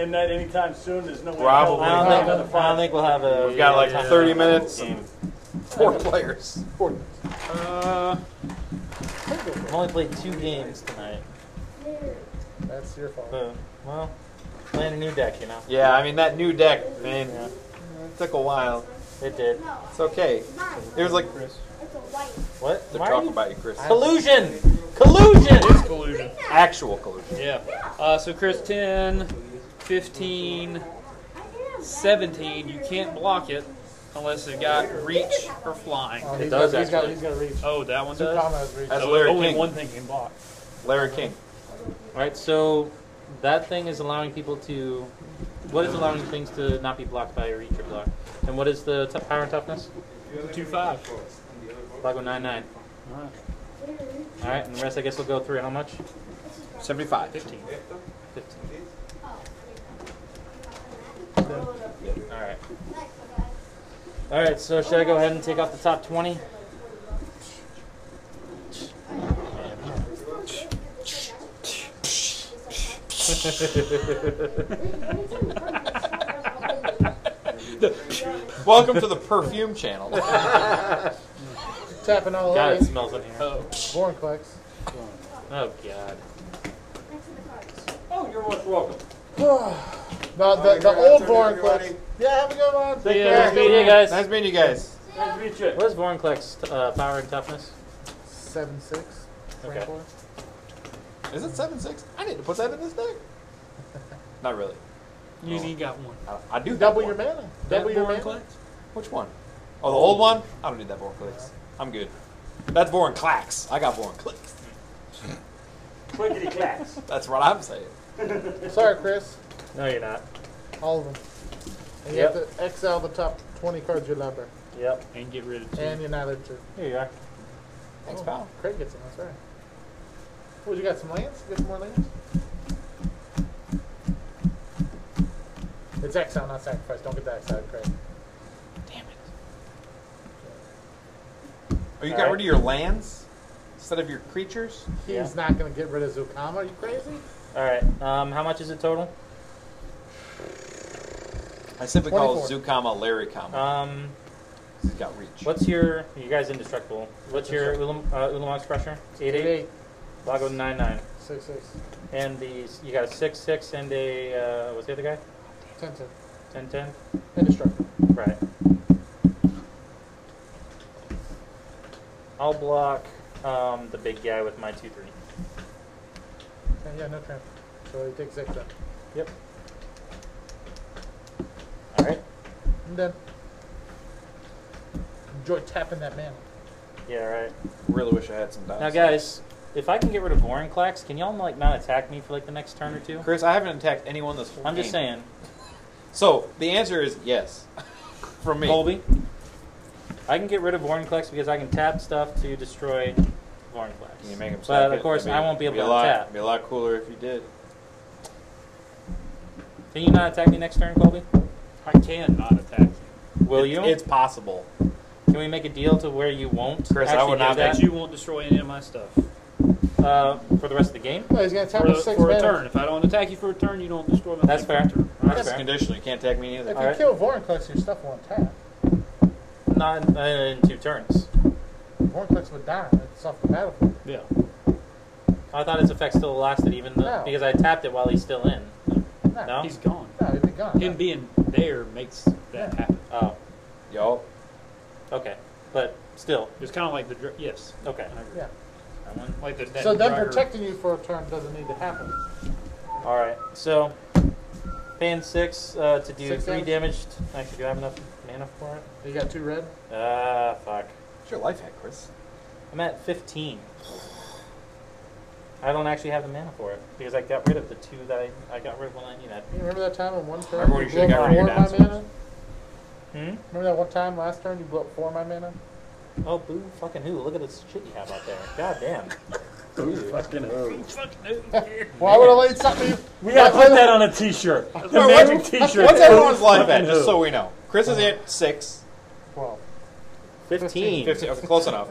[SPEAKER 9] end that anytime soon. There's no way.
[SPEAKER 4] Probably.
[SPEAKER 1] I don't,
[SPEAKER 9] Another
[SPEAKER 1] think, I don't
[SPEAKER 9] five.
[SPEAKER 1] think we'll have a.
[SPEAKER 4] We've got like
[SPEAKER 1] yeah.
[SPEAKER 4] 30 minutes,
[SPEAKER 1] Game.
[SPEAKER 4] four players.
[SPEAKER 2] Uh,
[SPEAKER 1] I've only played two games tonight.
[SPEAKER 5] That's your fault.
[SPEAKER 1] So, well, playing a new deck, you know.
[SPEAKER 4] Yeah, I mean, that new deck, man, it took a while.
[SPEAKER 1] It did.
[SPEAKER 4] It's okay. It was like,
[SPEAKER 1] What?
[SPEAKER 4] they're
[SPEAKER 1] Why are
[SPEAKER 4] talking
[SPEAKER 1] you-
[SPEAKER 4] about you, Chris.
[SPEAKER 1] Collusion! Collusion!
[SPEAKER 2] it's collusion.
[SPEAKER 4] Actual collusion.
[SPEAKER 2] Yeah. Uh, so Chris, 10, 15, 17. You can't block it unless it got reach or flying.
[SPEAKER 5] Oh, he's
[SPEAKER 4] does
[SPEAKER 5] got, he's got,
[SPEAKER 4] actually.
[SPEAKER 5] he's got reach.
[SPEAKER 2] Oh, that one does.
[SPEAKER 5] Commas reach.
[SPEAKER 4] That's
[SPEAKER 2] So
[SPEAKER 4] Larry
[SPEAKER 2] only
[SPEAKER 4] King.
[SPEAKER 2] one thing can block.
[SPEAKER 4] Larry King.
[SPEAKER 1] Alright, so that thing is allowing people to. What is allowing things to not be blocked by a reach or block? And what is the t- power and toughness?
[SPEAKER 2] Two five.
[SPEAKER 1] Block with 9 9. Alright, and the rest I guess will go through. How much?
[SPEAKER 4] 75.
[SPEAKER 2] 15.
[SPEAKER 1] 15.
[SPEAKER 4] Alright.
[SPEAKER 1] Alright, so should I go ahead and take off the top 20?
[SPEAKER 2] Uh,
[SPEAKER 4] Welcome to the perfume channel.
[SPEAKER 5] Tapping all
[SPEAKER 1] God, it
[SPEAKER 5] over.
[SPEAKER 1] smells in here.
[SPEAKER 2] Oh.
[SPEAKER 5] Born clicks.
[SPEAKER 1] Oh, God.
[SPEAKER 9] Oh, you're most welcome.
[SPEAKER 5] No, the, the old Born clicks. Yeah, have a good one.
[SPEAKER 9] Take
[SPEAKER 1] Yeah,
[SPEAKER 9] care.
[SPEAKER 1] nice meeting you guys.
[SPEAKER 4] Nice meeting you guys.
[SPEAKER 9] Nice to meet you.
[SPEAKER 1] What is Vorinclex t- uh, power and toughness?
[SPEAKER 5] Seven six.
[SPEAKER 1] Okay.
[SPEAKER 5] trample.
[SPEAKER 4] Is it 7 6? I need to put that in this deck. Not really.
[SPEAKER 2] You ain't got one.
[SPEAKER 4] I, I do have
[SPEAKER 5] Double
[SPEAKER 4] one.
[SPEAKER 5] your mana.
[SPEAKER 2] That
[SPEAKER 5] Double your
[SPEAKER 2] Warren
[SPEAKER 5] mana.
[SPEAKER 2] Clax?
[SPEAKER 4] Which one? Oh, the old one? I don't need that Boring Clicks. I'm good. That's Boring Clacks. I got Boring Clicks.
[SPEAKER 9] Clickety clacks.
[SPEAKER 4] That's what I'm saying.
[SPEAKER 5] Sorry, Chris.
[SPEAKER 1] No, you're not.
[SPEAKER 5] All of them. And you have to XL the top 20 cards you number.
[SPEAKER 1] Yep.
[SPEAKER 2] And get rid of two.
[SPEAKER 5] And you annihilated two.
[SPEAKER 1] Here you are.
[SPEAKER 4] Thanks,
[SPEAKER 5] Oh,
[SPEAKER 4] pal.
[SPEAKER 5] Craig gets them, that's right. What, you got some lands? Get some more lands? It's exile, not sacrifice. Don't get that exiled, Craig.
[SPEAKER 4] Damn it. Oh, you
[SPEAKER 1] All
[SPEAKER 4] got
[SPEAKER 1] right.
[SPEAKER 4] rid of your lands instead of your creatures?
[SPEAKER 5] He's
[SPEAKER 1] Yeah.
[SPEAKER 5] not going to get rid of Zukama. Are you crazy?
[SPEAKER 1] Alright, um, how much is it total?
[SPEAKER 4] I simply call
[SPEAKER 5] 24.
[SPEAKER 4] Zukama Larry Kama.
[SPEAKER 1] Um,
[SPEAKER 4] He's got reach.
[SPEAKER 1] what's your. You guys indestructible. What's your Ulam, uh, Ulamog's pressure? 8 8. Lago 9 9.
[SPEAKER 5] 6 6.
[SPEAKER 1] And the. You got a 6 6 and a. Uh, what's the other guy?
[SPEAKER 5] 10 10.
[SPEAKER 1] 10 10?
[SPEAKER 5] Indestructible.
[SPEAKER 1] Right. I'll block um, the big guy with my 2 3.
[SPEAKER 5] Yeah, yeah, no tramp. So he takes exile.
[SPEAKER 1] Yep. Alright.
[SPEAKER 5] And then. Enjoy tapping that man.
[SPEAKER 1] Yeah, right.
[SPEAKER 4] Really wish I had some dice.
[SPEAKER 1] Now, guys, if I can get rid of Vorinclax, can y'all like not attack me for like the next turn or two?
[SPEAKER 4] Chris, I haven't attacked anyone this whole
[SPEAKER 1] I'm just
[SPEAKER 4] game.
[SPEAKER 1] saying.
[SPEAKER 4] So the answer is yes, from me.
[SPEAKER 1] Colby, I can get rid of Vorinclex because I can tap stuff to destroy Vorinclex.
[SPEAKER 4] You make him suck
[SPEAKER 1] but
[SPEAKER 4] it.
[SPEAKER 1] of course,
[SPEAKER 4] That'd
[SPEAKER 1] I won't be able
[SPEAKER 4] a
[SPEAKER 1] to
[SPEAKER 4] lot,
[SPEAKER 1] tap.
[SPEAKER 4] Be a lot cooler if you did.
[SPEAKER 1] Can you not attack me next turn, Colby?
[SPEAKER 2] I can not attack you.
[SPEAKER 1] Will
[SPEAKER 4] It's-
[SPEAKER 1] you?
[SPEAKER 4] It's possible.
[SPEAKER 1] can we make a deal to where you won't?
[SPEAKER 4] Chris, I
[SPEAKER 1] actually
[SPEAKER 4] would not
[SPEAKER 1] do that,
[SPEAKER 2] That you won't destroy any of my stuff.
[SPEAKER 1] uh, for the rest of the game.
[SPEAKER 5] No, he's going to tap
[SPEAKER 2] For,
[SPEAKER 5] with
[SPEAKER 2] a-
[SPEAKER 5] 6
[SPEAKER 2] for a
[SPEAKER 5] mana.
[SPEAKER 2] turn. If I don't attack you for a turn, you don't destroy my
[SPEAKER 1] That's
[SPEAKER 2] thing
[SPEAKER 1] fair.
[SPEAKER 2] For a turn.
[SPEAKER 1] That's
[SPEAKER 4] It's
[SPEAKER 1] fair.
[SPEAKER 4] conditional. You can't attack me
[SPEAKER 5] If
[SPEAKER 4] either.
[SPEAKER 5] you
[SPEAKER 1] Alright.
[SPEAKER 5] kill Vorinclex, your stuff won't tap.
[SPEAKER 1] Not in, uh, in two turns.
[SPEAKER 5] Vorinclex would die. It's off the battlefield.
[SPEAKER 2] Yeah.
[SPEAKER 1] I thought his effect still lasted, even though
[SPEAKER 5] No.
[SPEAKER 1] because I tapped it while he's still in.
[SPEAKER 5] No.
[SPEAKER 1] No.
[SPEAKER 2] He's gone.
[SPEAKER 5] No, he'd be gone.
[SPEAKER 2] Him being there makes that happen.
[SPEAKER 1] Oh,
[SPEAKER 4] Yo,
[SPEAKER 1] okay. But still,
[SPEAKER 2] It's kind of like the dr- yes,
[SPEAKER 1] okay.
[SPEAKER 2] I agree.
[SPEAKER 5] Yeah.
[SPEAKER 1] That one.
[SPEAKER 2] like the that
[SPEAKER 5] So them
[SPEAKER 2] dryer-
[SPEAKER 5] protecting you for a turn doesn't need to happen.
[SPEAKER 1] All right, so paying six uh, to do
[SPEAKER 5] Six
[SPEAKER 1] three
[SPEAKER 5] damage?
[SPEAKER 1] damage. Actually, do I have enough mana for it.
[SPEAKER 5] You got two red?
[SPEAKER 1] Ah, fuck.
[SPEAKER 4] What's your life hack, Chris?
[SPEAKER 1] I'm at 15. I don't actually have the mana for it because I got rid of the two that I, I got rid of when I needed.
[SPEAKER 5] You remember that time on one turn?
[SPEAKER 4] Remember when you should've
[SPEAKER 5] blew
[SPEAKER 4] got
[SPEAKER 5] up
[SPEAKER 4] rid of
[SPEAKER 5] four
[SPEAKER 4] your
[SPEAKER 5] of my mana?
[SPEAKER 1] Hmm?
[SPEAKER 5] Remember that one time last turn you blew up four of my mana?
[SPEAKER 1] Oh, boo fucking who? Look at this shit you have out there. God damn.
[SPEAKER 9] Fucking hell.
[SPEAKER 5] Well, I would have laid something.
[SPEAKER 9] We gotta put that on a T-shirt. The magic T-shirt.
[SPEAKER 4] What's everyone's life
[SPEAKER 9] Fucking
[SPEAKER 4] at? Just
[SPEAKER 9] who?
[SPEAKER 4] so we know. Chris is at six.
[SPEAKER 5] Twelve.
[SPEAKER 1] 15.
[SPEAKER 4] 15. Okay, close enough.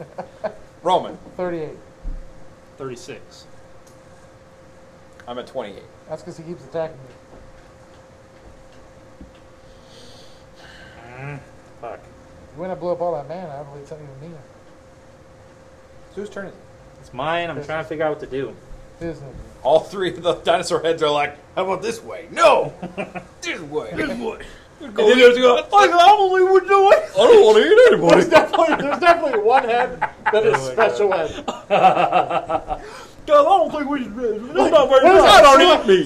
[SPEAKER 4] Roman,
[SPEAKER 5] 38.
[SPEAKER 2] 36.
[SPEAKER 4] I'm at 28.
[SPEAKER 5] That's because he keeps attacking me.
[SPEAKER 2] Mm,
[SPEAKER 1] Fuck.
[SPEAKER 5] When I blew up all that mana, I would have laid something to me.
[SPEAKER 4] Whose turn is it?
[SPEAKER 1] It's mine. I'm trying to figure out what to do.
[SPEAKER 5] Disney.
[SPEAKER 4] All three of the dinosaur heads are like, how about this way? No! this way. This way.
[SPEAKER 9] And then there's go,
[SPEAKER 4] I only would do it. I don't want to eat anybody.
[SPEAKER 5] There's definitely, there's definitely one head that is special head.
[SPEAKER 9] God, I don't think we should. That's not very
[SPEAKER 5] where's
[SPEAKER 9] nice. Don't eat me.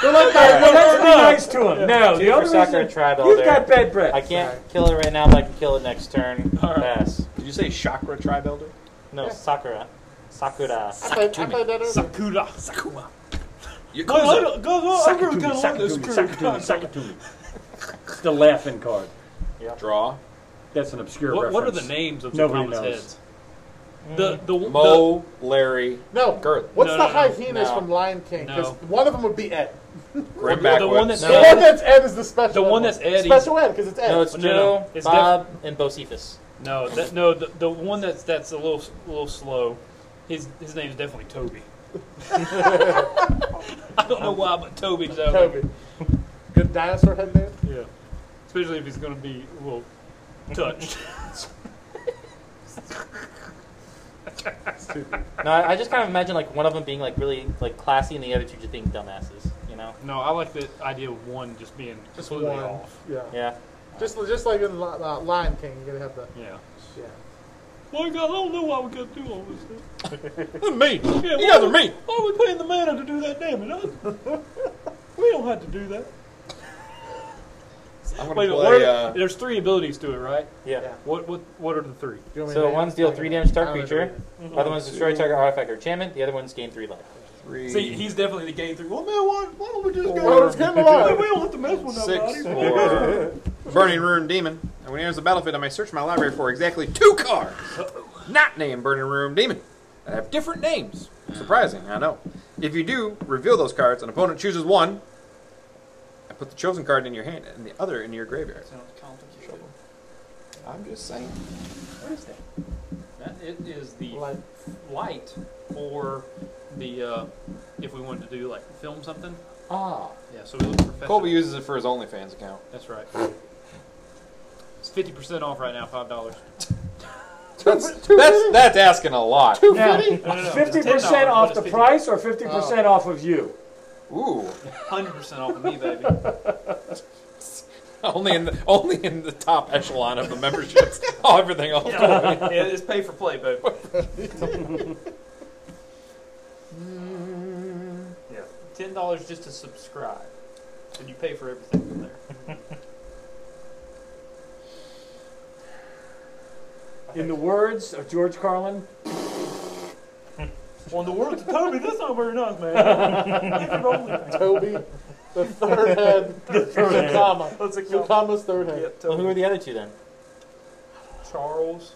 [SPEAKER 5] They're like that.
[SPEAKER 9] Well, let's be nice to him. No,
[SPEAKER 1] Two
[SPEAKER 9] the
[SPEAKER 1] for
[SPEAKER 9] other
[SPEAKER 1] soccer
[SPEAKER 9] reason,
[SPEAKER 1] and tribal
[SPEAKER 9] you've
[SPEAKER 1] there.
[SPEAKER 9] got bad breath.
[SPEAKER 1] I can't kill it right now, but I can kill it next turn.
[SPEAKER 9] All right.
[SPEAKER 1] Pass.
[SPEAKER 4] Did you say chakra tribe elder?
[SPEAKER 1] No, Sakura. Sakura.
[SPEAKER 5] I played, I played that earlier.
[SPEAKER 9] Sakura, Sakura. Go,
[SPEAKER 4] Yakuza.
[SPEAKER 9] go, go, go. Suck it I'm to me, gonna suck love it to this me, crew. suck it to me, suck it to me. It's the laughing card.
[SPEAKER 4] Draw.
[SPEAKER 9] That's an obscure
[SPEAKER 2] What,
[SPEAKER 9] reference.
[SPEAKER 2] what are the names of
[SPEAKER 9] Nobody
[SPEAKER 2] Zakama's
[SPEAKER 9] knows.
[SPEAKER 2] heads? The, the, the,
[SPEAKER 4] Mo, Larry,
[SPEAKER 5] No.
[SPEAKER 4] Girth.
[SPEAKER 5] What's
[SPEAKER 2] No,
[SPEAKER 5] the
[SPEAKER 2] no, no.
[SPEAKER 5] hyenas
[SPEAKER 4] No.
[SPEAKER 5] from Lion King? Because
[SPEAKER 2] No.
[SPEAKER 5] one of them would be Ed.
[SPEAKER 4] Grim
[SPEAKER 2] the- the one
[SPEAKER 4] Backwoods.
[SPEAKER 2] that-
[SPEAKER 5] The
[SPEAKER 2] No.
[SPEAKER 5] one that's Ed is the special.
[SPEAKER 2] The
[SPEAKER 5] ed
[SPEAKER 2] one that's Ed,
[SPEAKER 5] Special Ed because it's Ed.
[SPEAKER 1] No, it's
[SPEAKER 2] No,
[SPEAKER 1] Joe,
[SPEAKER 2] no, it's
[SPEAKER 1] Bob, and Bocephus.
[SPEAKER 2] No, that, no, the, the one that's that's a little a little slow. His his name's definitely Toby. I don't know why, but Toby. Toby.
[SPEAKER 5] Toby. Good dinosaur head there.
[SPEAKER 2] Yeah. Especially if he's going to be a little touched.
[SPEAKER 1] No, I, I just kind of imagine like one of them being like really like classy, and the other two just being dumbasses. You know?
[SPEAKER 2] no, I like the idea of one just being completely
[SPEAKER 5] one.
[SPEAKER 2] off.
[SPEAKER 5] Yeah.
[SPEAKER 1] Yeah.
[SPEAKER 5] Just just like in Li- uh, Lion King, you gotta have the
[SPEAKER 2] Yeah.
[SPEAKER 5] yeah.
[SPEAKER 2] My God, I don't know why we got to do all this. Stuff.
[SPEAKER 4] Me.
[SPEAKER 2] Yeah,
[SPEAKER 4] You guys are mean.
[SPEAKER 2] Why are we paying the mana to do that? Damn it! I- we don't have to do that.
[SPEAKER 4] I'm
[SPEAKER 2] Wait,
[SPEAKER 4] going
[SPEAKER 2] a minute,
[SPEAKER 4] to
[SPEAKER 2] what
[SPEAKER 4] play.
[SPEAKER 2] are-
[SPEAKER 4] Uh,
[SPEAKER 2] there's three abilities to it, right?
[SPEAKER 1] Yeah.
[SPEAKER 5] Yeah.
[SPEAKER 2] What what what are the three?
[SPEAKER 5] Do you want me
[SPEAKER 1] So
[SPEAKER 5] to-
[SPEAKER 1] one's deal three damage to
[SPEAKER 5] I
[SPEAKER 1] target
[SPEAKER 5] don't know.
[SPEAKER 1] creature. Other one's destroy target artifact or enchantment. The other one's gain three life.
[SPEAKER 4] three,
[SPEAKER 2] See, he's definitely the game three. Well, man, why, why don't we just go?
[SPEAKER 5] Well, it's good luck.
[SPEAKER 2] we don't have to mess with
[SPEAKER 4] six,
[SPEAKER 2] nobody.
[SPEAKER 4] four. Burning Rune Demon. And when he enters the battlefield, I may search my library for exactly two cards not named Burning Rune Demon that have different names. Surprising, I know. If you do, reveal those cards. An opponent chooses one and put the chosen card in your hand and the other in your graveyard. I'm just saying.
[SPEAKER 2] What is that? That it is the
[SPEAKER 5] Like,
[SPEAKER 2] light for the uh, if we wanted to do like film something.
[SPEAKER 5] ah,
[SPEAKER 2] Yeah, so we look for festive.
[SPEAKER 4] Colby uses it for his OnlyFans account.
[SPEAKER 2] That's right. It's fifty percent off right now, five dollars.
[SPEAKER 4] That's, that's, that's asking a lot.
[SPEAKER 9] Now,
[SPEAKER 2] no, no,
[SPEAKER 9] fifty
[SPEAKER 2] it's $10,
[SPEAKER 9] percent off the
[SPEAKER 2] but it's
[SPEAKER 9] price or fifty percent off of you?
[SPEAKER 4] Ooh.
[SPEAKER 2] Hundred percent off of me, baby.
[SPEAKER 4] Only in the, only in the top echelon of the memberships. oh, everything else.
[SPEAKER 2] yeah, it's pay for play, baby.
[SPEAKER 5] Mm.
[SPEAKER 2] yeah, ten dollars just to subscribe, and you pay for everything from there.
[SPEAKER 9] In the words of George Carlin,
[SPEAKER 2] On the world to Toby, that's not very nice, man.
[SPEAKER 5] Toby, the third head, Sukama.
[SPEAKER 2] That's a
[SPEAKER 5] Sukama's third head.
[SPEAKER 1] Well, who are the other two then?
[SPEAKER 2] Charles.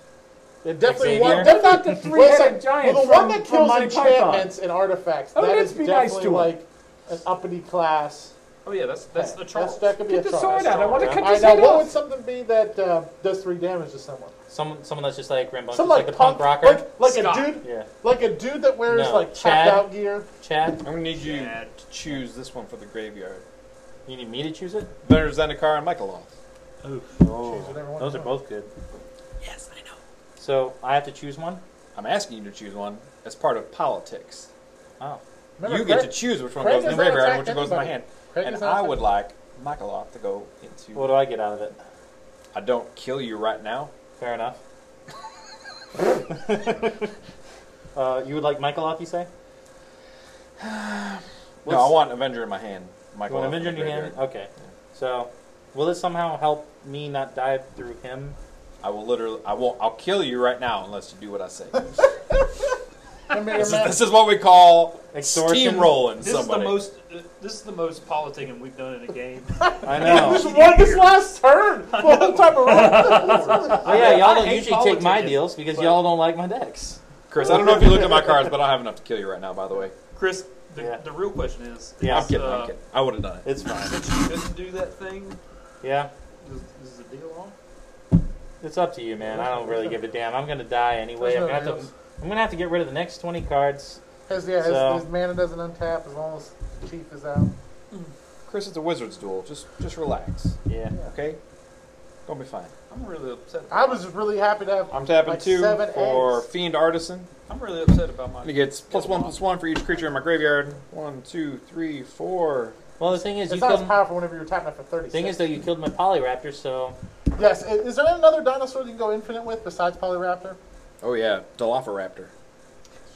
[SPEAKER 5] It definitely
[SPEAKER 1] Xavier?
[SPEAKER 5] one. That's not the
[SPEAKER 9] three-headed giant
[SPEAKER 5] Well, the one
[SPEAKER 9] from-
[SPEAKER 5] that
[SPEAKER 9] from
[SPEAKER 5] kills
[SPEAKER 9] Monty Python.
[SPEAKER 5] enchantments and artifacts.
[SPEAKER 9] Oh,
[SPEAKER 5] that
[SPEAKER 9] let's
[SPEAKER 5] is
[SPEAKER 9] be nice
[SPEAKER 5] definitely
[SPEAKER 9] to him.
[SPEAKER 5] like an uppity class.
[SPEAKER 2] Oh yeah, that's that's the Charles.
[SPEAKER 5] that could be
[SPEAKER 9] get
[SPEAKER 5] a
[SPEAKER 9] the
[SPEAKER 5] Charles.
[SPEAKER 9] sword out. I want to
[SPEAKER 1] All
[SPEAKER 9] cut
[SPEAKER 5] All right,
[SPEAKER 9] this
[SPEAKER 5] now
[SPEAKER 9] head
[SPEAKER 5] what would
[SPEAKER 9] off.
[SPEAKER 5] something be that uh, does three damage to someone?
[SPEAKER 1] Someone, someone that's just like rambunctious,
[SPEAKER 5] Some
[SPEAKER 1] like,
[SPEAKER 5] like,
[SPEAKER 1] the punk, rocker.
[SPEAKER 5] like, like
[SPEAKER 2] Scott.
[SPEAKER 5] a dude,
[SPEAKER 1] yeah.
[SPEAKER 5] like a dude that wears
[SPEAKER 1] No,
[SPEAKER 5] like
[SPEAKER 1] Chad.
[SPEAKER 5] tapped out gear.
[SPEAKER 1] Chad,
[SPEAKER 4] I'm gonna need you to choose this one for the graveyard.
[SPEAKER 1] you need me to choose it?
[SPEAKER 4] There's Zendikar and Oh. Michaeloth.
[SPEAKER 5] Oh, Choose whatever one
[SPEAKER 1] Those are
[SPEAKER 5] you want.
[SPEAKER 1] both good.
[SPEAKER 11] Yes, I know.
[SPEAKER 1] So I have to choose one.
[SPEAKER 4] I'm asking you to choose one as part of politics.
[SPEAKER 1] Oh.
[SPEAKER 5] Remember,
[SPEAKER 4] you get
[SPEAKER 5] Craig-
[SPEAKER 4] to choose which one
[SPEAKER 5] Craig
[SPEAKER 4] goes in
[SPEAKER 5] does
[SPEAKER 4] the
[SPEAKER 5] not
[SPEAKER 4] graveyard and
[SPEAKER 5] attack
[SPEAKER 4] which goes in my hand.
[SPEAKER 5] anybody. Craig
[SPEAKER 4] And
[SPEAKER 5] is not
[SPEAKER 4] I would
[SPEAKER 5] attack-
[SPEAKER 4] like Michaeloth to go into.
[SPEAKER 1] What do I get out of it?
[SPEAKER 4] I don't kill you right now.
[SPEAKER 1] Fair enough. uh, you would like Michaeloth, you say?
[SPEAKER 4] No, I want Avenger in my hand.
[SPEAKER 1] You want
[SPEAKER 4] Michaeloth.
[SPEAKER 1] Avenger in your hand? Okay. So Will this somehow help me not dive through him?
[SPEAKER 4] I will literally. I won't. I'll kill you right now unless you do what I say.
[SPEAKER 5] I mean,
[SPEAKER 4] this, is, this is what we call
[SPEAKER 1] Extortion?
[SPEAKER 4] steamrolling
[SPEAKER 2] This
[SPEAKER 4] somebody.
[SPEAKER 2] is the most. Uh, this is the most politicking we've done in a game.
[SPEAKER 1] I know.
[SPEAKER 5] Just won this last turn. For a long time around.
[SPEAKER 1] oh yeah, y'all
[SPEAKER 2] I
[SPEAKER 1] don't
[SPEAKER 2] hate
[SPEAKER 1] usually take my
[SPEAKER 2] politicking,
[SPEAKER 1] deals because
[SPEAKER 2] but-
[SPEAKER 1] y'all don't like my decks.
[SPEAKER 4] Chris, I don't know if you looked at my cards, but I don't have enough to kill you right now. By the way,
[SPEAKER 2] Chris, the,
[SPEAKER 1] Yeah.
[SPEAKER 2] the real question is.
[SPEAKER 1] Yeah,
[SPEAKER 4] I'm kidding.
[SPEAKER 2] uh,
[SPEAKER 4] I'm kidding. I would have done it.
[SPEAKER 1] It's fine.
[SPEAKER 2] Since you couldn't do that thing,
[SPEAKER 1] Yeah,
[SPEAKER 2] is, is the deal on?
[SPEAKER 1] it's up to you, man. I don't really give a damn. I'm gonna die anyway. I'm gonna
[SPEAKER 5] There's
[SPEAKER 1] have
[SPEAKER 5] no
[SPEAKER 1] to. I'm gonna have to get rid of the next twenty cards.
[SPEAKER 5] Has, yeah, his,
[SPEAKER 1] So-
[SPEAKER 5] his mana doesn't untap as long as Chief is out.
[SPEAKER 4] Chris, it's a wizard's duel. Just, just relax.
[SPEAKER 1] Yeah.
[SPEAKER 4] Okay, gonna be fine.
[SPEAKER 2] I'm really upset.
[SPEAKER 5] I was really happy to have.
[SPEAKER 4] I'm tapping
[SPEAKER 5] Like
[SPEAKER 4] two
[SPEAKER 5] seven
[SPEAKER 4] for
[SPEAKER 5] eggs.
[SPEAKER 4] fiend artisan.
[SPEAKER 2] I'm really upset about
[SPEAKER 4] And It
[SPEAKER 2] my.
[SPEAKER 4] gets plus one, plus one for each creature in my graveyard. One, two, three, four.
[SPEAKER 1] Well, the thing is,
[SPEAKER 5] It's
[SPEAKER 1] you
[SPEAKER 5] not as
[SPEAKER 1] killed.
[SPEAKER 5] powerful whenever you're tapping it for thirty.
[SPEAKER 1] The thing is, though, you killed my Polyraptor, so
[SPEAKER 5] yes. i- Is, there another dinosaur you can go infinite with besides Polyraptor?
[SPEAKER 4] Oh yeah, Dilophosauraptor.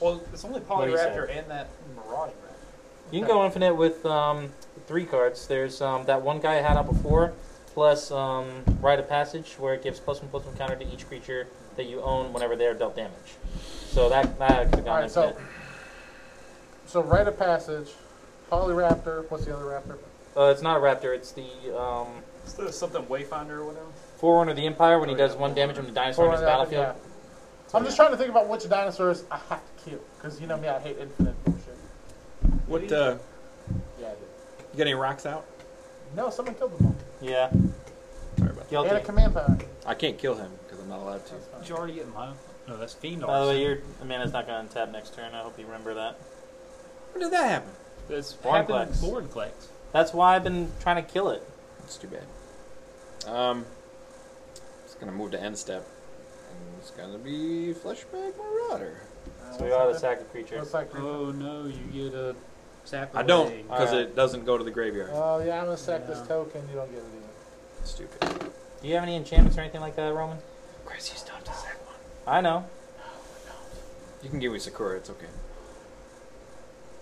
[SPEAKER 2] Well, it's only
[SPEAKER 1] What do you
[SPEAKER 2] Polyraptor and that Marauding Raptor.
[SPEAKER 1] you can go infinite with um, three cards. There's um, that one guy I had out before, plus um, Rite of Passage, where it gives plus one plus one counter to each creature that you own whenever they're dealt damage. So that that could have gone
[SPEAKER 5] Alright, so-
[SPEAKER 1] infinite.
[SPEAKER 5] So rite of passage, Polyraptor. What's the other raptor?
[SPEAKER 1] Uh, it's not a Raptor. It's the um,
[SPEAKER 2] Instead of something Wayfinder or whatever.
[SPEAKER 1] Forerunner of the Empire when he
[SPEAKER 2] Oh, yeah,
[SPEAKER 1] does one damage on the dinosaur
[SPEAKER 5] Or
[SPEAKER 1] on his
[SPEAKER 5] that-
[SPEAKER 1] battlefield.
[SPEAKER 5] yeah. I'm just trying to think about which dinosaurs I have to kill because you know me, I hate infinite bullshit.
[SPEAKER 4] What? Uh,
[SPEAKER 5] Yeah, I do.
[SPEAKER 4] you got any rocks out?
[SPEAKER 5] No, someone killed them all.
[SPEAKER 1] Yeah.
[SPEAKER 4] Sorry about that.
[SPEAKER 1] Guilty.
[SPEAKER 5] And a command power.
[SPEAKER 4] I can't kill him because I'm not allowed to.
[SPEAKER 2] Did you already get mine? No, that's Fiend
[SPEAKER 1] By the way,
[SPEAKER 2] Artisan.
[SPEAKER 1] your Amanda's not going to untap next turn. I hope you remember that.
[SPEAKER 4] When did that happen?
[SPEAKER 2] That's
[SPEAKER 1] Barnclex.
[SPEAKER 2] happened in Barnclex.
[SPEAKER 1] That's why I've been trying to kill it.
[SPEAKER 4] It's too bad. Um, it's gonna move to end step, and it's gonna be fleshback marauder.
[SPEAKER 1] So we ought to sack a creature.
[SPEAKER 5] It's like,
[SPEAKER 2] Oh no, you get a sap.
[SPEAKER 4] I don't
[SPEAKER 2] away.
[SPEAKER 4] because
[SPEAKER 1] Alright.
[SPEAKER 4] it doesn't go to the graveyard.
[SPEAKER 5] oh yeah, I'm gonna sack this
[SPEAKER 2] Yeah.
[SPEAKER 5] token. You don't get it either.
[SPEAKER 4] Uh, Stupid.
[SPEAKER 1] Do you have any enchantments or anything like that, Roman?
[SPEAKER 4] Chris, you still have to sack one.
[SPEAKER 1] I know.
[SPEAKER 4] You can give me Sakura. It's okay.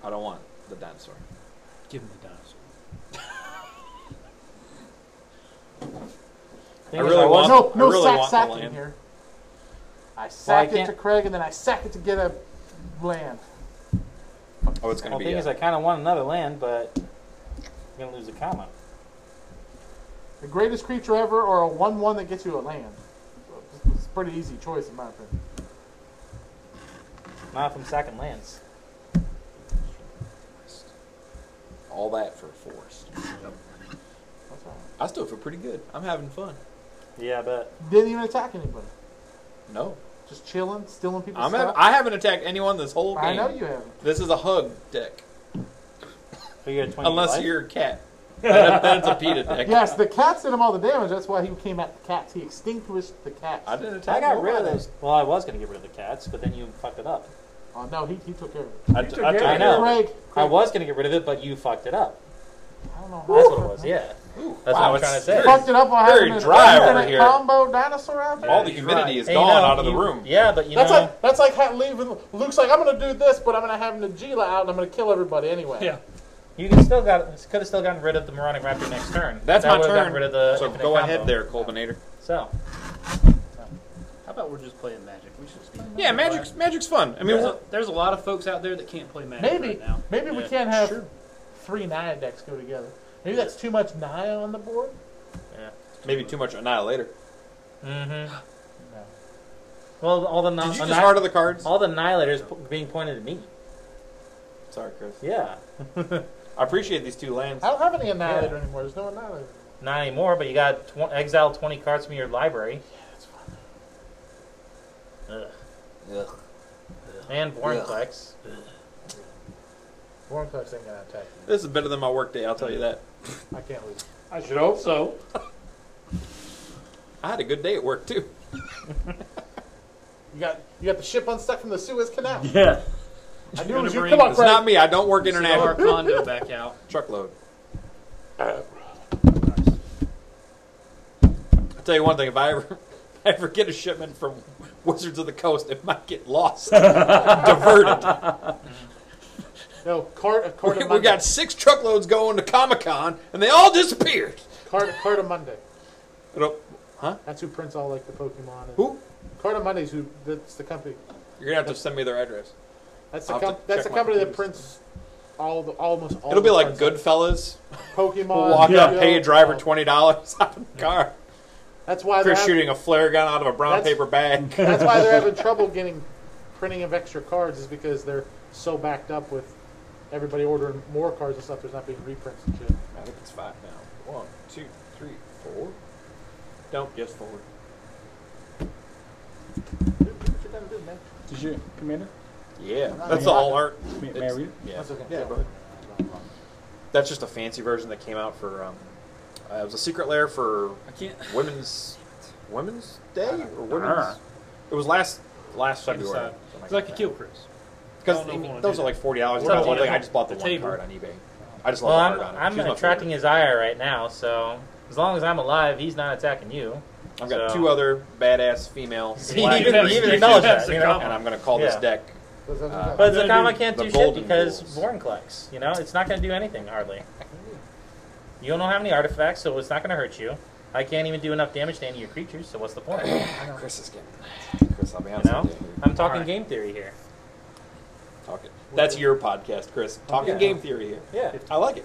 [SPEAKER 4] I don't want the dinosaur.
[SPEAKER 2] Give him the dinosaur.
[SPEAKER 1] Thing
[SPEAKER 4] I
[SPEAKER 1] is,
[SPEAKER 4] really
[SPEAKER 1] was-
[SPEAKER 4] want-
[SPEAKER 5] no,
[SPEAKER 4] I
[SPEAKER 5] no
[SPEAKER 4] really
[SPEAKER 5] sack
[SPEAKER 4] want the
[SPEAKER 5] sacking
[SPEAKER 4] land.
[SPEAKER 5] here. I sack it to
[SPEAKER 1] can't-
[SPEAKER 5] Craig and then I sack it to get a land.
[SPEAKER 4] Oh, it's gonna
[SPEAKER 1] Well, the
[SPEAKER 4] be.
[SPEAKER 1] thing
[SPEAKER 4] uh,
[SPEAKER 1] is, I kind of want another land, but I'm going to lose a comma.
[SPEAKER 5] The greatest creature ever, or a one-one that gets you a land. It's a pretty easy choice in my opinion.
[SPEAKER 1] Not if I'm sacking lands.
[SPEAKER 4] uh, All that for force.
[SPEAKER 5] That's all right.
[SPEAKER 4] I still feel pretty good. I'm having fun.
[SPEAKER 1] Yeah, but
[SPEAKER 5] Didn't even attack anybody.
[SPEAKER 4] No,
[SPEAKER 5] Just chilling, stealing people's
[SPEAKER 4] I'm. Have,
[SPEAKER 5] stuff.
[SPEAKER 4] I haven't attacked anyone this whole game.
[SPEAKER 5] I know you haven't.
[SPEAKER 4] This is a hug deck,
[SPEAKER 1] figure 20
[SPEAKER 4] unless
[SPEAKER 1] life.
[SPEAKER 4] you're a cat. then, then it's a PETA deck.
[SPEAKER 5] Yes, the cats did him all the damage. That's why he came at the cats. He extinguished the cats.
[SPEAKER 4] I didn't attack.
[SPEAKER 1] I got
[SPEAKER 4] one.
[SPEAKER 1] rid of those. Well, I was going to get rid of the cats, but then you fucked it up.
[SPEAKER 5] Oh no, he, he took care of it.
[SPEAKER 4] I, t-
[SPEAKER 1] care
[SPEAKER 4] I took
[SPEAKER 1] of
[SPEAKER 4] I
[SPEAKER 1] it.
[SPEAKER 4] know.
[SPEAKER 5] Craig,
[SPEAKER 1] I
[SPEAKER 5] Craig,
[SPEAKER 1] was going to get rid of it, but you fucked it up.
[SPEAKER 5] I don't know.
[SPEAKER 1] That's what it was, yeah. That's
[SPEAKER 4] wow,
[SPEAKER 1] what I'm
[SPEAKER 4] it's
[SPEAKER 1] trying to say.
[SPEAKER 4] very-
[SPEAKER 5] Fucked it up on
[SPEAKER 4] Very
[SPEAKER 5] having an
[SPEAKER 4] dry over
[SPEAKER 5] infinite
[SPEAKER 4] here.
[SPEAKER 5] combo dinosaur out there.
[SPEAKER 4] All the
[SPEAKER 2] He's
[SPEAKER 4] humidity
[SPEAKER 2] right.
[SPEAKER 4] is
[SPEAKER 1] Hey,
[SPEAKER 4] gone
[SPEAKER 1] no,
[SPEAKER 4] out of the
[SPEAKER 1] you-
[SPEAKER 4] room.
[SPEAKER 1] Yeah, but you
[SPEAKER 5] That's
[SPEAKER 1] know,
[SPEAKER 5] like that's like how leaving. Luke's like, I'm gonna do this, but I'm gonna have Najila out, and I'm gonna kill everybody anyway.
[SPEAKER 2] Yeah.
[SPEAKER 1] you can still got could have still gotten rid of the Moronic Raptor next turn.
[SPEAKER 4] That's
[SPEAKER 1] that
[SPEAKER 4] my
[SPEAKER 1] would've
[SPEAKER 4] turn.
[SPEAKER 1] Gotten rid of the
[SPEAKER 4] so
[SPEAKER 1] infinite
[SPEAKER 4] go ahead
[SPEAKER 1] combo.
[SPEAKER 4] there, Colbinator.
[SPEAKER 1] So
[SPEAKER 2] How about we're just playing Magic? We should just play
[SPEAKER 4] Yeah, magic's magic's fun. I mean,
[SPEAKER 2] There's a, there's a lot of folks out there that can't play Magic
[SPEAKER 5] Maybe
[SPEAKER 2] right now.
[SPEAKER 5] maybe we
[SPEAKER 2] Yeah.
[SPEAKER 5] can't have
[SPEAKER 2] Sure.
[SPEAKER 5] three Naya decks go together. Maybe that's too much Naya on the board.
[SPEAKER 4] maybe too much annihilator.
[SPEAKER 1] Mm-hmm. Well, all the non-
[SPEAKER 4] Did you just heart of the cards?
[SPEAKER 1] all the annihilators p- being pointed at me.
[SPEAKER 4] Sorry, Chris.
[SPEAKER 1] Yeah,
[SPEAKER 4] I appreciate these two lands.
[SPEAKER 5] I don't have any Annihilator anymore. There's no Annihilator.
[SPEAKER 1] not anymore. But you got tw- exile twenty cards from your library. Ugh.
[SPEAKER 4] Ugh.
[SPEAKER 1] And Vornplex.
[SPEAKER 5] Warnclex ain't gonna attack
[SPEAKER 4] This is better than my workday. I'll tell you that.
[SPEAKER 5] you. I can't lose.
[SPEAKER 9] I should hope so.
[SPEAKER 4] I had a good day at work too.
[SPEAKER 5] You got you got the ship unstuck from the Suez Canal.
[SPEAKER 9] Yeah.
[SPEAKER 5] I knew it
[SPEAKER 2] Gonna
[SPEAKER 5] was you.
[SPEAKER 2] bring-
[SPEAKER 5] Come on,
[SPEAKER 4] It's
[SPEAKER 5] Craig.
[SPEAKER 4] not me. I don't work
[SPEAKER 2] Our
[SPEAKER 4] international.
[SPEAKER 2] condo back out.
[SPEAKER 4] Truckload.
[SPEAKER 5] Uh,
[SPEAKER 4] I'll tell you one thing. If I ever, if I ever get a shipment from Wizards of the Coast, it might get lost, diverted.
[SPEAKER 5] No, cart a cart
[SPEAKER 4] We,
[SPEAKER 5] of
[SPEAKER 4] we got six truckloads going to Comic Con, and they all disappeared.
[SPEAKER 5] Card Cardamundi.
[SPEAKER 4] It'll, huh?
[SPEAKER 5] That's who prints all like the Pokemon. And
[SPEAKER 4] Who?
[SPEAKER 5] Cardamundi's who? That's the company.
[SPEAKER 4] You're gonna have to send me their address.
[SPEAKER 5] That's the
[SPEAKER 4] I'll have
[SPEAKER 5] com-
[SPEAKER 4] to
[SPEAKER 5] that's the
[SPEAKER 4] check my
[SPEAKER 5] company that
[SPEAKER 4] computer.
[SPEAKER 5] prints all the almost all.
[SPEAKER 4] It'll be
[SPEAKER 5] the
[SPEAKER 4] like
[SPEAKER 5] cards.
[SPEAKER 4] Goodfellas.
[SPEAKER 5] Pokemon.
[SPEAKER 4] Walk up,
[SPEAKER 5] Yu-Gi-Oh!
[SPEAKER 4] pay a driver twenty dollars out of the car.
[SPEAKER 5] That's why
[SPEAKER 4] They're
[SPEAKER 5] they're
[SPEAKER 4] shooting a flare gun out of a brown
[SPEAKER 5] That's-
[SPEAKER 4] paper bag.
[SPEAKER 5] Having, that's why they're having trouble getting printing of extra cards is because they're so backed up with everybody ordering more cards and stuff. There's not being reprints and shit.
[SPEAKER 4] I think it's five now. One, two, three, four. Don't guess forward.
[SPEAKER 5] Dude, what you gonna do, man?
[SPEAKER 9] Did you, Commander?
[SPEAKER 4] Yeah, that's all art.
[SPEAKER 9] May, may I
[SPEAKER 4] It's-
[SPEAKER 9] read it?
[SPEAKER 4] Yeah.
[SPEAKER 5] That's okay.
[SPEAKER 4] Yeah, go ahead. That's just a fancy version that came out for. Um, uh, it was a secret lair for
[SPEAKER 9] I can't.
[SPEAKER 4] Women's Women's Day or Women's.
[SPEAKER 9] Ah.
[SPEAKER 4] It was last last
[SPEAKER 2] Check this
[SPEAKER 4] February.
[SPEAKER 2] out. It's like a kill Chris. I
[SPEAKER 4] Because
[SPEAKER 2] don't know if I wanna
[SPEAKER 4] those
[SPEAKER 2] do
[SPEAKER 4] are like forty dollars.
[SPEAKER 2] We're
[SPEAKER 4] That's
[SPEAKER 2] not
[SPEAKER 4] one
[SPEAKER 2] doing
[SPEAKER 4] thing. I just bought the,
[SPEAKER 2] the
[SPEAKER 4] one
[SPEAKER 2] table.
[SPEAKER 4] card on eBay. I just
[SPEAKER 1] Well,
[SPEAKER 4] love
[SPEAKER 1] I'm,
[SPEAKER 4] the card on it.
[SPEAKER 1] I'm
[SPEAKER 4] She's my
[SPEAKER 1] attracting
[SPEAKER 4] favorite.
[SPEAKER 1] his ire right now, so as long as I'm alive, he's not attacking you.
[SPEAKER 4] I've got
[SPEAKER 1] so-
[SPEAKER 4] two other badass female.
[SPEAKER 1] See,
[SPEAKER 4] black
[SPEAKER 1] even-
[SPEAKER 4] raiders,
[SPEAKER 1] even acknowledge that, you know?
[SPEAKER 4] And I'm going to call this
[SPEAKER 1] Yeah.
[SPEAKER 4] deck.
[SPEAKER 5] Does that-
[SPEAKER 4] Uh,
[SPEAKER 1] But Zakama can't
[SPEAKER 4] The
[SPEAKER 1] do shit
[SPEAKER 4] Golden
[SPEAKER 1] because
[SPEAKER 4] Rules.
[SPEAKER 1] Born collects. You know, it's not going to do anything hardly. You don't have any artifacts, so it's not going to hurt you. I can't even do enough damage to any of your creatures, so what's the point? You
[SPEAKER 4] Chris is getting. Chris, I'll be honest
[SPEAKER 1] know,
[SPEAKER 4] with you.
[SPEAKER 1] I'm talking game theory here.
[SPEAKER 4] Talk it. That's your podcast, Chris. Talking
[SPEAKER 1] Yeah.
[SPEAKER 4] game theory here.
[SPEAKER 1] Yeah.
[SPEAKER 4] I like it.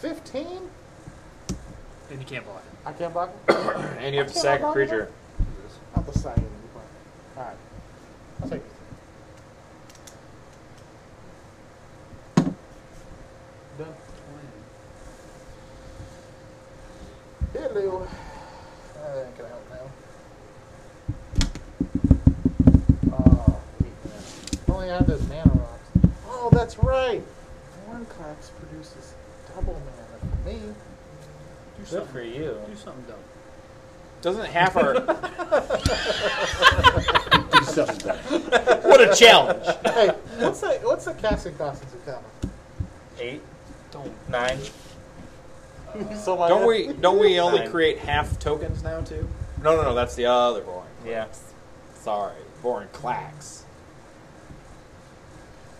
[SPEAKER 5] Fifteen?
[SPEAKER 2] And you can't block it.
[SPEAKER 5] I can't block it.
[SPEAKER 4] And you have to sack a creature.
[SPEAKER 5] Not the side. All right. I'll take it. Done. Hello. Uh, can I help now? Oh, wait, man. I only had those mana rocks. Oh, that's right. Hornclax produces double mana for me.
[SPEAKER 2] Do
[SPEAKER 1] Good for
[SPEAKER 2] something.
[SPEAKER 1] you.
[SPEAKER 2] Do something dumb.
[SPEAKER 4] Doesn't half our.
[SPEAKER 9] Do something about it.
[SPEAKER 4] what a challenge!
[SPEAKER 5] hey, what's the what's the casting cost of Zakama?
[SPEAKER 1] Eight, nine.
[SPEAKER 5] so my
[SPEAKER 4] Don't we? Don't we only
[SPEAKER 1] Fine.
[SPEAKER 4] create half tokens now too? No, no, no. That's the other boring.
[SPEAKER 1] Yeah.
[SPEAKER 4] Sorry, boring clacks.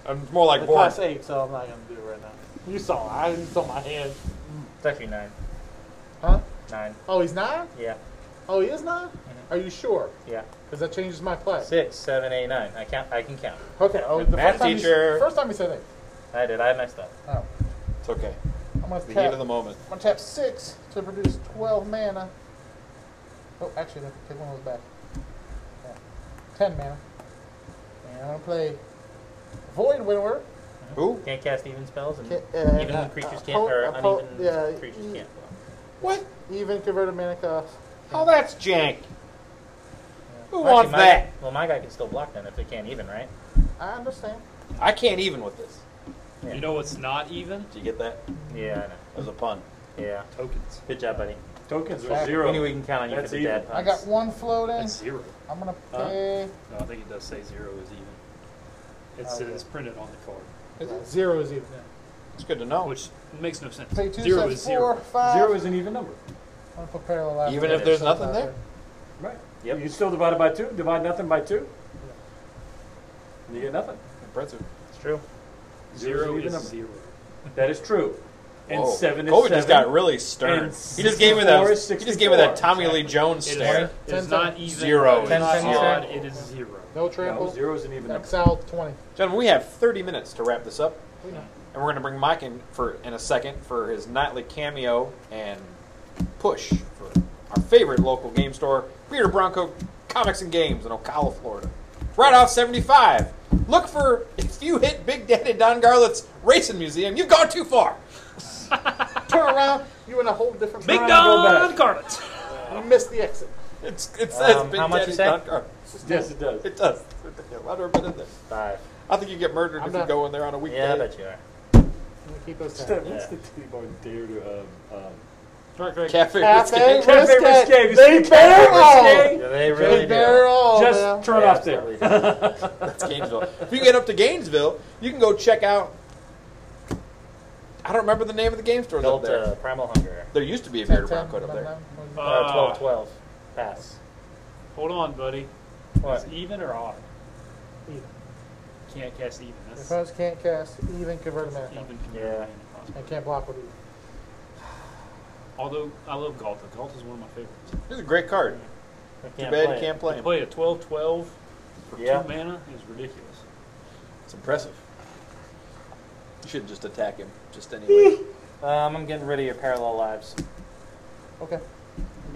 [SPEAKER 4] I'm more like
[SPEAKER 5] It
[SPEAKER 4] boring.
[SPEAKER 5] costs eight, so I'm not gonna do it right now. You saw, I saw my hand.
[SPEAKER 1] It's actually nine.
[SPEAKER 5] Huh?
[SPEAKER 1] Nine.
[SPEAKER 5] Oh, he's nine.
[SPEAKER 1] Yeah.
[SPEAKER 5] Oh, he is 9 Are you sure?
[SPEAKER 1] Yeah.
[SPEAKER 5] Because that changes my play.
[SPEAKER 1] Six, seven, eight, nine. I count. I can count.
[SPEAKER 5] Okay. Oh, the
[SPEAKER 1] Math
[SPEAKER 5] first time
[SPEAKER 4] teacher.
[SPEAKER 5] He, first time he said eight.
[SPEAKER 1] I did. I messed up.
[SPEAKER 5] Oh,
[SPEAKER 4] It's okay.
[SPEAKER 5] I'm gonna
[SPEAKER 4] The
[SPEAKER 5] tap.
[SPEAKER 4] heat of the moment.
[SPEAKER 5] I'm gonna tap six to produce twelve mana. Oh, actually, no, take one of those back. Yeah. Ten mana. And I'm gonna play Void Winnower.
[SPEAKER 4] Who?
[SPEAKER 1] Can't cast even spells, and
[SPEAKER 5] Ca- uh,
[SPEAKER 1] even
[SPEAKER 5] uh,
[SPEAKER 1] creatures
[SPEAKER 5] uh,
[SPEAKER 1] can't, or
[SPEAKER 5] po- uh, po-
[SPEAKER 1] uneven
[SPEAKER 5] yeah,
[SPEAKER 1] creatures
[SPEAKER 5] e-
[SPEAKER 1] can't. block.
[SPEAKER 4] What?
[SPEAKER 5] Even converted mana cost.
[SPEAKER 4] Oh, that's jank. Who
[SPEAKER 1] Actually,
[SPEAKER 4] wants
[SPEAKER 1] my-
[SPEAKER 4] that?
[SPEAKER 1] Well, my guy can still block them if they can't even, right?
[SPEAKER 5] I understand.
[SPEAKER 4] I can't even with this.
[SPEAKER 1] Yeah.
[SPEAKER 2] You know what's not even?
[SPEAKER 4] Do you get that?
[SPEAKER 1] Yeah, I know.
[SPEAKER 4] That was a pun.
[SPEAKER 1] Yeah.
[SPEAKER 2] Tokens.
[SPEAKER 1] Good job, buddy.
[SPEAKER 9] Tokens are
[SPEAKER 5] Exactly.
[SPEAKER 1] We
[SPEAKER 9] zero.
[SPEAKER 1] knew we can count on you
[SPEAKER 9] That's
[SPEAKER 1] for the dad
[SPEAKER 9] even.
[SPEAKER 1] puns.
[SPEAKER 5] I got one floating.
[SPEAKER 2] That's zero.
[SPEAKER 5] I'm gonna
[SPEAKER 9] Huh?
[SPEAKER 5] pay.
[SPEAKER 2] No, I think it does say zero is even. It's,
[SPEAKER 5] Okay.
[SPEAKER 2] it's printed on the card,
[SPEAKER 5] Zero is even.
[SPEAKER 4] It's good to know.
[SPEAKER 2] which makes no sense.
[SPEAKER 5] Pay two
[SPEAKER 2] zero
[SPEAKER 5] sets,
[SPEAKER 2] is
[SPEAKER 5] four,
[SPEAKER 2] zero.
[SPEAKER 5] five.
[SPEAKER 9] Zero is an even number.
[SPEAKER 5] I'm gonna put parallel lines
[SPEAKER 4] Even
[SPEAKER 5] in
[SPEAKER 4] if there's
[SPEAKER 5] so it's
[SPEAKER 4] nothing
[SPEAKER 5] not
[SPEAKER 4] there?
[SPEAKER 9] Right.
[SPEAKER 1] Yep.
[SPEAKER 9] You still divide it by two, divide nothing by two. You get nothing.
[SPEAKER 4] Impressive.
[SPEAKER 1] It's true.
[SPEAKER 2] Zero
[SPEAKER 9] Zero is
[SPEAKER 2] is
[SPEAKER 9] even number.
[SPEAKER 2] zero.
[SPEAKER 9] That is true. And
[SPEAKER 4] Whoa.
[SPEAKER 9] seven is
[SPEAKER 4] Kobe
[SPEAKER 9] seven.
[SPEAKER 4] just got really stern.
[SPEAKER 9] And
[SPEAKER 4] He just gave me that.
[SPEAKER 9] 64
[SPEAKER 4] He
[SPEAKER 9] is
[SPEAKER 4] just gave me that
[SPEAKER 9] 64.
[SPEAKER 4] Tommy Lee Jones
[SPEAKER 2] It is,
[SPEAKER 4] stare.
[SPEAKER 2] it is not even.
[SPEAKER 4] Zero
[SPEAKER 2] It is
[SPEAKER 4] is
[SPEAKER 2] not
[SPEAKER 1] zero.
[SPEAKER 2] odd. It is zero.
[SPEAKER 5] No
[SPEAKER 9] no,
[SPEAKER 5] trample.
[SPEAKER 9] zero is an even number.
[SPEAKER 5] Exile twenty.
[SPEAKER 4] Gentlemen, we have 30 minutes to wrap this up,
[SPEAKER 5] We know.
[SPEAKER 4] and we're going to bring Mike in for in a second for his nightly cameo and push for our favorite local game store, Peter Bronco Comics and Games in Ocala, Florida. Right off 75. Look for if you hit Big Daddy Don Garlett's Racing Museum, you've gone too far.
[SPEAKER 5] Turn around. You in a whole different.
[SPEAKER 2] Big
[SPEAKER 9] Brian, go
[SPEAKER 2] Don
[SPEAKER 9] back.
[SPEAKER 2] Garland.
[SPEAKER 5] You missed the exit.
[SPEAKER 4] It's it's,
[SPEAKER 1] Um,
[SPEAKER 4] it's Big
[SPEAKER 1] how much
[SPEAKER 4] Daddy
[SPEAKER 1] you say?
[SPEAKER 4] Don Garlett.
[SPEAKER 9] Yes, it does.
[SPEAKER 4] It does. What the hell? I've never been in there.
[SPEAKER 1] Five.
[SPEAKER 4] I think you get murdered
[SPEAKER 5] I'm
[SPEAKER 4] if you
[SPEAKER 5] not-
[SPEAKER 4] go in there on a weekday.
[SPEAKER 1] Yeah, I bet you are.
[SPEAKER 5] I'm gonna keep those.
[SPEAKER 9] What's
[SPEAKER 5] down.
[SPEAKER 9] the, what's the T-bar dare to um, um,
[SPEAKER 4] Cafe.
[SPEAKER 5] Cafe
[SPEAKER 4] Risque.
[SPEAKER 9] Cafe Risque,
[SPEAKER 5] Risque.
[SPEAKER 9] you
[SPEAKER 5] They
[SPEAKER 9] see
[SPEAKER 5] bear
[SPEAKER 9] Cafe
[SPEAKER 5] all.
[SPEAKER 9] Risque?
[SPEAKER 4] Oh.
[SPEAKER 1] Yeah, they really
[SPEAKER 5] They
[SPEAKER 1] do.
[SPEAKER 5] bear
[SPEAKER 9] Oh,
[SPEAKER 5] all. man.
[SPEAKER 9] Just turn
[SPEAKER 1] Yeah,
[SPEAKER 9] off there.
[SPEAKER 4] That's Gainesville. if you get up to Gainesville, you can go check out. I don't remember the name of the game stores up there.
[SPEAKER 1] Delta uh, Primal Hunger.
[SPEAKER 4] There used to be a
[SPEAKER 5] Ten,
[SPEAKER 4] Bearded
[SPEAKER 5] ten,
[SPEAKER 4] Brown Coat up there.
[SPEAKER 5] eleven,
[SPEAKER 2] Uh,
[SPEAKER 5] eleven.
[SPEAKER 1] Uh, 12, 12. Pass.
[SPEAKER 2] Hold on, buddy.
[SPEAKER 1] What?
[SPEAKER 2] Is even or odd?
[SPEAKER 5] Even.
[SPEAKER 2] Can't cast even.
[SPEAKER 5] Your
[SPEAKER 2] That's
[SPEAKER 5] opponents can't cast even convert mana.
[SPEAKER 2] even.
[SPEAKER 1] Yeah.
[SPEAKER 5] And can't block with even.
[SPEAKER 2] Although I love Galta. Galta's one of my favorites.
[SPEAKER 4] It's a great card.
[SPEAKER 1] I
[SPEAKER 4] Too
[SPEAKER 1] can't
[SPEAKER 4] bad
[SPEAKER 1] play
[SPEAKER 4] you
[SPEAKER 1] it.
[SPEAKER 4] can't play
[SPEAKER 2] To
[SPEAKER 4] him.
[SPEAKER 2] play a 12 12 for
[SPEAKER 4] Yeah.
[SPEAKER 2] two mana is ridiculous.
[SPEAKER 4] It's impressive. You should just attack him, just anyway.
[SPEAKER 1] Um, I'm getting rid of your parallel lives.
[SPEAKER 5] Okay.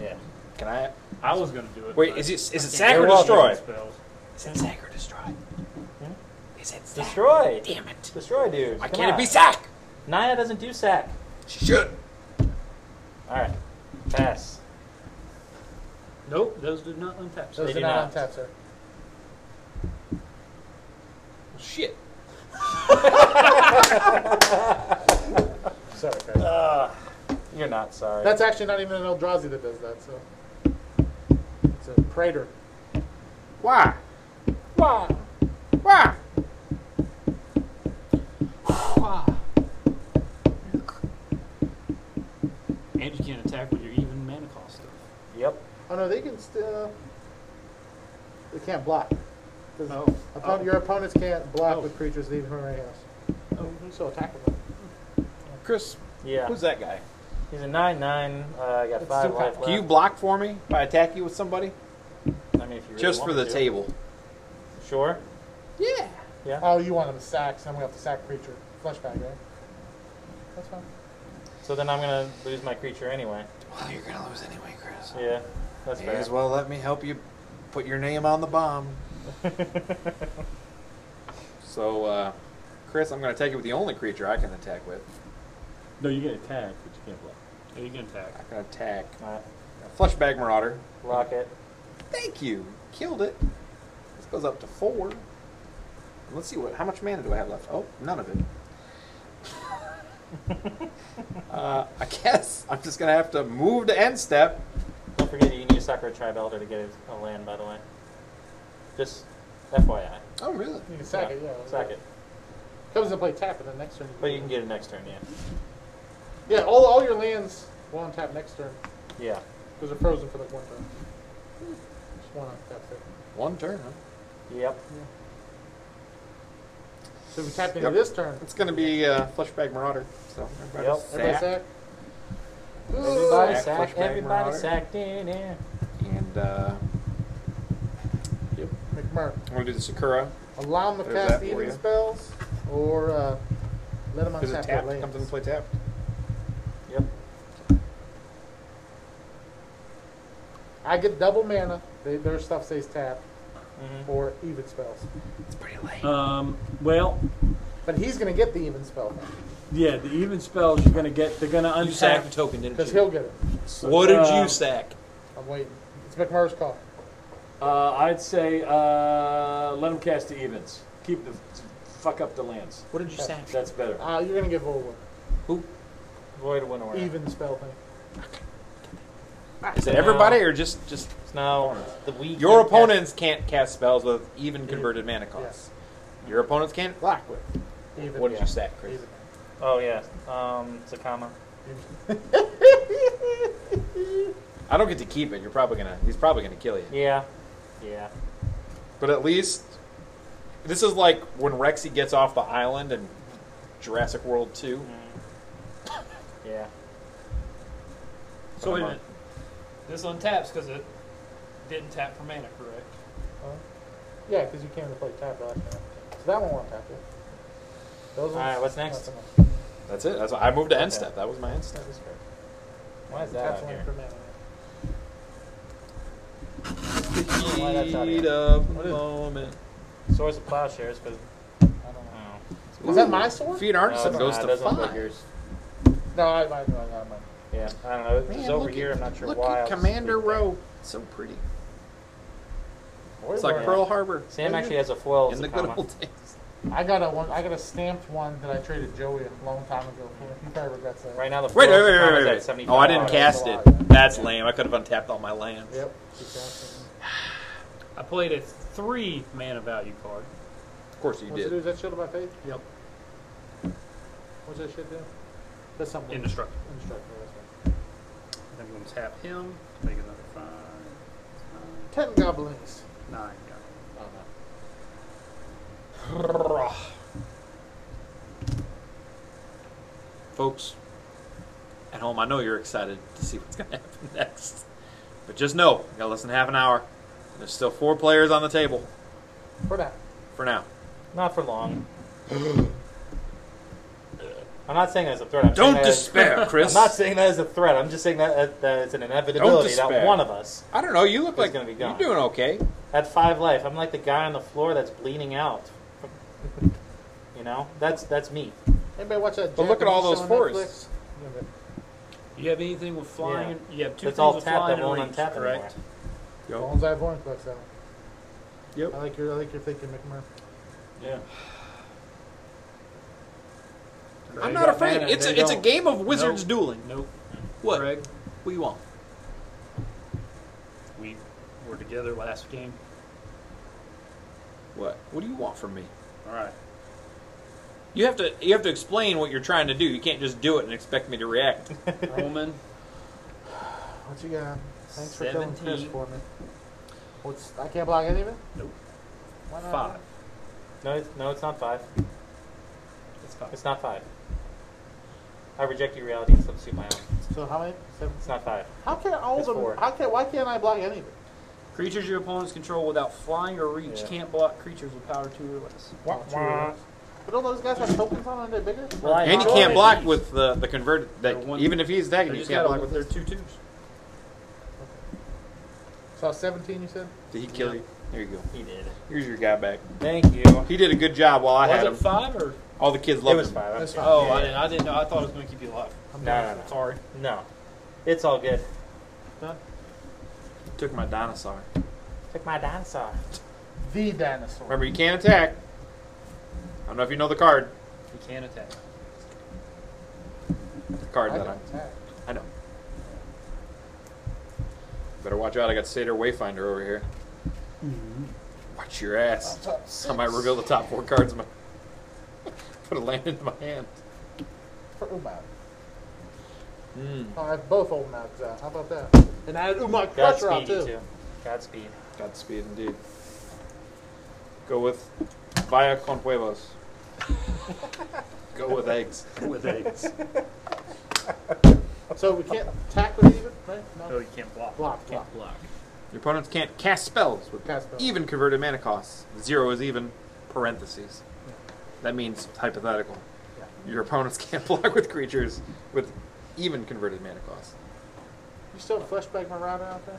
[SPEAKER 4] yeah. Can I?
[SPEAKER 2] I was going to do it.
[SPEAKER 4] Wait,
[SPEAKER 2] but
[SPEAKER 4] is it is it
[SPEAKER 2] I
[SPEAKER 4] sack
[SPEAKER 2] can't.
[SPEAKER 4] or destroy?
[SPEAKER 2] Spells.
[SPEAKER 4] Is it sack or destroy? Is it
[SPEAKER 1] Hmm?
[SPEAKER 4] sack?
[SPEAKER 1] Destroy.
[SPEAKER 4] Damn it!
[SPEAKER 1] Destroy, dude.
[SPEAKER 4] Why
[SPEAKER 1] Come
[SPEAKER 4] can't it
[SPEAKER 1] on.
[SPEAKER 4] be sack?
[SPEAKER 1] Naya doesn't do sack.
[SPEAKER 4] She should.
[SPEAKER 1] All right. Pass.
[SPEAKER 2] Nope, those did not untap.
[SPEAKER 5] Those
[SPEAKER 1] do
[SPEAKER 5] are not on
[SPEAKER 1] not.
[SPEAKER 5] tap, sir.
[SPEAKER 4] Shit.
[SPEAKER 5] Sorry, Craig.
[SPEAKER 1] You're not sorry.
[SPEAKER 5] Uh, That's actually not even an Eldrazi that does that, so. It's a Praetor.
[SPEAKER 12] Why?
[SPEAKER 5] Wow.
[SPEAKER 12] Why?
[SPEAKER 2] And you can't attack with your even mana cost stuff.
[SPEAKER 1] Yep.
[SPEAKER 5] Oh no, they can still. They can't block. 'Cause
[SPEAKER 2] Oh.
[SPEAKER 5] oppo-
[SPEAKER 2] Oh.
[SPEAKER 5] Your opponents can't block
[SPEAKER 2] Oh.
[SPEAKER 5] with creatures leaving from their house. So attack them.
[SPEAKER 4] Chris,
[SPEAKER 1] Yeah.
[SPEAKER 4] who's that guy?
[SPEAKER 1] He's a nine nine. Uh, I got
[SPEAKER 5] It's
[SPEAKER 1] five
[SPEAKER 5] still
[SPEAKER 1] life
[SPEAKER 5] count.
[SPEAKER 1] left.
[SPEAKER 4] Can you block for me if I attack you with somebody?
[SPEAKER 1] I mean, if you really
[SPEAKER 4] just
[SPEAKER 1] want
[SPEAKER 4] for the
[SPEAKER 1] to.
[SPEAKER 4] table.
[SPEAKER 1] Sure.
[SPEAKER 5] Yeah.
[SPEAKER 1] Yeah.
[SPEAKER 5] Oh, you want them to sack, so then we have to sack creature. Fleshback, right? That's fine.
[SPEAKER 1] So then I'm gonna lose my creature anyway.
[SPEAKER 4] Well, you're gonna lose anyway, Chris.
[SPEAKER 1] Yeah. That's
[SPEAKER 4] May
[SPEAKER 1] fair.
[SPEAKER 4] as well let me help you put your name on the bomb. So, uh, Chris, I'm gonna attack you with the only creature I can attack with.
[SPEAKER 13] No, you can attack, but you can't block.
[SPEAKER 2] Yeah, you can attack.
[SPEAKER 4] I can attack
[SPEAKER 1] Alright.
[SPEAKER 4] a Flushbag Marauder.
[SPEAKER 1] Lock it.
[SPEAKER 4] Thank you. Killed it. This goes up to four. Let's see what. How much mana do I have left? Oh, none of it. uh, I guess I'm just gonna have to move to end step.
[SPEAKER 1] Don't forget you need a Sakura Tribe Elder to get a- a land, by the way. Just FYI.
[SPEAKER 4] Oh, really?
[SPEAKER 5] You can sack it, yeah.
[SPEAKER 1] Sack it.
[SPEAKER 5] Comes and play tap, and then next turn.
[SPEAKER 1] But you can get it next turn, yeah.
[SPEAKER 5] Yeah, all, all your lands will on tap next turn
[SPEAKER 1] Yeah.
[SPEAKER 5] because they're frozen for like one turn. Just one on tap. there.
[SPEAKER 4] One turn. Huh?
[SPEAKER 1] Yep.
[SPEAKER 5] So we tapped into
[SPEAKER 4] Yep.
[SPEAKER 5] this turn.
[SPEAKER 4] It's gonna be uh, Flushbag Marauder. So everybody
[SPEAKER 1] Yep.
[SPEAKER 5] Everybody
[SPEAKER 4] sack.
[SPEAKER 5] sack.
[SPEAKER 1] Everybody
[SPEAKER 4] Sack,
[SPEAKER 1] sacked.
[SPEAKER 4] flashback
[SPEAKER 1] Everybody
[SPEAKER 4] marauder.
[SPEAKER 1] sacked in. Yeah.
[SPEAKER 4] And uh,
[SPEAKER 5] McMurray.
[SPEAKER 4] I'm gonna do the Sakura.
[SPEAKER 5] Allow them to
[SPEAKER 4] There's
[SPEAKER 5] cast
[SPEAKER 4] that for
[SPEAKER 5] even
[SPEAKER 4] you.
[SPEAKER 5] spells, or uh, let them
[SPEAKER 4] Is it
[SPEAKER 5] untap their
[SPEAKER 4] tapped? Comes
[SPEAKER 5] lands.
[SPEAKER 4] into play tapped.
[SPEAKER 1] Yep.
[SPEAKER 5] I get double mana. They, their stuff stays tapped,
[SPEAKER 4] Mm-hmm.
[SPEAKER 1] Mhm.
[SPEAKER 5] or even spells.
[SPEAKER 4] It's pretty late.
[SPEAKER 13] Um, well,
[SPEAKER 5] But he's gonna get the even spell
[SPEAKER 13] yeah, the even spells you're gonna get. They're gonna
[SPEAKER 4] you sacked a
[SPEAKER 13] untap.
[SPEAKER 4] token,
[SPEAKER 5] because
[SPEAKER 4] didn't you?
[SPEAKER 5] he'll get it.
[SPEAKER 4] What did
[SPEAKER 13] Uh,
[SPEAKER 4] you sack?
[SPEAKER 5] I'm waiting. It's McMurray's call.
[SPEAKER 13] Uh, I'd say uh, let them cast the evens. Keep the fuck up the lands.
[SPEAKER 4] What did you sack?
[SPEAKER 13] That's better.
[SPEAKER 5] Uh, you're gonna get Void
[SPEAKER 1] Void of
[SPEAKER 4] Oh,
[SPEAKER 1] Winnower.
[SPEAKER 5] one even spell thing.
[SPEAKER 4] Is it everybody or just just
[SPEAKER 1] It's now the weak.
[SPEAKER 4] Your opponents can't cast spells with even converted mana costs. Your opponents can't.
[SPEAKER 5] Black with even.
[SPEAKER 4] What did
[SPEAKER 5] yeah.
[SPEAKER 4] you sack, Chris?
[SPEAKER 5] Even.
[SPEAKER 1] Oh yeah. Um, it's a comma.
[SPEAKER 4] I don't get to keep it. You're probably gonna. He's probably gonna kill you.
[SPEAKER 1] Yeah. Yeah.
[SPEAKER 4] But at least this is like when Rexy gets off the island in Jurassic World Two.
[SPEAKER 1] Mm. Yeah.
[SPEAKER 2] So
[SPEAKER 4] Put
[SPEAKER 2] wait a
[SPEAKER 4] 'em
[SPEAKER 2] minute. This untaps because it didn't tap for mana, correct?
[SPEAKER 5] Yeah, because you came to play tap last time. So that one won't tap it. Those
[SPEAKER 1] All right,
[SPEAKER 5] ones-
[SPEAKER 1] what's next?
[SPEAKER 5] nothing else.
[SPEAKER 4] That's it. That's I moved to end
[SPEAKER 1] Okay.
[SPEAKER 4] step. That was my end step.
[SPEAKER 1] That is fair. Why is that
[SPEAKER 5] Taps
[SPEAKER 1] out
[SPEAKER 5] only
[SPEAKER 1] here?
[SPEAKER 5] for mana.
[SPEAKER 1] Why that's out here?
[SPEAKER 4] Heat of the moment.
[SPEAKER 1] Source of plowshares, but I don't know.
[SPEAKER 5] Is that my sword?
[SPEAKER 4] Feed Arnson
[SPEAKER 1] No,
[SPEAKER 4] goes
[SPEAKER 1] nah, it
[SPEAKER 4] to
[SPEAKER 1] doesn't look like
[SPEAKER 4] five.
[SPEAKER 1] yours.
[SPEAKER 5] No, I mine, mine, mine, mine.
[SPEAKER 1] Yeah, I don't know. It's
[SPEAKER 4] Man,
[SPEAKER 1] over
[SPEAKER 4] look
[SPEAKER 1] here.
[SPEAKER 4] at-
[SPEAKER 1] I'm not sure
[SPEAKER 4] look
[SPEAKER 1] why.
[SPEAKER 4] at
[SPEAKER 1] I was
[SPEAKER 4] Commander
[SPEAKER 1] thinking that.
[SPEAKER 4] Row. So pretty.
[SPEAKER 5] Void
[SPEAKER 4] It's like
[SPEAKER 5] one.
[SPEAKER 4] Pearl Harbor
[SPEAKER 1] Sam actually has a foil as
[SPEAKER 4] in
[SPEAKER 1] a
[SPEAKER 4] the good
[SPEAKER 1] comma.
[SPEAKER 4] old days.
[SPEAKER 5] I got a one. I got a stamped one that I traded Joey a long time ago. He probably regrets that.
[SPEAKER 1] Right now the
[SPEAKER 4] Wait,
[SPEAKER 1] foil
[SPEAKER 4] wait,
[SPEAKER 1] of the
[SPEAKER 4] wait,
[SPEAKER 1] comma
[SPEAKER 4] wait,
[SPEAKER 1] is at
[SPEAKER 4] wait, wait.
[SPEAKER 1] 75
[SPEAKER 4] Oh, I didn't
[SPEAKER 1] dollars.
[SPEAKER 4] cast it. That's lame. I could have untapped all my lands.
[SPEAKER 5] Yep. he passed it.
[SPEAKER 2] I played a three mana value card.
[SPEAKER 4] Of course you
[SPEAKER 5] What's it do?
[SPEAKER 4] did.
[SPEAKER 5] Is that shield of my faith?
[SPEAKER 2] Yep.
[SPEAKER 5] What's that shit do? That's something.
[SPEAKER 2] Indestructible.
[SPEAKER 5] Indestructible. That's
[SPEAKER 2] I'm going to tap him. Make another five. five,
[SPEAKER 5] right. Ten goblins.
[SPEAKER 2] Nine. yeah.
[SPEAKER 4] Folks, at home, I know you're excited to see what's going to happen next. But just know, you got less than half an hour. There's still four players on the table
[SPEAKER 5] For now.
[SPEAKER 4] for now.
[SPEAKER 1] Not for long. I'm not saying that as a threat. I'm
[SPEAKER 4] Don't
[SPEAKER 1] saying that as-
[SPEAKER 4] despair, Chris.
[SPEAKER 1] I'm not saying that as a threat. I'm just saying that, that, that it's an
[SPEAKER 4] Don't
[SPEAKER 1] inevitability
[SPEAKER 4] despair.
[SPEAKER 1] that one of us
[SPEAKER 4] I don't know. You look
[SPEAKER 1] is
[SPEAKER 4] like
[SPEAKER 1] going to be
[SPEAKER 4] you're
[SPEAKER 1] gone.
[SPEAKER 4] doing okay.
[SPEAKER 1] At five life, I'm like the guy on the floor that's bleeding out. you know, that's that's me.
[SPEAKER 5] Anybody watch that?
[SPEAKER 4] But look at
[SPEAKER 5] Japanese
[SPEAKER 4] all those
[SPEAKER 5] show on
[SPEAKER 4] forests.
[SPEAKER 5] Netflix? Yeah,
[SPEAKER 2] You have anything with flying? You have two
[SPEAKER 1] That's
[SPEAKER 2] things
[SPEAKER 1] all
[SPEAKER 2] with
[SPEAKER 1] tapped,
[SPEAKER 2] flying
[SPEAKER 1] that
[SPEAKER 2] and
[SPEAKER 1] won't
[SPEAKER 2] reach,
[SPEAKER 1] untap
[SPEAKER 2] correct?
[SPEAKER 1] anymore.
[SPEAKER 5] but Bones Eye Vorncliffe, though.
[SPEAKER 4] Yep.
[SPEAKER 5] I like your I like your thinking, McMurphy.
[SPEAKER 14] Yeah.
[SPEAKER 4] I'm
[SPEAKER 2] They
[SPEAKER 4] not
[SPEAKER 2] got
[SPEAKER 4] afraid.
[SPEAKER 2] mana,
[SPEAKER 4] It's
[SPEAKER 2] they
[SPEAKER 4] a, it's a
[SPEAKER 2] don't.
[SPEAKER 4] game of wizards dueling.
[SPEAKER 2] Nope.
[SPEAKER 4] What?
[SPEAKER 2] Greg,
[SPEAKER 4] What you want?
[SPEAKER 2] we were together last game.
[SPEAKER 4] What? What do you want from me?
[SPEAKER 2] All right.
[SPEAKER 4] You have to you have to explain what you're trying to do. You can't just do it and expect me to react.
[SPEAKER 2] Roman,
[SPEAKER 5] What you got? Thanks for killing Chris
[SPEAKER 2] 17.
[SPEAKER 5] for me. What's I can't block any of it.
[SPEAKER 2] Nope.
[SPEAKER 5] Why not?
[SPEAKER 2] five.
[SPEAKER 1] No, it's, no, it's not five.
[SPEAKER 2] It's five.
[SPEAKER 1] It's not five. I reject your reality and substitute my own.
[SPEAKER 5] So how many? Seven.
[SPEAKER 1] It's not five.
[SPEAKER 5] How can all
[SPEAKER 1] It's
[SPEAKER 5] of them?
[SPEAKER 1] four.
[SPEAKER 5] How can? Why can't I block any of it?
[SPEAKER 2] Creatures your opponents control without flying or reach
[SPEAKER 1] Yeah.
[SPEAKER 2] can't block creaters with power two or less.
[SPEAKER 5] Oh, But all those guys have tokens on them. They're bigger.
[SPEAKER 4] and you can't block with the the converted.
[SPEAKER 2] They're
[SPEAKER 4] That,
[SPEAKER 2] one-
[SPEAKER 4] even if he's
[SPEAKER 2] They
[SPEAKER 4] attacking, you
[SPEAKER 2] just
[SPEAKER 4] can't
[SPEAKER 2] gotta
[SPEAKER 4] block
[SPEAKER 2] with
[SPEAKER 4] with.
[SPEAKER 2] their two twos.
[SPEAKER 5] So 17, you said.
[SPEAKER 4] Did he kill you? There you go.
[SPEAKER 1] He did.
[SPEAKER 4] Here's your guy back.
[SPEAKER 1] Thank you.
[SPEAKER 4] He did a good job while I
[SPEAKER 2] Was
[SPEAKER 4] had
[SPEAKER 2] it
[SPEAKER 4] him.
[SPEAKER 2] five or?
[SPEAKER 4] All the kids
[SPEAKER 1] It
[SPEAKER 4] loved
[SPEAKER 1] was
[SPEAKER 4] him.
[SPEAKER 1] five. I'm
[SPEAKER 5] That's
[SPEAKER 1] sorry.
[SPEAKER 2] Oh, I didn't. I didn't know. I thought it was going to keep you alive.
[SPEAKER 1] No, no, no.
[SPEAKER 2] Sorry.
[SPEAKER 1] No. It's all good.
[SPEAKER 4] Took my dinosaur.
[SPEAKER 1] Took my dinosaur.
[SPEAKER 5] The dinosaur.
[SPEAKER 4] Remember, you can't attack. I don't know if you know the card.
[SPEAKER 2] You can attack.
[SPEAKER 4] The card
[SPEAKER 5] I
[SPEAKER 4] that
[SPEAKER 5] can
[SPEAKER 4] I,
[SPEAKER 5] attack.
[SPEAKER 4] I know. Better watch out. I got Seder Wayfinder over here.
[SPEAKER 5] Mm-hmm.
[SPEAKER 4] Watch your ass. I might reveal the top four cards. Of my put a land into my hand.
[SPEAKER 5] For Umag.
[SPEAKER 4] Mm.
[SPEAKER 5] Oh, I have both old maps out. How about that? And I had Umag Crusher out
[SPEAKER 1] Godspeed,
[SPEAKER 5] too.
[SPEAKER 1] you two. Godspeed.
[SPEAKER 4] Godspeed, indeed. Go with Via con huevos. Go with eggs.
[SPEAKER 2] With eggs.
[SPEAKER 5] So we can't attack with it even, right?
[SPEAKER 2] No,
[SPEAKER 5] No.
[SPEAKER 2] you can't block.
[SPEAKER 5] Block,
[SPEAKER 2] You can't
[SPEAKER 5] block.
[SPEAKER 2] block.
[SPEAKER 4] Your opponents can't cast spells with
[SPEAKER 5] Cast spells.
[SPEAKER 4] even converted mana costs. Zero is even parentheses. That means hypothetical. Your opponents can't block with creatures with even converted mana costs.
[SPEAKER 5] You still have flashback my router out there?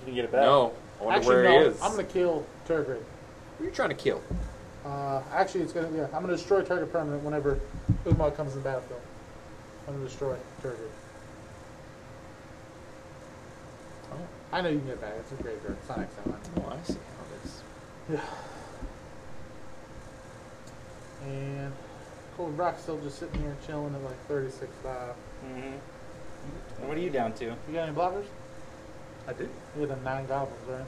[SPEAKER 1] You can get it
[SPEAKER 4] No. I wonder
[SPEAKER 5] Actually,
[SPEAKER 4] where
[SPEAKER 5] no.
[SPEAKER 4] he is.
[SPEAKER 5] I'm gonna kill Turgid.
[SPEAKER 4] Who are you trying to kill?
[SPEAKER 5] Uh, actually, it's gonna. Yeah, I'm gonna destroy Turgid permanent whenever Umag comes in the battlefield. I'm gonna destroy Turgid. I know you can get it back. It's a graveyard. It's not exile.
[SPEAKER 4] Oh, I see how this.
[SPEAKER 5] And Cold Rock's still just sitting here chilling at like 36 five.
[SPEAKER 1] Mm-hmm. What are you down to?
[SPEAKER 5] You got any blockers?
[SPEAKER 2] I do.
[SPEAKER 5] You got the nine goblins, right?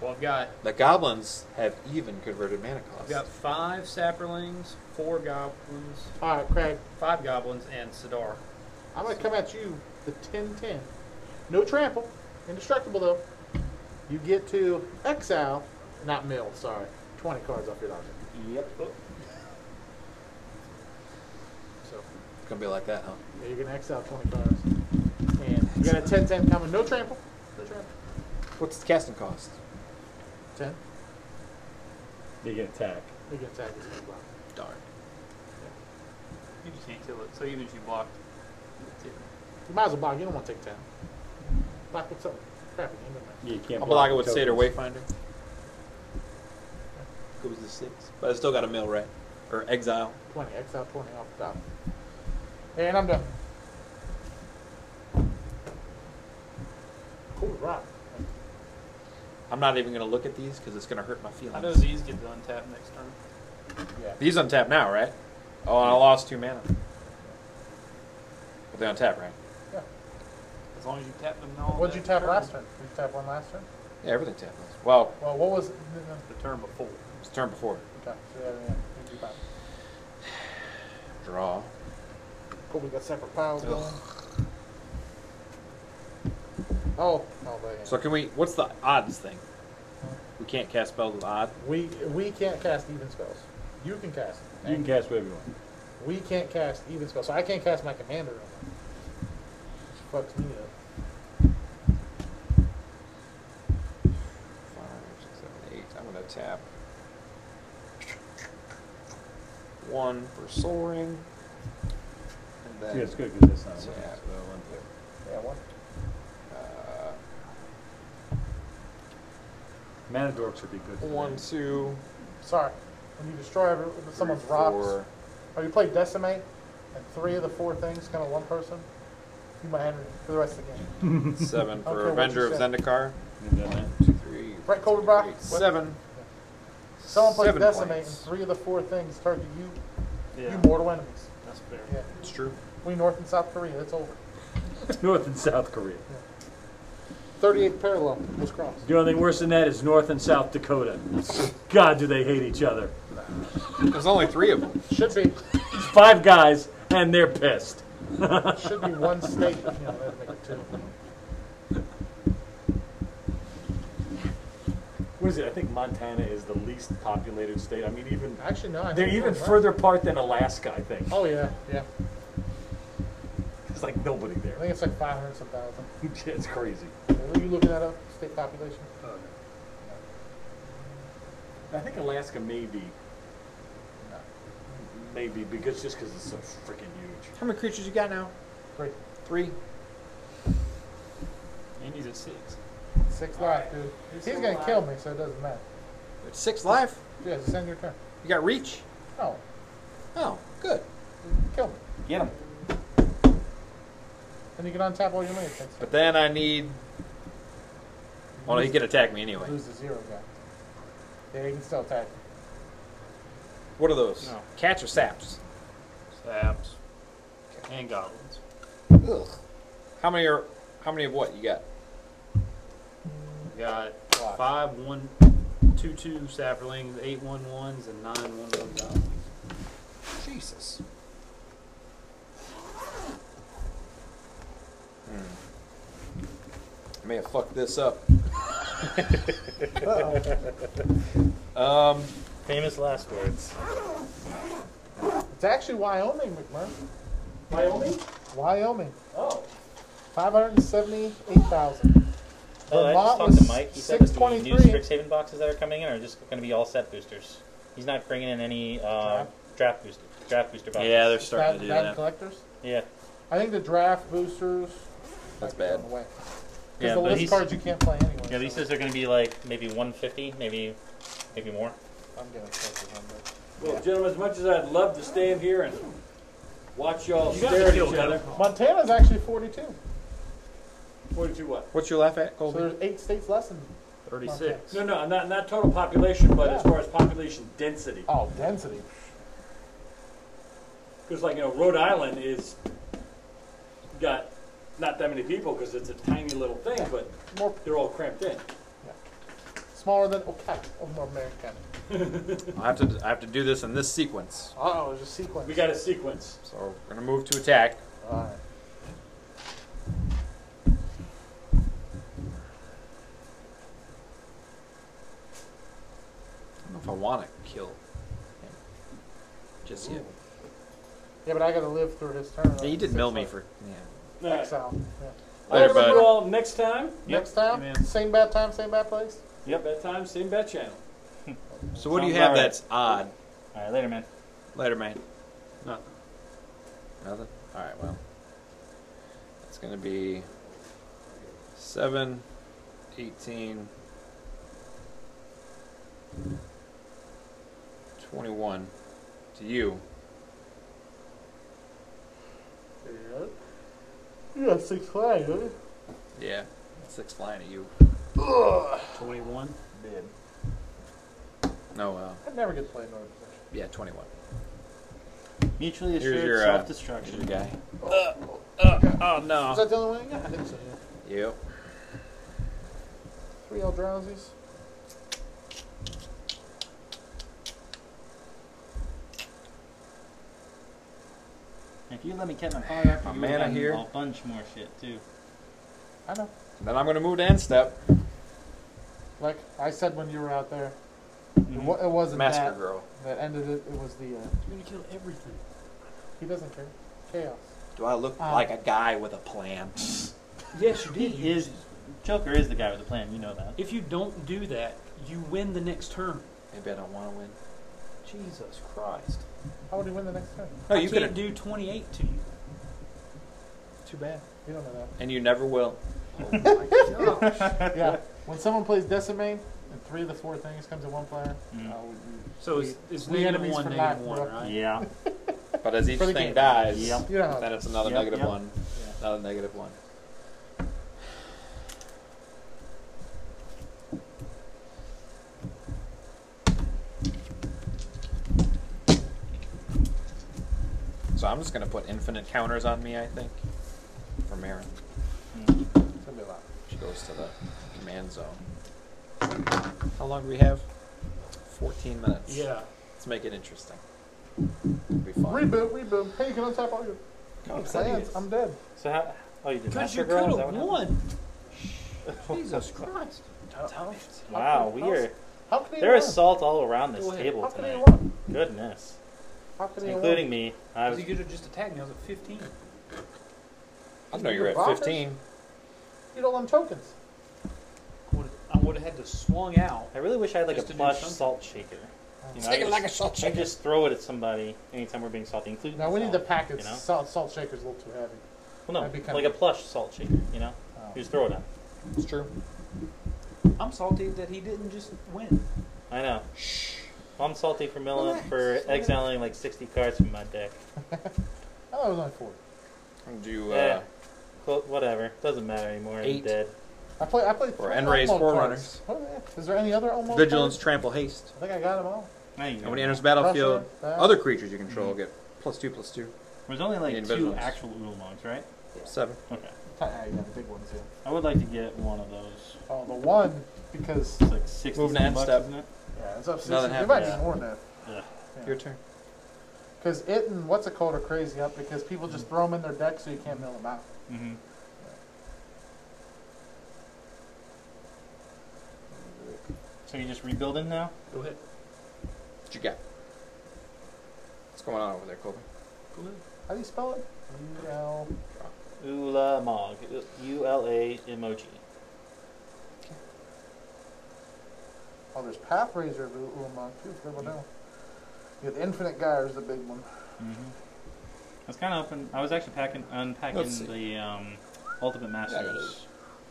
[SPEAKER 2] Well, I've got
[SPEAKER 4] The goblins have even converted mana
[SPEAKER 2] I've
[SPEAKER 4] costs.
[SPEAKER 2] got five sapperlings, four goblins,
[SPEAKER 5] All right, Craig.
[SPEAKER 2] five goblins, and Sidar.
[SPEAKER 5] I'm gonna come at you the 10-10. No trample, indestructible though. You get to exile, not mill. Sorry, 20 cards off your docket.
[SPEAKER 1] Yep.
[SPEAKER 5] So
[SPEAKER 4] It's gonna be like that, huh?
[SPEAKER 5] yeah, you're gonna exile 20 cards, and you got a 10-10 coming. No trample. No trample.
[SPEAKER 4] What's the casting cost?
[SPEAKER 5] 10.
[SPEAKER 14] They get attack.
[SPEAKER 5] You get attack. It's gonna block.
[SPEAKER 4] Darn.
[SPEAKER 2] You just can't kill it. So even if you block,
[SPEAKER 5] You might as well block. You don't want to take 10. Block with something. Crap, you ain't gonna
[SPEAKER 14] Yeah, you can't
[SPEAKER 4] I'll block it with
[SPEAKER 14] tokens.
[SPEAKER 4] Seder Wayfinder. Goes to six. But I still got a mill, right? Or exile.
[SPEAKER 5] 20. Exile 20 off the top. And I'm done. Cool rock.
[SPEAKER 4] I'm not even going to look at these because it's going to hurt my
[SPEAKER 2] I know
[SPEAKER 4] feelings.
[SPEAKER 2] these get to untap next turn.
[SPEAKER 5] Yeah.
[SPEAKER 4] These untap now, right? Oh, and I lost two mana. But they untap, right?
[SPEAKER 2] As long as you tap them now.
[SPEAKER 5] What'd you tap last turn? Did you tap one last turn?
[SPEAKER 4] Yeah, everything tapped. Well,
[SPEAKER 5] Well, what was.
[SPEAKER 2] The turn before.
[SPEAKER 4] it's turn before.
[SPEAKER 5] Okay, so yeah, yeah, thank you, bye.
[SPEAKER 4] Draw.
[SPEAKER 5] Cool, we got separate piles going. Oh, oh, but yeah.
[SPEAKER 4] So can we? What's the odds thing? We can't cast spells with odd.
[SPEAKER 5] we we can't cast even spells. You can cast.
[SPEAKER 14] You can cast whatever you want.
[SPEAKER 5] We can't cast even spells. So I can't cast my commander. fucks me up.
[SPEAKER 4] Five, six, seven, eight. I'm gonna tap one for soul ring. And then
[SPEAKER 9] Yeah, it's good because that's not working,
[SPEAKER 4] tap.
[SPEAKER 9] so I went there.
[SPEAKER 4] Yeah, one. Uh,
[SPEAKER 9] Mana dorks would be good. for that.
[SPEAKER 4] one, two,
[SPEAKER 5] Sorry. When you destroy every, someone's
[SPEAKER 4] three,
[SPEAKER 5] rocks,
[SPEAKER 4] four.
[SPEAKER 5] or you play Decimate, and three of the four things kind of one person, you might enter for the rest of the game.
[SPEAKER 4] Seven
[SPEAKER 5] Okay,
[SPEAKER 4] for
[SPEAKER 5] what'd
[SPEAKER 4] Avenger
[SPEAKER 5] you
[SPEAKER 4] of
[SPEAKER 5] say?
[SPEAKER 4] Zendikar.
[SPEAKER 9] And then that-
[SPEAKER 4] Two, three,
[SPEAKER 5] Brett Coldenbach,
[SPEAKER 4] eight,
[SPEAKER 5] what-
[SPEAKER 4] seven.
[SPEAKER 5] Someone plays
[SPEAKER 4] Seven
[SPEAKER 5] Decimate,
[SPEAKER 4] points.
[SPEAKER 5] and three of the four things target you,
[SPEAKER 15] Yeah.
[SPEAKER 5] you mortal enemies.
[SPEAKER 15] That's fair.
[SPEAKER 5] Yeah.
[SPEAKER 4] It's true.
[SPEAKER 5] We North and South Korea, it's over.
[SPEAKER 9] North and South Korea.
[SPEAKER 5] 38th parallel was crossed.
[SPEAKER 9] The only thing worse than that is North and South Dakota. God, do they hate each other.
[SPEAKER 4] There's only three of them.
[SPEAKER 5] Should be.
[SPEAKER 9] It's five guys, and they're pissed.
[SPEAKER 5] Should be one state. You know, that'd make it two.
[SPEAKER 9] What is it? I think Montana is the least populated state. I mean, even
[SPEAKER 5] Actually, no. I
[SPEAKER 9] they're
[SPEAKER 5] think
[SPEAKER 9] even
[SPEAKER 5] that's right.
[SPEAKER 9] further apart than Alaska. I think
[SPEAKER 5] Oh, yeah, yeah.
[SPEAKER 9] it's like nobody there.
[SPEAKER 5] I think it's like 500 some thousand.
[SPEAKER 9] it's crazy.
[SPEAKER 5] Were you looking that up? State population?
[SPEAKER 9] I think Alaska may be. Maybe because just because it's so freaking huge.
[SPEAKER 4] How many creatures you got now?
[SPEAKER 5] Great.
[SPEAKER 4] Three.
[SPEAKER 2] Andy's at six.
[SPEAKER 5] Six life, dude. He's gonna kill me, so it doesn't matter.
[SPEAKER 4] It's six life.
[SPEAKER 5] Yeah, it's on your turn.
[SPEAKER 4] You got reach.
[SPEAKER 5] No,
[SPEAKER 4] Oh, good.
[SPEAKER 5] kill me.
[SPEAKER 2] Get him.
[SPEAKER 5] Then you can untap all your minions.
[SPEAKER 4] But then I need. Well, he could attack me anyway.
[SPEAKER 5] Lose the zero guy. Yeah, he can still attack.
[SPEAKER 4] What are those?
[SPEAKER 2] No.
[SPEAKER 4] Cats or saps?
[SPEAKER 2] Saps. And goblins.
[SPEAKER 4] Ugh. How many are? How many of what you got?
[SPEAKER 2] We got five one two two sapperlings, eight one ones, and nine one one goblins.
[SPEAKER 4] Jesus. Hmm. I may have fucked this up. um,
[SPEAKER 1] Famous last words.
[SPEAKER 5] It's actually Wyoming, McMurray.
[SPEAKER 16] Wyoming?
[SPEAKER 5] Wyoming.
[SPEAKER 16] Oh.
[SPEAKER 5] 578,000.
[SPEAKER 1] Oh, I just
[SPEAKER 5] Vermont
[SPEAKER 1] talked to
[SPEAKER 5] was
[SPEAKER 1] Mike. He said that the new
[SPEAKER 5] 623.
[SPEAKER 1] Strixhaven boxes that are coming in are just going to be all set boosters. He's not bringing in any uh, draft booster draft booster boxes.
[SPEAKER 17] Yeah, they're
[SPEAKER 5] That,
[SPEAKER 17] starting to do
[SPEAKER 5] that
[SPEAKER 17] that.
[SPEAKER 5] collectors.
[SPEAKER 1] yeah.
[SPEAKER 5] I think the draft boosters.
[SPEAKER 4] That's
[SPEAKER 5] might be on
[SPEAKER 4] bad.
[SPEAKER 5] the way. 'Cause
[SPEAKER 1] Yeah,
[SPEAKER 5] the
[SPEAKER 1] but
[SPEAKER 5] list
[SPEAKER 1] he's-
[SPEAKER 5] cards you can't play anyway.
[SPEAKER 1] Yeah, these
[SPEAKER 5] so
[SPEAKER 1] says they're going to be like maybe 150, maybe maybe more.
[SPEAKER 5] I'm gonna check it on that.
[SPEAKER 16] Well, gentlemen, as much as I'd love to stand here and watch y'all
[SPEAKER 2] You got
[SPEAKER 16] stare
[SPEAKER 2] the
[SPEAKER 16] at
[SPEAKER 2] kill,
[SPEAKER 16] each other,
[SPEAKER 5] Montana's actually 42.
[SPEAKER 16] forty-two what?
[SPEAKER 4] what's your laugh at,
[SPEAKER 5] So
[SPEAKER 4] Colby?
[SPEAKER 5] there's eight states less than.
[SPEAKER 2] Thirty
[SPEAKER 5] Montana.
[SPEAKER 2] six.
[SPEAKER 16] No, no, not not total population, but as
[SPEAKER 5] Yeah.
[SPEAKER 16] far as population density,
[SPEAKER 5] Oh, density.
[SPEAKER 16] because like you know, Rhode Island is got not that many people because it's a tiny little thing, but
[SPEAKER 5] More
[SPEAKER 16] they're all cramped in.
[SPEAKER 5] smaller than oh, Oka of North America.
[SPEAKER 4] I have to. I have to do this in this sequence.
[SPEAKER 5] Oh, there's a sequence.
[SPEAKER 16] We got a sequence.
[SPEAKER 4] So we're gonna move to attack.
[SPEAKER 5] Alright.
[SPEAKER 4] I don't know if I want to kill him just yet.
[SPEAKER 5] Yeah, but I gotta live through his turn.
[SPEAKER 4] Yeah, you did
[SPEAKER 5] Six
[SPEAKER 4] mill me
[SPEAKER 5] left.
[SPEAKER 4] for. Yeah.
[SPEAKER 16] All right.
[SPEAKER 5] Exile. Yeah.
[SPEAKER 4] Later,
[SPEAKER 16] Well,
[SPEAKER 4] bud.
[SPEAKER 16] all next time.
[SPEAKER 5] Next time,
[SPEAKER 2] Amen.
[SPEAKER 5] same bad time, same bad place.
[SPEAKER 16] Yep. That time, same bat channel.
[SPEAKER 4] So what do you
[SPEAKER 1] Sounds
[SPEAKER 4] have
[SPEAKER 1] alright.
[SPEAKER 4] that's odd?
[SPEAKER 1] All right, later, man.
[SPEAKER 4] Later, man.
[SPEAKER 2] Nothing.
[SPEAKER 4] Nothing. All right. Well, it's gonna be seven, eighteen, twenty-one to you.
[SPEAKER 5] You got six flags, don't you?
[SPEAKER 4] Yeah, six flying at you.
[SPEAKER 2] Twenty one.
[SPEAKER 4] No. Uh,
[SPEAKER 5] I never get to play another position.
[SPEAKER 4] yeah, twenty-one.
[SPEAKER 1] Mutually
[SPEAKER 4] Here's
[SPEAKER 1] assured
[SPEAKER 4] your, uh,
[SPEAKER 1] self
[SPEAKER 4] Here's
[SPEAKER 1] destruction.
[SPEAKER 4] your guy.
[SPEAKER 17] Oh no.
[SPEAKER 5] Is that the only one you got? I think so. yeah.
[SPEAKER 4] Yep.
[SPEAKER 5] Three old drowsies.
[SPEAKER 1] If you let me catch my fire after
[SPEAKER 4] My
[SPEAKER 1] you,
[SPEAKER 4] mana
[SPEAKER 1] I got
[SPEAKER 4] here.
[SPEAKER 1] a bunch more shit too.
[SPEAKER 5] I know.
[SPEAKER 4] Then I'm gonna move to end step.
[SPEAKER 5] Like I said when you were out there, it,
[SPEAKER 1] Mhm.
[SPEAKER 5] wa- it wasn't
[SPEAKER 4] Massacre
[SPEAKER 5] that
[SPEAKER 4] girl.
[SPEAKER 5] that ended it. It was the. Uh,
[SPEAKER 2] You're gonna kill everything.
[SPEAKER 5] he doesn't care. Chaos.
[SPEAKER 4] Do I look
[SPEAKER 18] Uh,
[SPEAKER 4] like a guy with a plan?
[SPEAKER 18] Yes, you did. He is Joker is the guy with the plan. You know that. If you don't do that, you win the next turn.
[SPEAKER 4] Maybe I don't want to win.
[SPEAKER 18] Jesus Christ!
[SPEAKER 5] How would he win the next turn?
[SPEAKER 4] No,
[SPEAKER 18] I
[SPEAKER 4] you
[SPEAKER 18] can't
[SPEAKER 4] could've-
[SPEAKER 18] do twenty-eight to you.
[SPEAKER 5] Too bad. You don't know that.
[SPEAKER 4] And you never will.
[SPEAKER 5] yeah. When someone plays Decimate and three of the four things comes to one player, uh, we-
[SPEAKER 2] So it's-
[SPEAKER 5] we-
[SPEAKER 2] it's
[SPEAKER 5] we
[SPEAKER 2] negative
[SPEAKER 5] enemies
[SPEAKER 2] one,
[SPEAKER 5] for
[SPEAKER 2] negative
[SPEAKER 5] life,
[SPEAKER 2] one,
[SPEAKER 5] bro.
[SPEAKER 2] right?
[SPEAKER 18] Yeah.
[SPEAKER 4] But as each
[SPEAKER 5] For the
[SPEAKER 4] thing
[SPEAKER 5] game.
[SPEAKER 4] dies,
[SPEAKER 5] Yep. You know how
[SPEAKER 4] then
[SPEAKER 5] it
[SPEAKER 4] it's another
[SPEAKER 5] Yep,
[SPEAKER 4] negative
[SPEAKER 5] yep.
[SPEAKER 4] one. Another negative one. So I'm just gonna put infinite counters on me, I think, for Marin.
[SPEAKER 5] Hmm.
[SPEAKER 4] It's gonna be a lot. She goes to the command zone. How long do we have? 14 minutes.
[SPEAKER 2] Yeah.
[SPEAKER 4] Let's make it interesting. It'll be fun.
[SPEAKER 5] Reboot, reboot. Hey, you can untap all your
[SPEAKER 1] Oh,
[SPEAKER 4] I'm
[SPEAKER 5] plans. I'm dead.
[SPEAKER 1] So how? Oh, you did
[SPEAKER 18] Because
[SPEAKER 1] Master
[SPEAKER 18] you
[SPEAKER 1] Girl? Is
[SPEAKER 18] could
[SPEAKER 1] that
[SPEAKER 18] have
[SPEAKER 1] what
[SPEAKER 18] won.
[SPEAKER 1] happened?
[SPEAKER 18] Jesus Christ!
[SPEAKER 1] Wow, we are.
[SPEAKER 5] How can he
[SPEAKER 1] There
[SPEAKER 5] win?
[SPEAKER 1] is salt all around this
[SPEAKER 5] Go ahead.
[SPEAKER 1] table
[SPEAKER 5] How can he
[SPEAKER 1] tonight.
[SPEAKER 5] win?
[SPEAKER 1] Goodness.
[SPEAKER 5] How can he
[SPEAKER 1] Including me. I was
[SPEAKER 2] You could have just attacked me. I was at 15.
[SPEAKER 4] I know
[SPEAKER 5] you're
[SPEAKER 4] you're
[SPEAKER 5] at
[SPEAKER 4] at
[SPEAKER 5] Blockers?
[SPEAKER 4] 15.
[SPEAKER 5] 15. You don't want tokens.
[SPEAKER 2] I would have had to swung out.
[SPEAKER 1] I really wish I had like
[SPEAKER 2] Just
[SPEAKER 1] a
[SPEAKER 2] to do
[SPEAKER 1] plush
[SPEAKER 2] something.
[SPEAKER 1] salt shaker.
[SPEAKER 5] Take it
[SPEAKER 1] I
[SPEAKER 5] like
[SPEAKER 1] just-
[SPEAKER 5] a salt shaker.
[SPEAKER 1] I just throw it at somebody anytime we're being salty, including.
[SPEAKER 5] Now we need the
[SPEAKER 1] salt,
[SPEAKER 5] packets.
[SPEAKER 1] You know?
[SPEAKER 5] Salt, salt shaker's a little too heavy.
[SPEAKER 1] Well,
[SPEAKER 5] That'd be
[SPEAKER 1] no,
[SPEAKER 5] kinda-
[SPEAKER 1] like a plush salt shaker. You know, you just throw it on.
[SPEAKER 4] It's true.
[SPEAKER 2] I'm salty that he didn't just win.
[SPEAKER 1] I know. I'm salty for Miller for exiling like 60 cards from my deck.
[SPEAKER 5] Oh, it was only four.
[SPEAKER 4] Do you, uh,
[SPEAKER 1] Eh, clo- whatever. Doesn't matter anymore. I'm
[SPEAKER 4] Eight.
[SPEAKER 1] dead.
[SPEAKER 5] I play. I played.
[SPEAKER 4] Or
[SPEAKER 5] three
[SPEAKER 4] Enray's
[SPEAKER 5] Elmo
[SPEAKER 4] Forerunners.
[SPEAKER 5] cards. What the- Is there any other Elmo
[SPEAKER 4] Vigilance,
[SPEAKER 5] cards?
[SPEAKER 4] trample, haste.
[SPEAKER 5] I think I got them all.
[SPEAKER 4] And when he enters the battlefield,
[SPEAKER 5] Rusher, back.
[SPEAKER 4] other creatures you control get plus two, plus two.
[SPEAKER 18] There's only like
[SPEAKER 4] And
[SPEAKER 18] two
[SPEAKER 4] vigilance.
[SPEAKER 18] actual Ulamongs, right?
[SPEAKER 4] Seven.
[SPEAKER 18] Okay.
[SPEAKER 5] Yeah, you got the big ones, yeah.
[SPEAKER 18] I would like to get one of those.
[SPEAKER 5] Oh, the one because
[SPEAKER 18] It's like sixty
[SPEAKER 4] Move an half
[SPEAKER 18] bucks,
[SPEAKER 4] step.
[SPEAKER 18] isn't it?
[SPEAKER 5] yeah, it's up.
[SPEAKER 4] Another
[SPEAKER 5] Another
[SPEAKER 4] half
[SPEAKER 5] There might
[SPEAKER 4] inch.
[SPEAKER 5] be more than that.
[SPEAKER 18] Yeah.
[SPEAKER 4] Your turn.
[SPEAKER 5] Because it and what's it called are crazy up because people
[SPEAKER 4] Mm.
[SPEAKER 5] just throw them in their deck so you can't mill them out.
[SPEAKER 18] Mm-hmm.
[SPEAKER 1] So you're just rebuilding now?
[SPEAKER 2] Go ahead.
[SPEAKER 4] What you got? What's going on over there, Colby?
[SPEAKER 2] Go ahead.
[SPEAKER 5] How do you spell it? U L.
[SPEAKER 1] Ulamog. U L A emoji.
[SPEAKER 5] Oh, there's Path Razor of Ulamog too. Forgot about that one. Yeah, the Infinite Gyre is the big one.
[SPEAKER 18] Mm-hmm.
[SPEAKER 1] I was kind of open. I was actually packing,
[SPEAKER 4] Let's see.
[SPEAKER 1] unpacking the um, Ultimate Masters,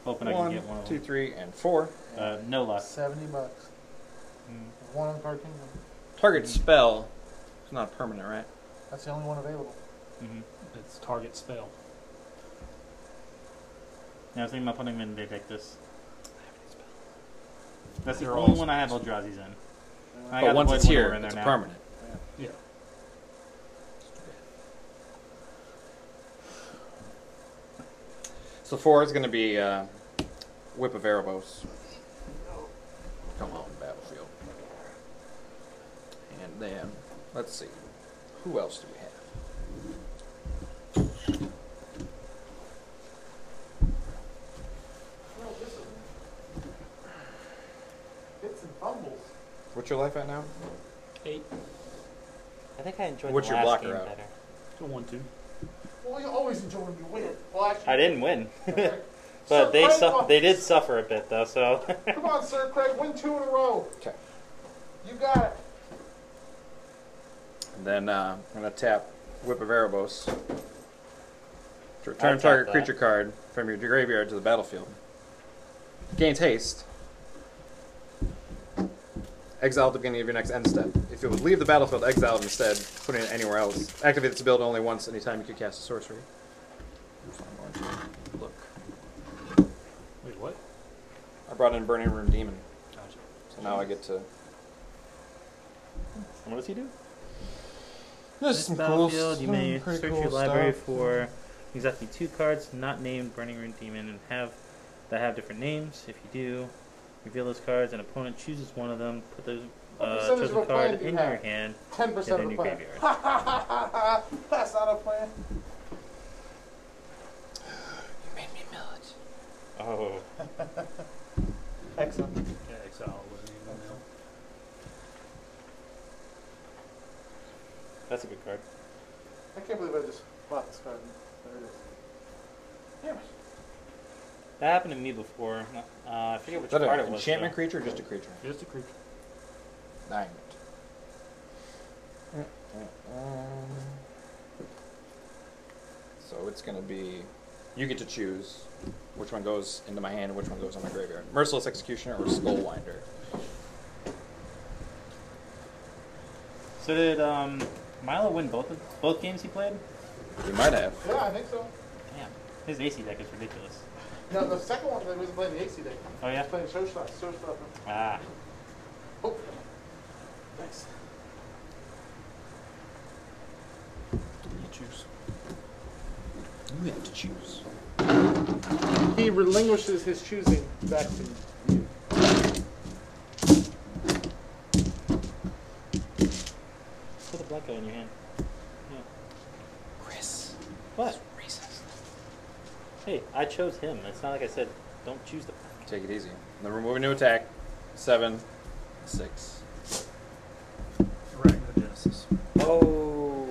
[SPEAKER 1] hoping I
[SPEAKER 4] One,
[SPEAKER 1] can get one. of
[SPEAKER 4] two,
[SPEAKER 1] them.
[SPEAKER 4] three, and four.
[SPEAKER 1] Uh, no luck.
[SPEAKER 5] Seventy bucks.
[SPEAKER 1] Mm-hmm.
[SPEAKER 5] One on Card Kingdom.
[SPEAKER 4] Target spell. It's not permanent, right?
[SPEAKER 5] That's the only one available.
[SPEAKER 1] Mm-hmm.
[SPEAKER 18] It's target spell.
[SPEAKER 1] Yeah, I was thinking about putting him in Vivictus. That's the
[SPEAKER 18] They're
[SPEAKER 1] only
[SPEAKER 18] all
[SPEAKER 1] one I have Eldrazi's in. I got
[SPEAKER 4] but
[SPEAKER 1] the
[SPEAKER 4] once
[SPEAKER 1] Void
[SPEAKER 4] it's here,
[SPEAKER 1] Widower in there
[SPEAKER 4] it's
[SPEAKER 1] now.
[SPEAKER 4] permanent.
[SPEAKER 18] Yeah.
[SPEAKER 4] So four is going to be uh, Whip of Erebos. Come on, battlefield. And then, let's see. Who else do we have?
[SPEAKER 5] Bits and fumbles.
[SPEAKER 4] What's your life at now?
[SPEAKER 18] Eight
[SPEAKER 1] I think I enjoyed
[SPEAKER 4] What's
[SPEAKER 1] the
[SPEAKER 4] your
[SPEAKER 1] last
[SPEAKER 4] blocker
[SPEAKER 1] game
[SPEAKER 4] at?
[SPEAKER 1] better.
[SPEAKER 18] to one two.
[SPEAKER 5] Well, you always enjoy when you win. Well, actually,
[SPEAKER 1] I didn't win, but
[SPEAKER 5] So
[SPEAKER 1] they
[SPEAKER 5] Craig
[SPEAKER 1] su-
[SPEAKER 5] won.
[SPEAKER 1] they did suffer a bit though. So
[SPEAKER 5] Come on, Sir Craig, win two in a row.
[SPEAKER 4] Okay.
[SPEAKER 5] You got it.
[SPEAKER 4] And then uh, I'm going to tap Whip of Erebos. To
[SPEAKER 1] I'll
[SPEAKER 4] return
[SPEAKER 1] tap
[SPEAKER 4] target
[SPEAKER 1] that.
[SPEAKER 4] creature card from your graveyard to the battlefield. Gains haste. Exile at the beginning of your next end step. If you would leave the battlefield exiled instead, putting it anywhere else, activate this ability only once anytime you could cast a sorcery. So I'm going to Look.
[SPEAKER 18] Wait, what?
[SPEAKER 4] I brought in Burning Room Demon,
[SPEAKER 18] Gotcha.
[SPEAKER 4] so now I get to.
[SPEAKER 1] what does he do?
[SPEAKER 4] This
[SPEAKER 1] This battlefield, you may search your library for exactly two cards not named Burning Rune Demon and have that have different names. If you do, reveal those cards. An opponent chooses one of them. Put the
[SPEAKER 5] What
[SPEAKER 1] uh,
[SPEAKER 5] percentage of
[SPEAKER 1] chosen
[SPEAKER 5] a plan
[SPEAKER 1] card
[SPEAKER 5] do you
[SPEAKER 1] in
[SPEAKER 5] have?
[SPEAKER 1] your hand.
[SPEAKER 5] Ten
[SPEAKER 1] to their
[SPEAKER 5] percent of
[SPEAKER 1] new
[SPEAKER 5] the plan.
[SPEAKER 1] graveyard.
[SPEAKER 5] Ha ha ha ha ha! That's not a plan.
[SPEAKER 4] You made me millet.
[SPEAKER 1] Oh,
[SPEAKER 5] Excellent.
[SPEAKER 18] Yeah, exile wasn't even there.
[SPEAKER 1] that's a good card.
[SPEAKER 5] I can't believe I just bought this card.
[SPEAKER 1] That happened to me before. Uh, I forget which
[SPEAKER 4] Is that
[SPEAKER 1] part
[SPEAKER 4] an
[SPEAKER 1] it was.
[SPEAKER 4] enchantment
[SPEAKER 1] though.
[SPEAKER 4] creature or just a creature?
[SPEAKER 2] Just a creature.
[SPEAKER 4] Nine.
[SPEAKER 1] Mm.
[SPEAKER 4] So it's going to be. You get to choose which one goes into my hand and which one goes on my graveyard. Merciless Executioner or Skullwinder.
[SPEAKER 1] So did um, Milo win both of, both games he played?
[SPEAKER 4] He might have.
[SPEAKER 5] Yeah, I think so.
[SPEAKER 1] Damn, his AC deck is ridiculous.
[SPEAKER 5] No, the second one they was playing the AC deck.
[SPEAKER 1] Oh, yeah?
[SPEAKER 5] He was playing Showstopper. Showstopper.
[SPEAKER 1] Ah,
[SPEAKER 5] Oh, thanks.
[SPEAKER 4] You choose. You have to choose.
[SPEAKER 5] He relinquishes his choosing back to
[SPEAKER 1] put a black guy in your hand. Yeah.
[SPEAKER 4] Chris.
[SPEAKER 1] What?
[SPEAKER 4] Racist.
[SPEAKER 1] Hey, I chose him. It's not like I said don't choose the.
[SPEAKER 4] Take it easy. Then we're moving to attack. Seven, six.
[SPEAKER 19] Arachnogenesis.
[SPEAKER 1] Oh.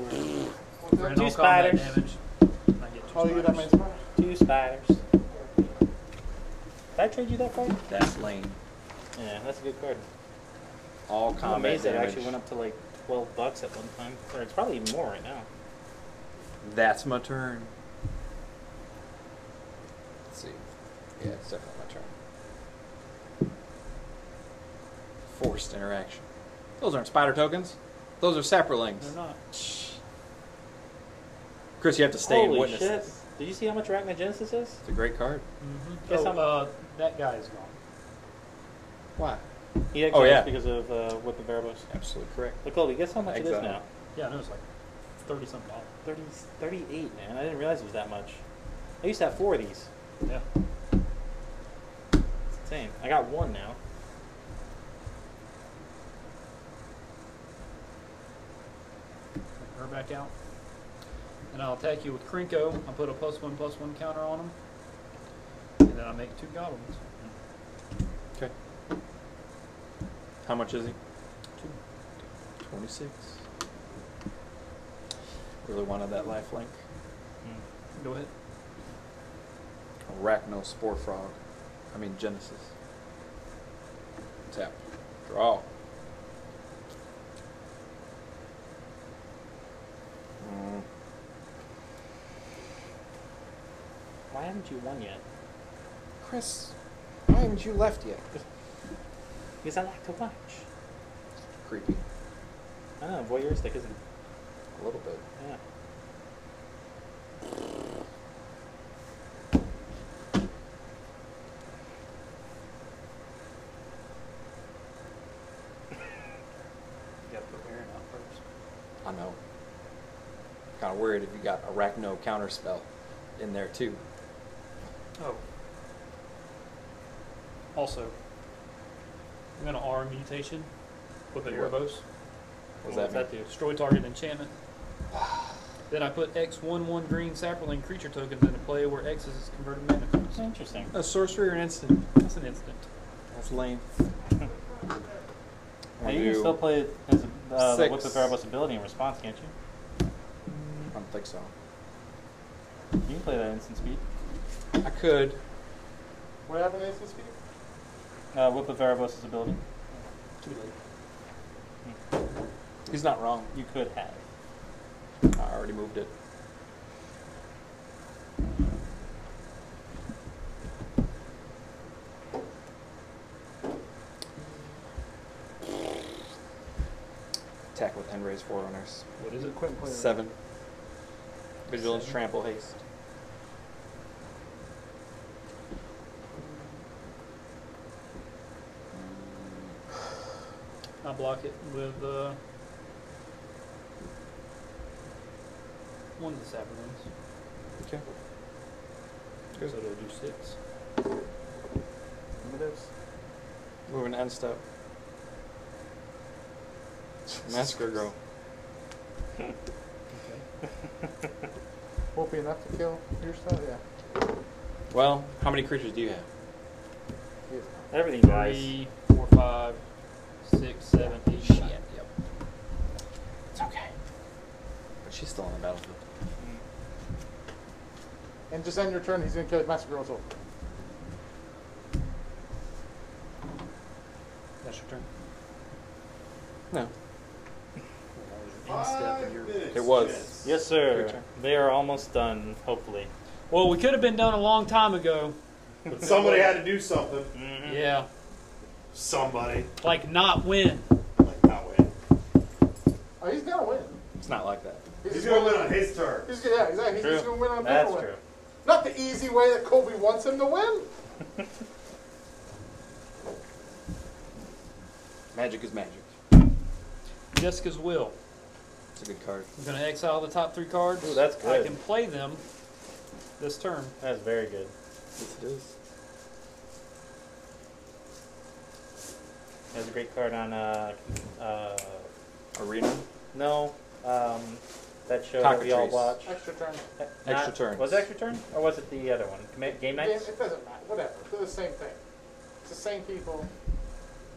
[SPEAKER 19] For an
[SPEAKER 1] Two
[SPEAKER 19] all combat
[SPEAKER 1] spiders.
[SPEAKER 19] Damage. I get two
[SPEAKER 5] Oh, you got
[SPEAKER 19] spiders.
[SPEAKER 5] my smart.
[SPEAKER 1] Two spiders. Did I trade you that card?
[SPEAKER 4] That's lame.
[SPEAKER 1] Yeah, that's a good card.
[SPEAKER 4] All
[SPEAKER 1] I'm
[SPEAKER 4] combat
[SPEAKER 1] amazed it
[SPEAKER 4] damage.
[SPEAKER 1] actually went up to like 12 bucks at one time. Or it's probably even more right now.
[SPEAKER 4] That's my turn. Let's see. Yeah, it's definitely my turn. Forced interaction. Those aren't spider tokens. Those are saplings.
[SPEAKER 1] They're not.
[SPEAKER 4] Chris, you have to stay and
[SPEAKER 1] Holy
[SPEAKER 4] witness
[SPEAKER 1] shit.
[SPEAKER 4] this.
[SPEAKER 1] Did you see how much Arachnogenesis is?
[SPEAKER 4] It's a great card.
[SPEAKER 1] Guess
[SPEAKER 2] So,
[SPEAKER 1] I'm-
[SPEAKER 2] uh, that guy is gone.
[SPEAKER 4] Why?
[SPEAKER 1] He
[SPEAKER 4] Oh,
[SPEAKER 1] exiles
[SPEAKER 4] yeah.
[SPEAKER 1] because of uh, Whip of Erebos.
[SPEAKER 4] Absolutely correct.
[SPEAKER 1] But Colby, guess how much it
[SPEAKER 4] Exile.
[SPEAKER 1] is now?
[SPEAKER 2] Yeah, I know it's like thirty something dollars.
[SPEAKER 1] 30, 38, man. I didn't realize it was that much. I used to have four of these.
[SPEAKER 2] Yeah.
[SPEAKER 1] It's insane. I got one now.
[SPEAKER 2] her back out. And I'll attack you with Krinko. I'll put a plus one, plus one counter on him. And then I'll make two goblins.
[SPEAKER 4] Okay. How much is he? Twenty-six. Really wanted that life link.
[SPEAKER 2] Go ahead.
[SPEAKER 4] Arachno spore frog. I mean Genesis. Tap. Draw. Mm.
[SPEAKER 1] Why haven't you won yet?
[SPEAKER 4] Chris, why haven't you left yet?
[SPEAKER 1] Because I like to watch.
[SPEAKER 4] Creepy.
[SPEAKER 1] I don't know, voyeuristic isn't.
[SPEAKER 4] A little bit.
[SPEAKER 1] Yeah.
[SPEAKER 2] You gotta put Baron out first.
[SPEAKER 4] I know. Kind of worried if you got Arachno counterspell in there too.
[SPEAKER 2] Oh. Also, I'm gonna R mutation with the Erebos.
[SPEAKER 4] What? What does
[SPEAKER 2] What's
[SPEAKER 4] that mean?
[SPEAKER 2] do? Destroy target enchantment. then I put X one one green sapperling creature tokens into play where X is converted mana cost.
[SPEAKER 1] Interesting.
[SPEAKER 4] A sorcery or an instant?
[SPEAKER 2] That's an instant.
[SPEAKER 4] That's lame.
[SPEAKER 1] Now, you can still play as a, uh, the Whip of
[SPEAKER 4] Six.
[SPEAKER 1] Erebos ability in response, can't you?
[SPEAKER 4] I don't think so.
[SPEAKER 1] You can play that instant speed.
[SPEAKER 4] I could.
[SPEAKER 5] What happened to this speed?
[SPEAKER 1] Uh, Whip of Erebos' ability.
[SPEAKER 2] Too late.
[SPEAKER 4] He's not wrong.
[SPEAKER 1] You could have.
[SPEAKER 4] I already moved it. Attack with Enray's Forerunners.
[SPEAKER 2] What is it?
[SPEAKER 5] Quit playing.
[SPEAKER 4] Seven. Vigilance,
[SPEAKER 2] Seven.
[SPEAKER 4] trample, haste.
[SPEAKER 2] I block it with uh, one of the sapperlings.
[SPEAKER 4] Okay. Good.
[SPEAKER 2] So it'll do six.
[SPEAKER 5] Primitives.
[SPEAKER 4] Moving to end step. Massacre girl.
[SPEAKER 5] Won't be enough to kill your stuff? Yeah.
[SPEAKER 4] Well, how many creatures do you have?
[SPEAKER 5] Yes.
[SPEAKER 1] Everything dies.
[SPEAKER 2] Three, four, five, six, seven, eight.
[SPEAKER 4] Shit.
[SPEAKER 2] nine.
[SPEAKER 4] Yep. It's okay. But she's still on the battlefield.
[SPEAKER 5] and just end your turn. He's gonna kill his master girl soul.
[SPEAKER 4] That's your turn.
[SPEAKER 1] No.
[SPEAKER 4] It was.
[SPEAKER 1] Yes,
[SPEAKER 4] Your
[SPEAKER 1] sir.
[SPEAKER 4] turn.
[SPEAKER 1] They are almost done, hopefully.
[SPEAKER 2] Well, we could have been done a long time ago. Mm-hmm.
[SPEAKER 6] But somebody had to do something.
[SPEAKER 2] Yeah.
[SPEAKER 6] Somebody.
[SPEAKER 2] Like not win.
[SPEAKER 5] Oh, he's gonna win.
[SPEAKER 4] It's not like that.
[SPEAKER 6] He's gonna win on his turn.
[SPEAKER 5] He's gonna, yeah, exactly. He's
[SPEAKER 4] True.
[SPEAKER 5] gonna win on
[SPEAKER 4] That's
[SPEAKER 5] paperwork.
[SPEAKER 4] true.
[SPEAKER 5] Not the easy way that Kobe wants him to win.
[SPEAKER 4] Magic is magic.
[SPEAKER 2] Jessica's will.
[SPEAKER 4] It's a good card.
[SPEAKER 2] I'm gonna exile the top three cards.
[SPEAKER 1] Ooh, that's
[SPEAKER 2] I
[SPEAKER 1] good.
[SPEAKER 2] can play them this turn.
[SPEAKER 1] That's very good.
[SPEAKER 4] Yes, it is.
[SPEAKER 1] That's a great card on uh, uh,
[SPEAKER 4] Arena.
[SPEAKER 1] no, um, that show that we all
[SPEAKER 4] Cockatrice.
[SPEAKER 1] watch.
[SPEAKER 5] Extra turn.
[SPEAKER 1] Uh,
[SPEAKER 4] Extra turns.
[SPEAKER 1] Was it extra turn, or was it the other one? Game, game
[SPEAKER 5] It,
[SPEAKER 1] nights.
[SPEAKER 5] it doesn't matter. Whatever. They're the same thing. It's the same people.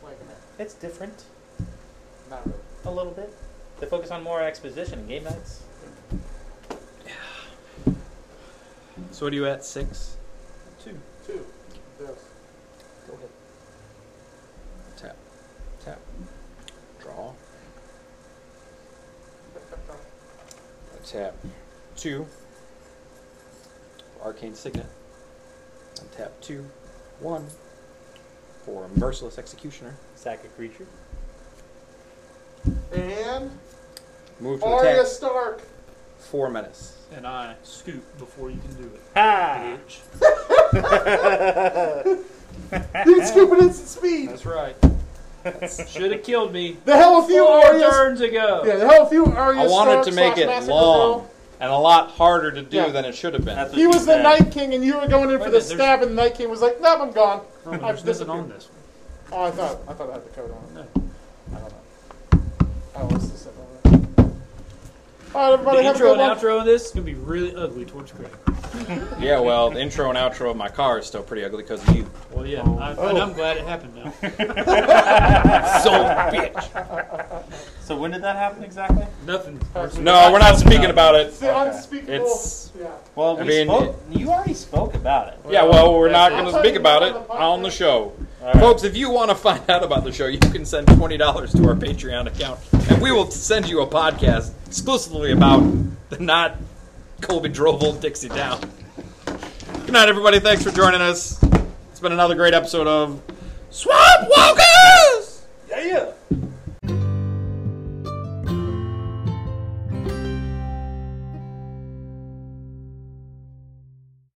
[SPEAKER 5] Like,
[SPEAKER 1] It's different,
[SPEAKER 5] not really.
[SPEAKER 1] a little bit. They focus on more exposition in game nights.
[SPEAKER 4] So what are you at? Six?
[SPEAKER 2] Two.
[SPEAKER 5] Two. Yes.
[SPEAKER 4] Go ahead. Tap. Tap. Draw. I tap two. for Arcane Signet. I tap two. One. For Merciless Executioner.
[SPEAKER 1] Sack a creature.
[SPEAKER 5] And
[SPEAKER 4] Move to
[SPEAKER 5] Arya
[SPEAKER 4] attack.
[SPEAKER 5] Stark.
[SPEAKER 4] Four Menace.
[SPEAKER 2] And I scoop before you can do it.
[SPEAKER 1] Ha!
[SPEAKER 5] Dude, scooping instant speed.
[SPEAKER 2] That's right. Should have killed me.
[SPEAKER 5] The hell with you,
[SPEAKER 2] four
[SPEAKER 5] Arya.
[SPEAKER 2] turns ago.
[SPEAKER 5] Yeah, the hell with you, Arya
[SPEAKER 4] I wanted
[SPEAKER 5] Stark
[SPEAKER 4] to make
[SPEAKER 5] slash
[SPEAKER 4] it
[SPEAKER 5] Massacre
[SPEAKER 4] long
[SPEAKER 5] Girl.
[SPEAKER 4] and a lot harder to do
[SPEAKER 5] Yeah.
[SPEAKER 4] than it should have been.
[SPEAKER 5] He was the Night King, and you were going
[SPEAKER 2] Wait
[SPEAKER 5] in for
[SPEAKER 2] a minute,
[SPEAKER 5] the
[SPEAKER 2] there's-
[SPEAKER 5] stab, and the Night King was like, "Nope, I'm gone."
[SPEAKER 2] Roman,
[SPEAKER 5] I've
[SPEAKER 2] there's nothing
[SPEAKER 5] disappeared.
[SPEAKER 2] on this one.
[SPEAKER 5] Oh, I thought I thought I had the code on.
[SPEAKER 2] No.
[SPEAKER 5] I don't know. Oh, what's this? All right, everybody,
[SPEAKER 2] The
[SPEAKER 5] have
[SPEAKER 2] intro
[SPEAKER 5] a
[SPEAKER 2] and
[SPEAKER 5] good one.
[SPEAKER 2] outro of this is gonna be really ugly towards Greg.
[SPEAKER 4] Yeah, well, the intro and outro of my car is still pretty ugly because of you.
[SPEAKER 2] Well, yeah, I, and I'm glad it happened now.
[SPEAKER 4] So bitch.
[SPEAKER 1] So when did that happen exactly?
[SPEAKER 2] Nothing.
[SPEAKER 4] No, we're not speaking about it.
[SPEAKER 5] The unspeakable.
[SPEAKER 4] It's-
[SPEAKER 5] yeah.
[SPEAKER 1] Well,
[SPEAKER 4] I
[SPEAKER 1] we
[SPEAKER 4] mean,
[SPEAKER 1] spoke. you already spoke about it.
[SPEAKER 4] Yeah, well, we're not
[SPEAKER 5] I'll
[SPEAKER 4] going to
[SPEAKER 5] tell
[SPEAKER 4] speak
[SPEAKER 5] you
[SPEAKER 4] about
[SPEAKER 5] on
[SPEAKER 4] it
[SPEAKER 5] the podcast.
[SPEAKER 4] on the show.
[SPEAKER 1] All right.
[SPEAKER 4] Folks, if you want to find out about the show, you can send twenty dollars to our Patreon account, and we will send you a podcast exclusively about the not Colby Drovel Dixie Down. Good night, everybody. Thanks for joining us. It's been another great episode of Swamp Walkers.